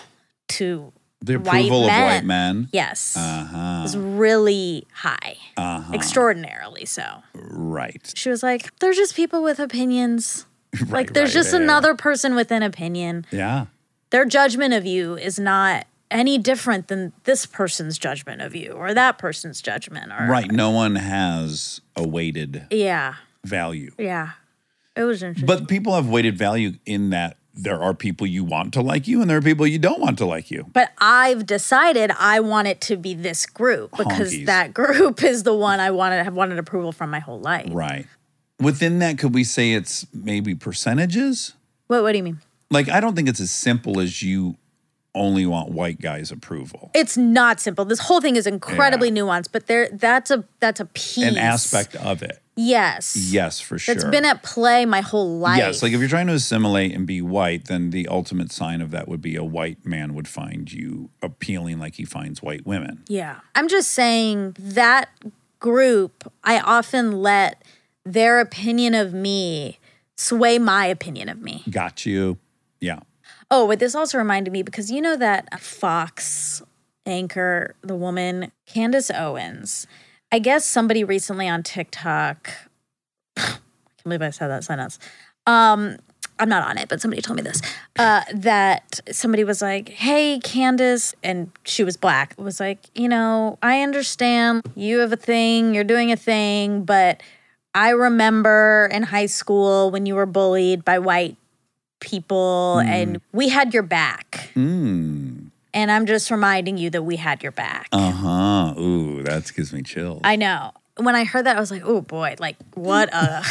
to
The
White
approval
men.
of white men.
yes
Uh-huh.
is really high,
Uh-huh.
extraordinarily so.
right.
She was like, "There's just people with opinions.
(laughs) Right,
like there's
right.
just another person with an opinion.
Yeah.
Their judgment of you is not any different than this person's judgment of you or that person's judgment or
Right. No one has a weighted
Yeah,
value.
yeah. It was interesting.
But people have weighted value in that there are people you want to like you and there are people you don't want to like you.
but I've decided I want it to be this group because
Honkies.
that group is the one I wanted have wanted approval from my whole life.
Right. Within that, could we say it's maybe percentages?
What What do you mean?
Like, I don't think it's as simple as you only want white guys' approval.
It's not simple. This whole thing is incredibly nuanced, but there that's a that's a piece
An aspect of it.
Yes.
Yes, for sure.
That's been at play my whole life.
Yes, like if you're trying to assimilate and be white, then the ultimate sign of that would be a white man would find you appealing like he finds white women.
Yeah. I'm just saying that group, I often let their opinion of me sway my opinion of me.
Got you. Yeah.
Oh, but this also reminded me because you know that Fox anchor, the woman, Candace Owens. I guess somebody recently on TikTok, (sighs) I can't believe I said that sentence. Um, I'm not on it, but somebody told me this uh, that somebody was like, "Hey, Candace," and she was black. Was like, you know, I understand you have a thing, you're doing a thing, but I remember in high school when you were bullied by white people, and we had your back.
Mm.
And I'm just reminding you that we had your back.
Uh huh. Ooh, that gives me chills.
Uh-huh. I know. When I heard that, I was like, oh boy, like
(laughs)
what a.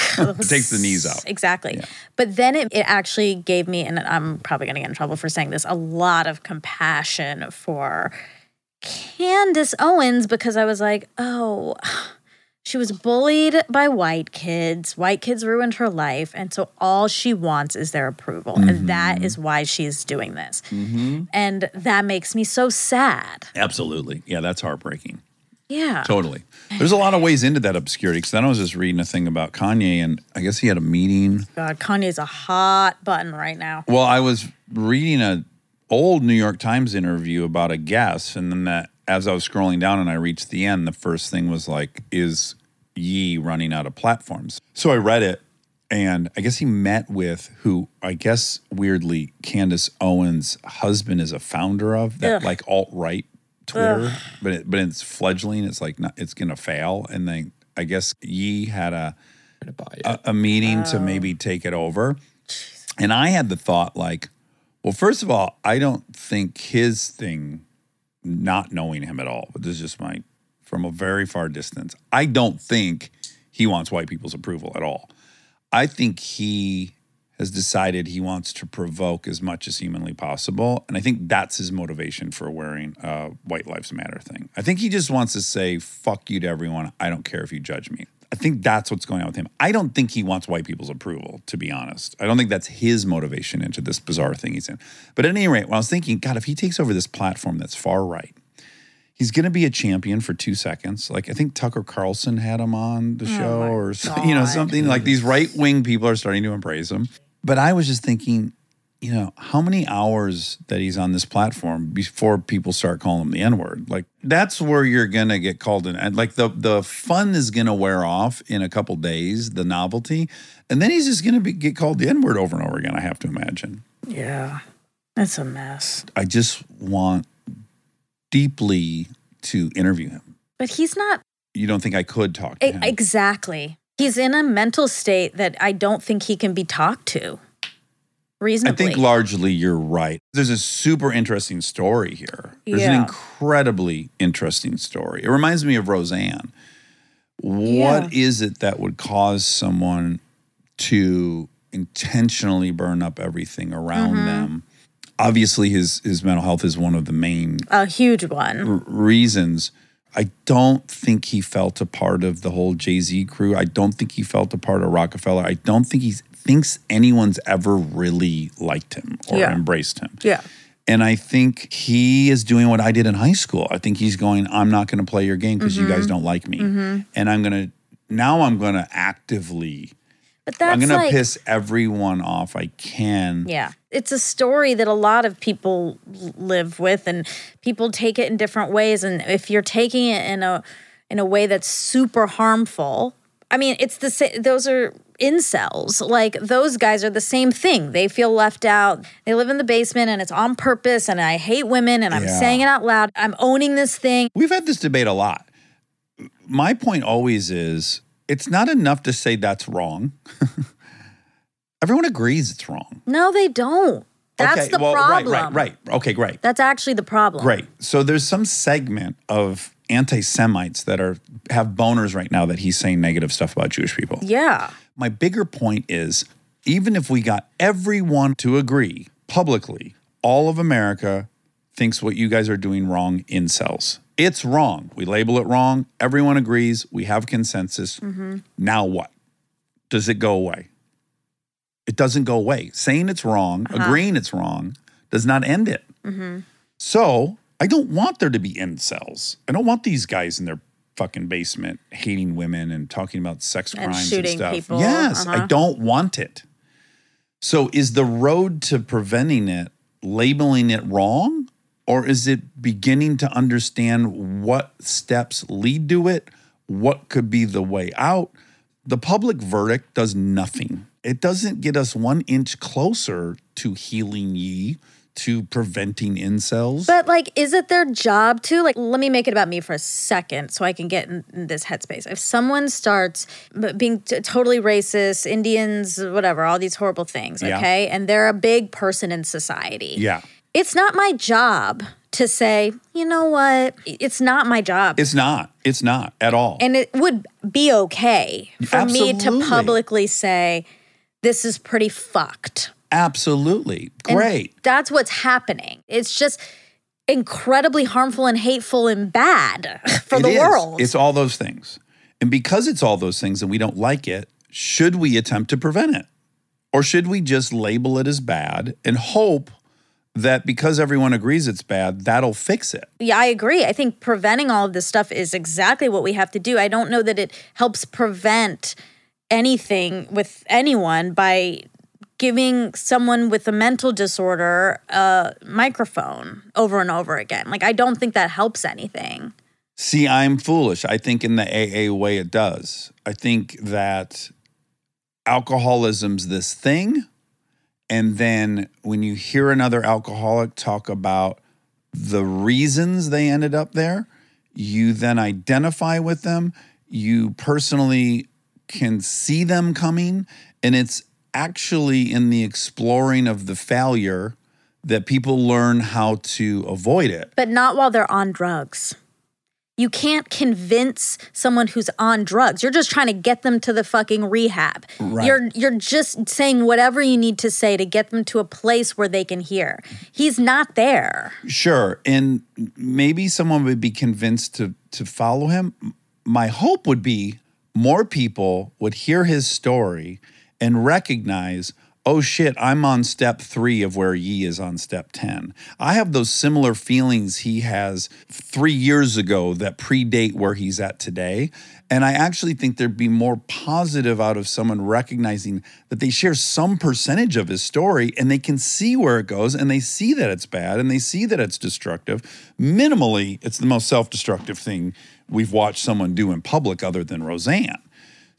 Takes the knees out.
Exactly. But then it, it actually gave me, and I'm probably going to get in trouble for saying this, a lot of compassion for Candace Owens because I was like, oh, (sighs) she was bullied by white kids. White kids ruined her life. And so all she wants is their approval.
Mm-hmm.
And that is why she's doing this. And that makes me so sad.
Absolutely. Yeah, that's heartbreaking.
Yeah.
Totally. There's a lot of ways into that obscurity because then I was just reading a thing about Kanye and I guess he had a meeting.
God, Kanye's a hot button right now.
Well, I was reading a old New York Times interview about a guest, and then that as I was scrolling down and I reached the end, the first thing was like, "Is Yee running out of platforms?" So I read it, and I guess he met with who I guess weirdly Candace Owens' husband is a founder of that
Ugh.
like alt right Twitter, but it, but it's fledgling. It's like not, it's gonna fail, and then I guess Yee had a a, a meeting to maybe take it over. And I had the thought like, well, first of all, I don't think his thing, not knowing him at all, but this is just my from a very far distance. I don't think he wants white people's approval at all. I think he has decided he wants to provoke as much as humanly possible. And I think that's his motivation for wearing a White Lives Matter thing. I think he just wants to say, fuck you to everyone. I don't care if you judge me. I think that's what's going on with him. I don't think he wants white people's approval, to be honest. I don't think that's his motivation into this bizarre thing he's in. But at any rate, when I was thinking, God, if he takes over this platform that's far right, he's going to be a champion for two seconds. Like I think Tucker Carlson had him on the show, or (laughs) so- you know something like these right wing people are starting to embrace him. But I was just thinking, you know, how many hours that he's on this platform before people start calling him the N word? Like that's where you're going to get called in. And like the the fun is going to wear off in a couple days, the novelty, and then he's just going to be get called the N word over and over again. I have to imagine.
Yeah. That's a mess.
I just want deeply to interview him.
But he's not
you don't think I could talk to
e-
him.
exactly. He's in a mental state that I don't think he can be talked to
I
reasonably.
think largely you're right. There's a super interesting story here. There's an
Yeah.
incredibly interesting story. It reminds me of Roseanne. What is
Yeah.
it that would cause someone to intentionally burn up everything around
Mm-hmm.
them? Obviously, his his mental health is one of the main
a huge one.
r- reasons. I don't think he felt a part of the whole Jay Z crew. I don't think he felt a part of Rockefeller. I don't think he thinks anyone's ever really liked him or
Yeah.
embraced him.
Yeah.
And I think he is doing what I did in high school. I think he's going, I'm not going to play your game because you guys
Mm-hmm.
don't like me. And I'm going to, now I'm going to actively,
But that's
I'm going
like
to piss everyone off I can.
Yeah. It's a story that a lot of people l- live with and people take it in different ways and if you're taking it in a in a way that's super harmful, I mean, it's the sa- those are incels. Like those guys are the same thing. They feel left out. They live in the basement and it's on purpose and I hate women and I'm
Yeah.
saying it out loud. I'm owning this thing.
We've had this debate a lot. My point always is it's not enough to say that's wrong. (laughs) Everyone agrees it's wrong.
No, they don't. That's the problem.
Right, right, right. Okay, great.
That's actually the problem.
Great. So there's some segment of anti Semites that are have boners right now that he's saying negative stuff about Jewish people.
Yeah.
My bigger point is even if we got everyone to agree publicly, all of America thinks what you guys are doing wrong incels. It's wrong. We label it wrong. Everyone agrees. We have consensus. Now what? Does it go away? It doesn't go away. Saying it's wrong,
Uh-huh.
agreeing it's wrong, does not end it.
Mm-hmm.
So I don't want there to be incels. I don't want these guys in their fucking basement hating women and talking about sex
And
crimes
shooting
and stuff.
people.
Yes, I
Uh-huh.
don't want it. So is the road to preventing it labeling it wrong? Or is it beginning to understand what steps lead to it? What could be the way out? The public verdict does nothing. It doesn't get us one inch closer to healing ye, to preventing incels.
But like, is it their job to like? Let me make it about me for a second, so I can get in, in this headspace. If someone starts b- being t- totally racist, Indians, whatever, all these horrible things,
Yeah.
okay, and they're a big person in society,
yeah.
it's not my job to say, you know what? It's not my job,
It's not. It's not at all.
and it would be okay for me
Absolutely.
to publicly say, this is pretty fucked.
Absolutely.
And
Great.
that's what's happening. It's just incredibly harmful and hateful and bad (laughs) for
It
the
is.
world.
It's all those things. And because it's all those things and we don't like it, should we attempt to prevent it? Or should we just label it as bad and hope that because everyone agrees it's bad, that'll fix it?
yeah, I agree. I think preventing all of this stuff is exactly what we have to do. I don't know that it helps prevent anything with anyone by giving someone with a mental disorder a microphone over and over again. Like I don't think that helps anything.
See, I'm foolish. I think in the AA way it does. I think that alcoholism's this thing. And then when you hear another alcoholic talk about the reasons they ended up there, you then identify with them. You personally can see them coming. And it's actually in the exploring of the failure that people learn how to avoid it.
But not while they're on drugs. You can't convince someone who's on drugs. You're just trying to get them to the fucking rehab.
Right.
You're you're just saying whatever you need to say to get them to a place where they can hear. He's not there.
Sure, and maybe someone would be convinced to to follow him. M- My hope would be more people would hear his story and recognize, "Oh shit, I'm on step 3 of where Yi is on step 10. I have those similar feelings he has 3 years ago that predate where he's at today." And I actually think there'd be more positive out of someone recognizing that they share some percentage of his story and they can see where it goes and they see that it's bad and they see that it's destructive. Minimally, it's the most self destructive thing we've watched someone do in public other than Roseanne.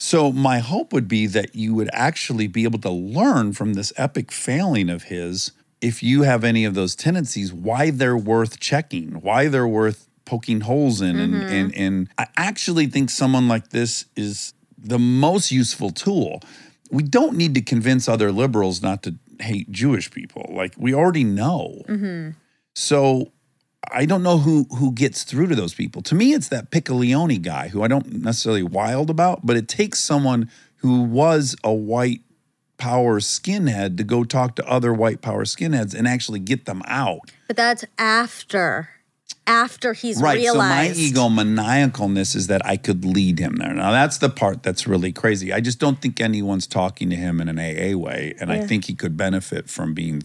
So, my hope would be that you would actually be able to learn from this epic failing of his if you have any of those tendencies, why they're worth checking, why they're worth poking holes in. And, and, and I actually think someone like this is the most useful tool. We don't need to convince other liberals not to hate Jewish people. Like, we already know. So I don't know who who gets through to those people. To me, it's that Piccoleone guy who I don't necessarily wild about, but it takes someone who was a white power skinhead to go talk to other white power skinheads and actually get them out.
But that's after after he's
right.
realized.
So my egomaniacalness is that I could lead him there. Now that's the part that's really crazy. I just don't think anyone's talking to him in an AA way. And I think he could benefit from being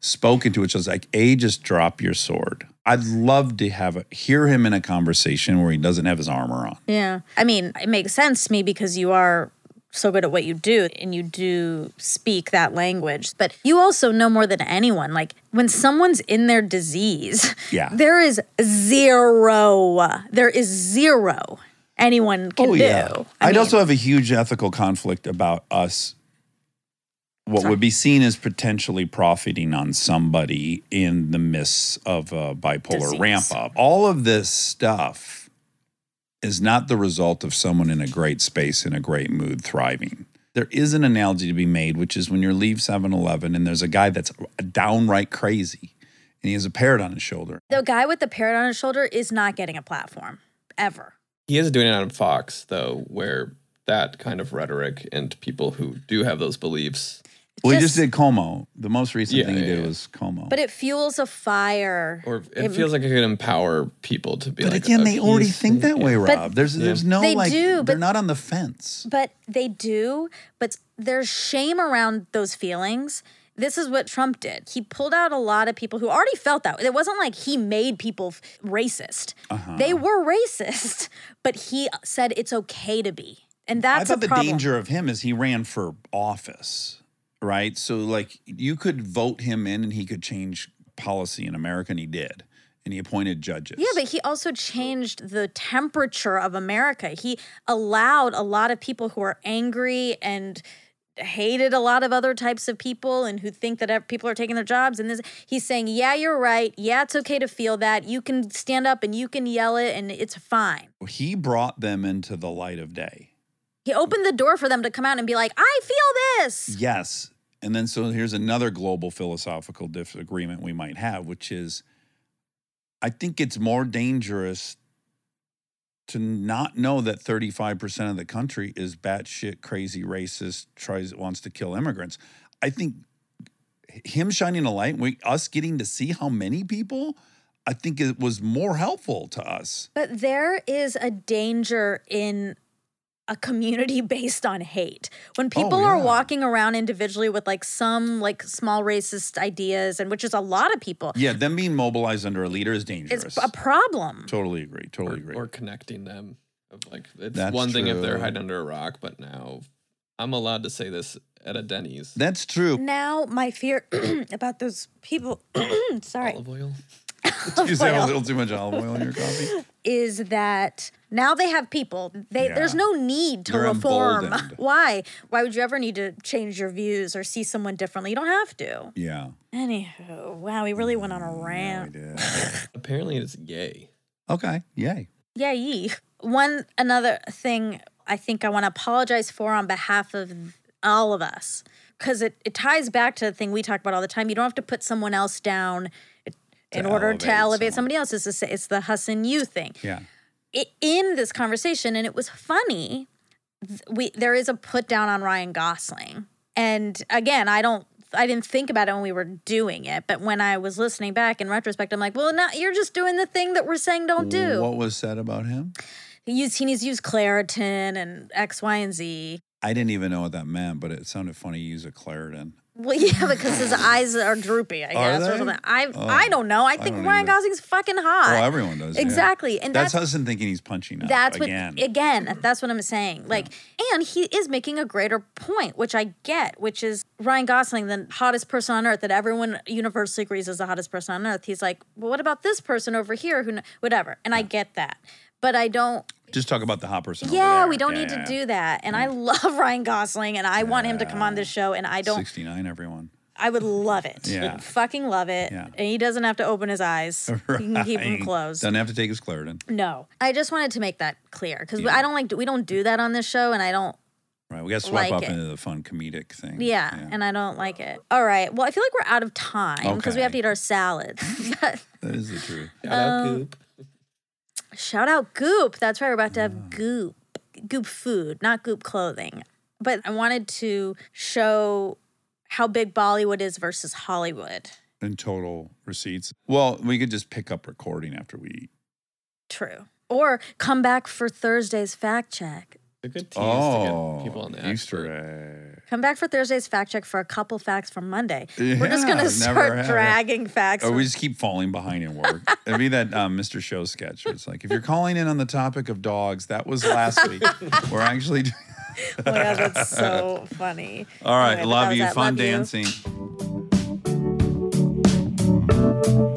spoken to, which is like, A, just drop your sword. I'd love to have a, hear him in a conversation where he doesn't have his armor on.
Yeah. I mean, it makes sense to me because you are so good at what you do and you do speak that language. But you also know more than anyone. Like when someone's in their disease,
Yeah.
(laughs) there is zero, there is zero anyone can do.
I
I
would
mean,
Oh, also have a huge ethical conflict about us, what would be seen as potentially profiting on somebody in the midst of a bipolar
Disease.
ramp up. All of this stuff is not the result of someone in a great space, in a great mood, thriving. There is an analogy to be made, which is when you leave 7 Eleven and there's a guy that's downright crazy and he has a parrot on his shoulder.
the guy with the parrot on his shoulder is not getting a platform ever.
He is doing it on Fox though, where that kind of rhetoric and people who do have those beliefs
Well, he
Just-
just did Como. The most recent
Yeah,
thing he
yeah,
did
yeah.
was Como.
But it fuels a fire.
Or it feels like it could empower people to be
But
like.
again,
"Oh,
they already
he's-
think that way, Rob.
But-
there's there's no
They
like
do,
they're
but-
not on the fence.
But they do, but there's shame around those feelings. This is what Trump did. He pulled out a lot of people who already felt that. It wasn't like he made people f- racist. They
Uh-huh.
were racist, (laughs) but he said it's okay to be. And that's
I
a
thought the
problem.
danger of him is he ran for office, right? So like you could vote him in and he could change policy in America, and he did, and he appointed judges.
Yeah, but he also changed the temperature of America. He allowed a lot of people who are angry and hated a lot of other types of people and who think that ev- people are taking their jobs and this he's saying, "Yeah, you're right. Yeah, it's okay to feel that. You can stand up and you can yell it and it's fine."
he brought them into the light of day.
He opened the door for them to come out and be like, "I feel this."
Yes. And then so here's another global philosophical disagreement we might have, which is I think it's more dangerous to not know that 35% of the country is batshit crazy racist, tries wants to kill immigrants. I think him shining a light, we, us getting to see how many people, I think it was more helpful to us.
But there is a danger in a community (laughs) based on hate. When people are
Oh, yeah.
walking around individually with like some like small racist ideas and which is a lot of people,
Yeah, them being mobilized under a leader is dangerous.
it's a problem.
totally agree. Totally
or,
agree.
or connecting them. Of like, it's
That's
one thing if they're
true.
hiding under a rock, but now I'm allowed to say this at a Denny's.
That's true.
Now my fear (clears throat) about those people (clears throat) sorry
Oh.
Olive oil.
(laughs)
you said a little too much olive oil in your coffee.
is that now they have people. They
Yeah.
there's no need to
They're
reform.
emboldened.
(laughs) Why? Why would you ever need to change your views or see someone differently? You don't have to.
Yeah.
Anywho, wow, we really went on a rant.
Apparently, it's yay.
Okay. Yay.
Yeah, ye. One another thing I think I want to apologize for on behalf of all of us, because it, it ties back to the thing we talk about all the time. You don't have to put someone else down in order to
elevate
elevate somebody else. It's, the it's the Huss and you thing
Yeah.
i- in this conversation, and it was funny. th- We there is a put down on Ryan Gosling, and again, I don't, I didn't think about it when we were doing it, but when I was listening back in retrospect, I'm like, well, no, you're just doing the thing that we're saying don't do.
What was said about him?
He used he needs to use Claritin and X, Y, and Z.
I didn't even know what that meant, but it sounded funny to use a Claritin. (laughs)
Well, yeah, because his eyes are droopy. I
Are
guess
they?
or something. I
Oh,
I don't know. I think
don't
Ryan
either.
Gosling's fucking hot.
Well, everyone does. yeah.
exactly, and
That's
that's
Hudson thinking he's punching up
That's
again.
what again, that's what I'm saying. Like and he is making a greater point, which I get, which is Ryan Gosling, the hottest person on earth that everyone universally agrees is the hottest person on earth. He's like, "Well, what about this person over here who kn- whatever?" And I get that. But I don't
Just talk about the hot person. over
Yeah,
Oh, there.
we don't
Yeah,
need
yeah, Mm.
to do that. And I love (laughs) Ryan Gosling and I want him to come on this show and I
yeah.
don't
69, everyone.
I would love it.
Yeah.
(laughs) Fucking love it.
Yeah.
And he doesn't have to open
(laughs)
his eyes. He can keep them
Right.
closed.
Doesn't have to take his Claritin.
No, I just wanted to make that clear because
Yeah.
I don't like we don't do that on this show, and I don't.
Right. We got to swap
Like
up
it.
into the fun comedic thing.
Yeah, and I don't like it. All right. Well, I feel like we're out of time because we have to
Okay.
eat our salad. (laughs)
that is the truth.
Shout out Coop.
Shout out Goop. That's right. We're about to have Goop, Goop food, not Goop clothing. But I wanted to show how big Bollywood is versus Hollywood.
In total receipts. Well, we could just pick up recording after we eat.
True. Or come back for Thursday's fact check.
It's a good tease to
oh,
get people on the
Easter
expert.
egg.
Come back for Thursday's fact check for a couple facts from Monday. We're just
Yeah, never
gonna start
had it.
dragging facts.
Or
from-
we just keep falling behind in work. It'd be that um, Mr. Show sketch. Where it's like, if you're calling in on the topic of dogs, that was last week. We're actually. doing-
Oh my god,
(laughs)
that's so funny.
All right,
Anyway, but that
love
was
you.
that.
Fun
Love you.
dancing.